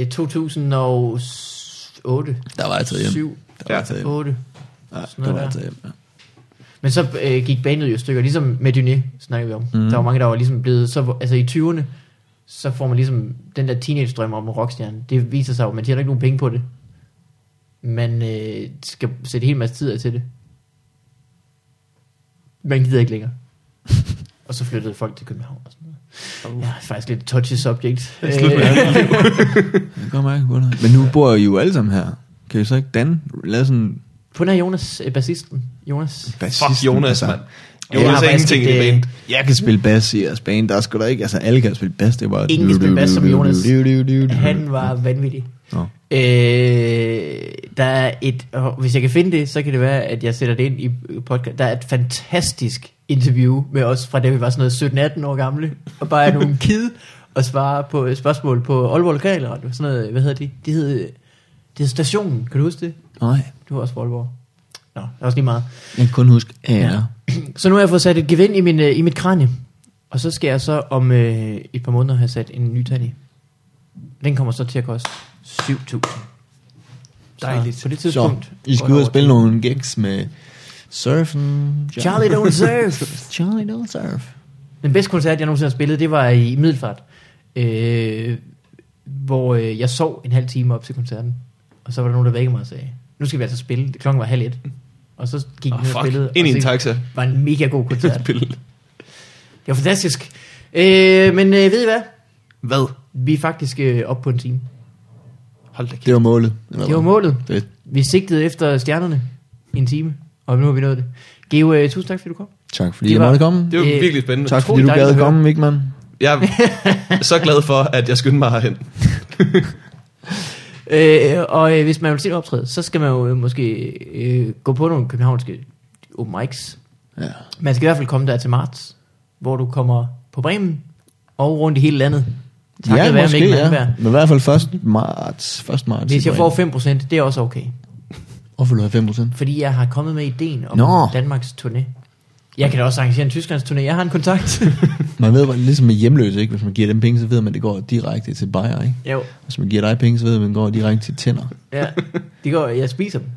[SPEAKER 3] øh, 2008.
[SPEAKER 2] Der var jeg taget hjem.
[SPEAKER 3] 7,
[SPEAKER 2] Der var jeg taget hjem.
[SPEAKER 3] 8.
[SPEAKER 2] Ja,
[SPEAKER 3] Sådan
[SPEAKER 2] der
[SPEAKER 3] noget
[SPEAKER 2] var jeg
[SPEAKER 3] der.
[SPEAKER 2] taget hjem. Ja.
[SPEAKER 3] Men så øh, gik bandet jo i stykker, ligesom med Dyné snakkede vi om. Mm. Der var mange, der var ligesom blevet, så, altså i 20'erne, så får man ligesom den der teenage-drøm om en rockstjerne. Det viser sig jo, man tjener ikke nogen penge på det. Man øh, skal sætte en hel masse tid af til det. Man gider ikke længere. og så flyttede folk til København og sådan noget. Ja, faktisk lidt touchy subject. Øh,
[SPEAKER 2] Det kommer jeg ikke på noget. Men nu bor I jo alle sammen her. Kan I så ikke danne? Lad sådan en
[SPEAKER 3] på nær Jonas, øh, bassisten. Jonas.
[SPEAKER 2] bassist. Altså,
[SPEAKER 1] Fuck Jonas, mand.
[SPEAKER 3] altså, jeg har
[SPEAKER 1] Jonas er
[SPEAKER 3] faktisk
[SPEAKER 1] ingenting i det
[SPEAKER 3] et, øh,
[SPEAKER 1] band.
[SPEAKER 2] Jeg kan spille bass i jeres band. Der er sgu da ikke. Altså, alle kan spille bass. Det var
[SPEAKER 3] Ingen kan spille bass som Jonas. Han var vanvittig.
[SPEAKER 2] Nå.
[SPEAKER 3] Øh, der er et, og hvis jeg kan finde det, så kan det være, at jeg sætter det ind i podcast. Der er et fantastisk interview med os, fra da vi var sådan noget 17-18 år gamle, og bare er nogle kid, og svare på spørgsmål på Aalborg Lokalradio. Sådan noget, hvad hedder de? Det hed, det hed Stationen, kan du huske det?
[SPEAKER 2] Nej,
[SPEAKER 3] Du var også fra Aalborg. Nå, det er også lige meget.
[SPEAKER 2] jeg kan kun huske ære.
[SPEAKER 3] Så nu har jeg fået sat et gevind i, min, øh, i mit kranje, og så skal jeg så om øh, et par måneder have sat en ny tand i. Den kommer så til at koste 7.000. Dejligt. Så på det
[SPEAKER 2] Så,
[SPEAKER 3] tidspunkt.
[SPEAKER 2] I skal ud og spille nogle gigs med surfen.
[SPEAKER 3] Charlie Don't Surf.
[SPEAKER 2] Charlie Don't Surf.
[SPEAKER 3] Den bedste koncert, jeg nogensinde har spillet, det var i Middelfart. Øh, hvor øh, jeg sov en halv time op til koncerten. Og så var der nogen, der vækkede mig og sagde, nu skal vi altså spille. Det- Klokken var halv et. Og så gik vi
[SPEAKER 1] Åh,
[SPEAKER 3] ned og
[SPEAKER 1] fuck.
[SPEAKER 3] spillede.
[SPEAKER 1] Ind i
[SPEAKER 3] og
[SPEAKER 1] en
[SPEAKER 3] så-
[SPEAKER 1] taxa.
[SPEAKER 3] Det var en mega god koncert.
[SPEAKER 1] *laughs*
[SPEAKER 3] det
[SPEAKER 1] Spille.
[SPEAKER 3] var fantastisk. Øh, men øh, ved I hvad?
[SPEAKER 1] Hvad?
[SPEAKER 3] Vi er faktisk øh, op på en time.
[SPEAKER 1] Hold da kæft.
[SPEAKER 2] Det var målet. eller
[SPEAKER 3] Det var
[SPEAKER 2] hvad?
[SPEAKER 3] målet.
[SPEAKER 2] Fedt.
[SPEAKER 3] Vi sigtede efter stjernerne i en time, og nu har vi nået det. Geo, øh, tusind tak, fordi du kom.
[SPEAKER 2] Tak fordi
[SPEAKER 3] Det
[SPEAKER 2] jeg
[SPEAKER 3] var-
[SPEAKER 2] måtte komme.
[SPEAKER 1] Det var
[SPEAKER 3] Øh,
[SPEAKER 1] virkelig spændende.
[SPEAKER 2] Tak fordi
[SPEAKER 3] utroligt
[SPEAKER 2] du
[SPEAKER 3] dejligt
[SPEAKER 2] gad
[SPEAKER 3] at
[SPEAKER 2] at
[SPEAKER 3] høre.
[SPEAKER 2] komme, Vigman.
[SPEAKER 1] Jeg er så glad for, at jeg skyndte mig herhen.
[SPEAKER 3] Øh, og øh, hvis man vil se det optræde, så skal man jo øh, måske øh, gå på nogle københavnske open mics.
[SPEAKER 2] Ja.
[SPEAKER 3] Man skal i hvert fald komme der til marts, hvor du kommer på Bremen og rundt i hele landet. Tak ja, være Mikkel Malmberg.
[SPEAKER 2] Men i hvert fald først marts. Først marts.
[SPEAKER 3] Hvis jeg får 5%, det er også okay.
[SPEAKER 2] Hvorfor vil du have 5%?
[SPEAKER 3] Fordi jeg har kommet med ideen om
[SPEAKER 2] Nå.
[SPEAKER 3] Danmarks turné. Jeg kan da også arrangere en Tysklands turné. Jeg har en *laughs* kontakt.
[SPEAKER 2] Man ved, hvor- ligesom med hjemløse, ikke? Hvis man giver dem penge, så ved man, at det går direkte til bajer, ikke?
[SPEAKER 3] jo.
[SPEAKER 2] Hvis man giver dig penge, så ved man, at det går direkte til tænder.
[SPEAKER 3] Ja, de går, jeg spiser dem.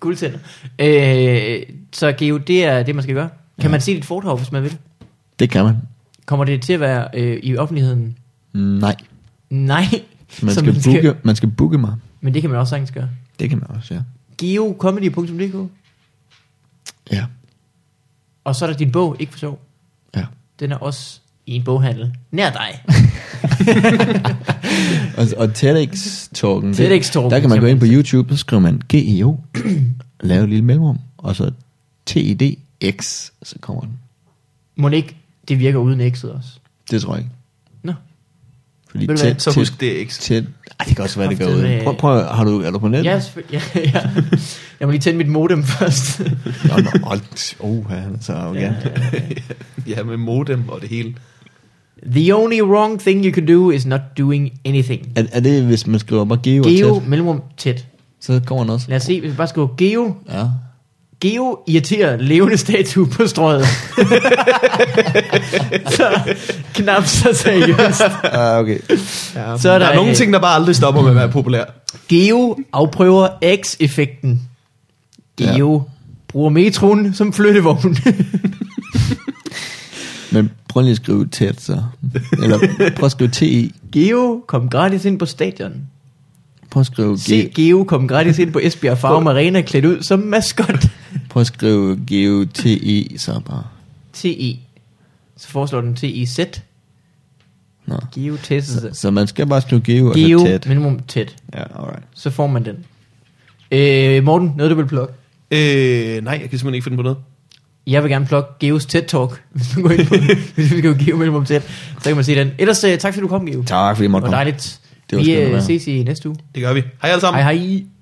[SPEAKER 3] Guldtænder. Øh, så Geo, det er det, man skal gøre. Kan ja. man se dit foredrag, hvis man vil?
[SPEAKER 2] Det kan man.
[SPEAKER 3] Kommer det til at være øh, i offentligheden?
[SPEAKER 2] Nej.
[SPEAKER 3] Nej.
[SPEAKER 2] Man
[SPEAKER 3] *laughs* Så
[SPEAKER 2] skal, man, booke, man skal booke mig.
[SPEAKER 3] Men det kan man også sagtens gøre.
[SPEAKER 2] Det kan man også, ja.
[SPEAKER 3] geocomedy.dk
[SPEAKER 2] Ja.
[SPEAKER 3] Og så er der din bog, ikke for sjov.
[SPEAKER 2] ja.
[SPEAKER 3] Den er også i en boghandel nær dig.
[SPEAKER 2] Og, Altså, og TEDx-talken. det-
[SPEAKER 3] TEDx-talken,
[SPEAKER 2] Der kan man gå ind på
[SPEAKER 3] simpelthen.
[SPEAKER 2] YouTube, så skriver man GEO, lave et lille mellemrum, og så TEDx, så kommer den.
[SPEAKER 3] Må ikke, det virker uden X'et også.
[SPEAKER 2] Det tror jeg ikke.
[SPEAKER 3] Nå.
[SPEAKER 2] Fordi Fordi
[SPEAKER 3] Ved du
[SPEAKER 2] tæt,
[SPEAKER 3] hvad?
[SPEAKER 1] Så husk det ikke. *laughs*
[SPEAKER 2] tæt. Ej, det kan også være, det går
[SPEAKER 3] Kraftedeme.
[SPEAKER 2] ud. Prøv, prøv, har du, er du på nettet?
[SPEAKER 3] Ja, selvfølgelig. ja, ja. Jeg må lige tænde mit modem *laughs* først.
[SPEAKER 2] Nå, nå, hold- oh, han er så arrogant.
[SPEAKER 1] Ja, med modem og det hele.
[SPEAKER 3] The only wrong thing you can do is not doing anything.
[SPEAKER 2] Er, er det, hvis man skriver bare Geo,
[SPEAKER 3] Geo,
[SPEAKER 2] Geo. Tæt,
[SPEAKER 3] mellemrum, tæt.
[SPEAKER 2] så kommer den også?
[SPEAKER 3] Lad os se, hvis vi bare skriver Geo,
[SPEAKER 2] Ja.
[SPEAKER 3] Geo irriterer levende statue på strøget. så knap så seriøst.
[SPEAKER 2] Ah, okay.
[SPEAKER 1] Ja,
[SPEAKER 3] Så
[SPEAKER 1] så
[SPEAKER 3] er
[SPEAKER 1] er der,
[SPEAKER 3] der
[SPEAKER 1] der er nogle
[SPEAKER 3] en-
[SPEAKER 1] ting, der bare aldrig stopper med at være populær.
[SPEAKER 3] Geo afprøver X-effekten. Geo ja. bruger metroen som flyttevogn. *laughs*
[SPEAKER 2] Men prøv lige at skrive tæt, så. Eller prøv at skrive TE.
[SPEAKER 3] Geo kom gratis ind på stadion.
[SPEAKER 2] Prøv at skrive
[SPEAKER 3] Se
[SPEAKER 2] G.
[SPEAKER 3] Geo kom gratis ind på Esbjerg Farm Arena klædt ud som maskot. *laughs*
[SPEAKER 2] Prøv at skrive Geo TE, så bare.
[SPEAKER 3] TE. Så foreslår den TIZ.
[SPEAKER 2] Nå.
[SPEAKER 3] Geo testet.
[SPEAKER 2] Så man skal bare skrive Geo,
[SPEAKER 3] Geo
[SPEAKER 2] og så altså tæt.
[SPEAKER 3] minimum tæt.
[SPEAKER 2] Ja, alright.
[SPEAKER 3] Så får man den. Øh, Morten, noget du vil plukke?
[SPEAKER 1] Øh, nej, jeg kan simpelthen ikke finde på noget.
[SPEAKER 3] Jeg vil gerne plukke Geos TED Talk, *laughs* hvis man går ind på hvis vi går Geo mellemrum TED, så kan man se den. Ellers øh, tak fordi du kom, Geo.
[SPEAKER 2] Tak, fordi jeg
[SPEAKER 3] Det
[SPEAKER 2] måtte
[SPEAKER 3] var
[SPEAKER 2] komme.
[SPEAKER 3] dejligt.
[SPEAKER 2] Det var
[SPEAKER 3] vi
[SPEAKER 2] skønt at
[SPEAKER 3] øh,
[SPEAKER 2] være her.
[SPEAKER 3] ses i næste uge.
[SPEAKER 1] Det gør vi. Hej alle sammen.
[SPEAKER 3] Hej hej.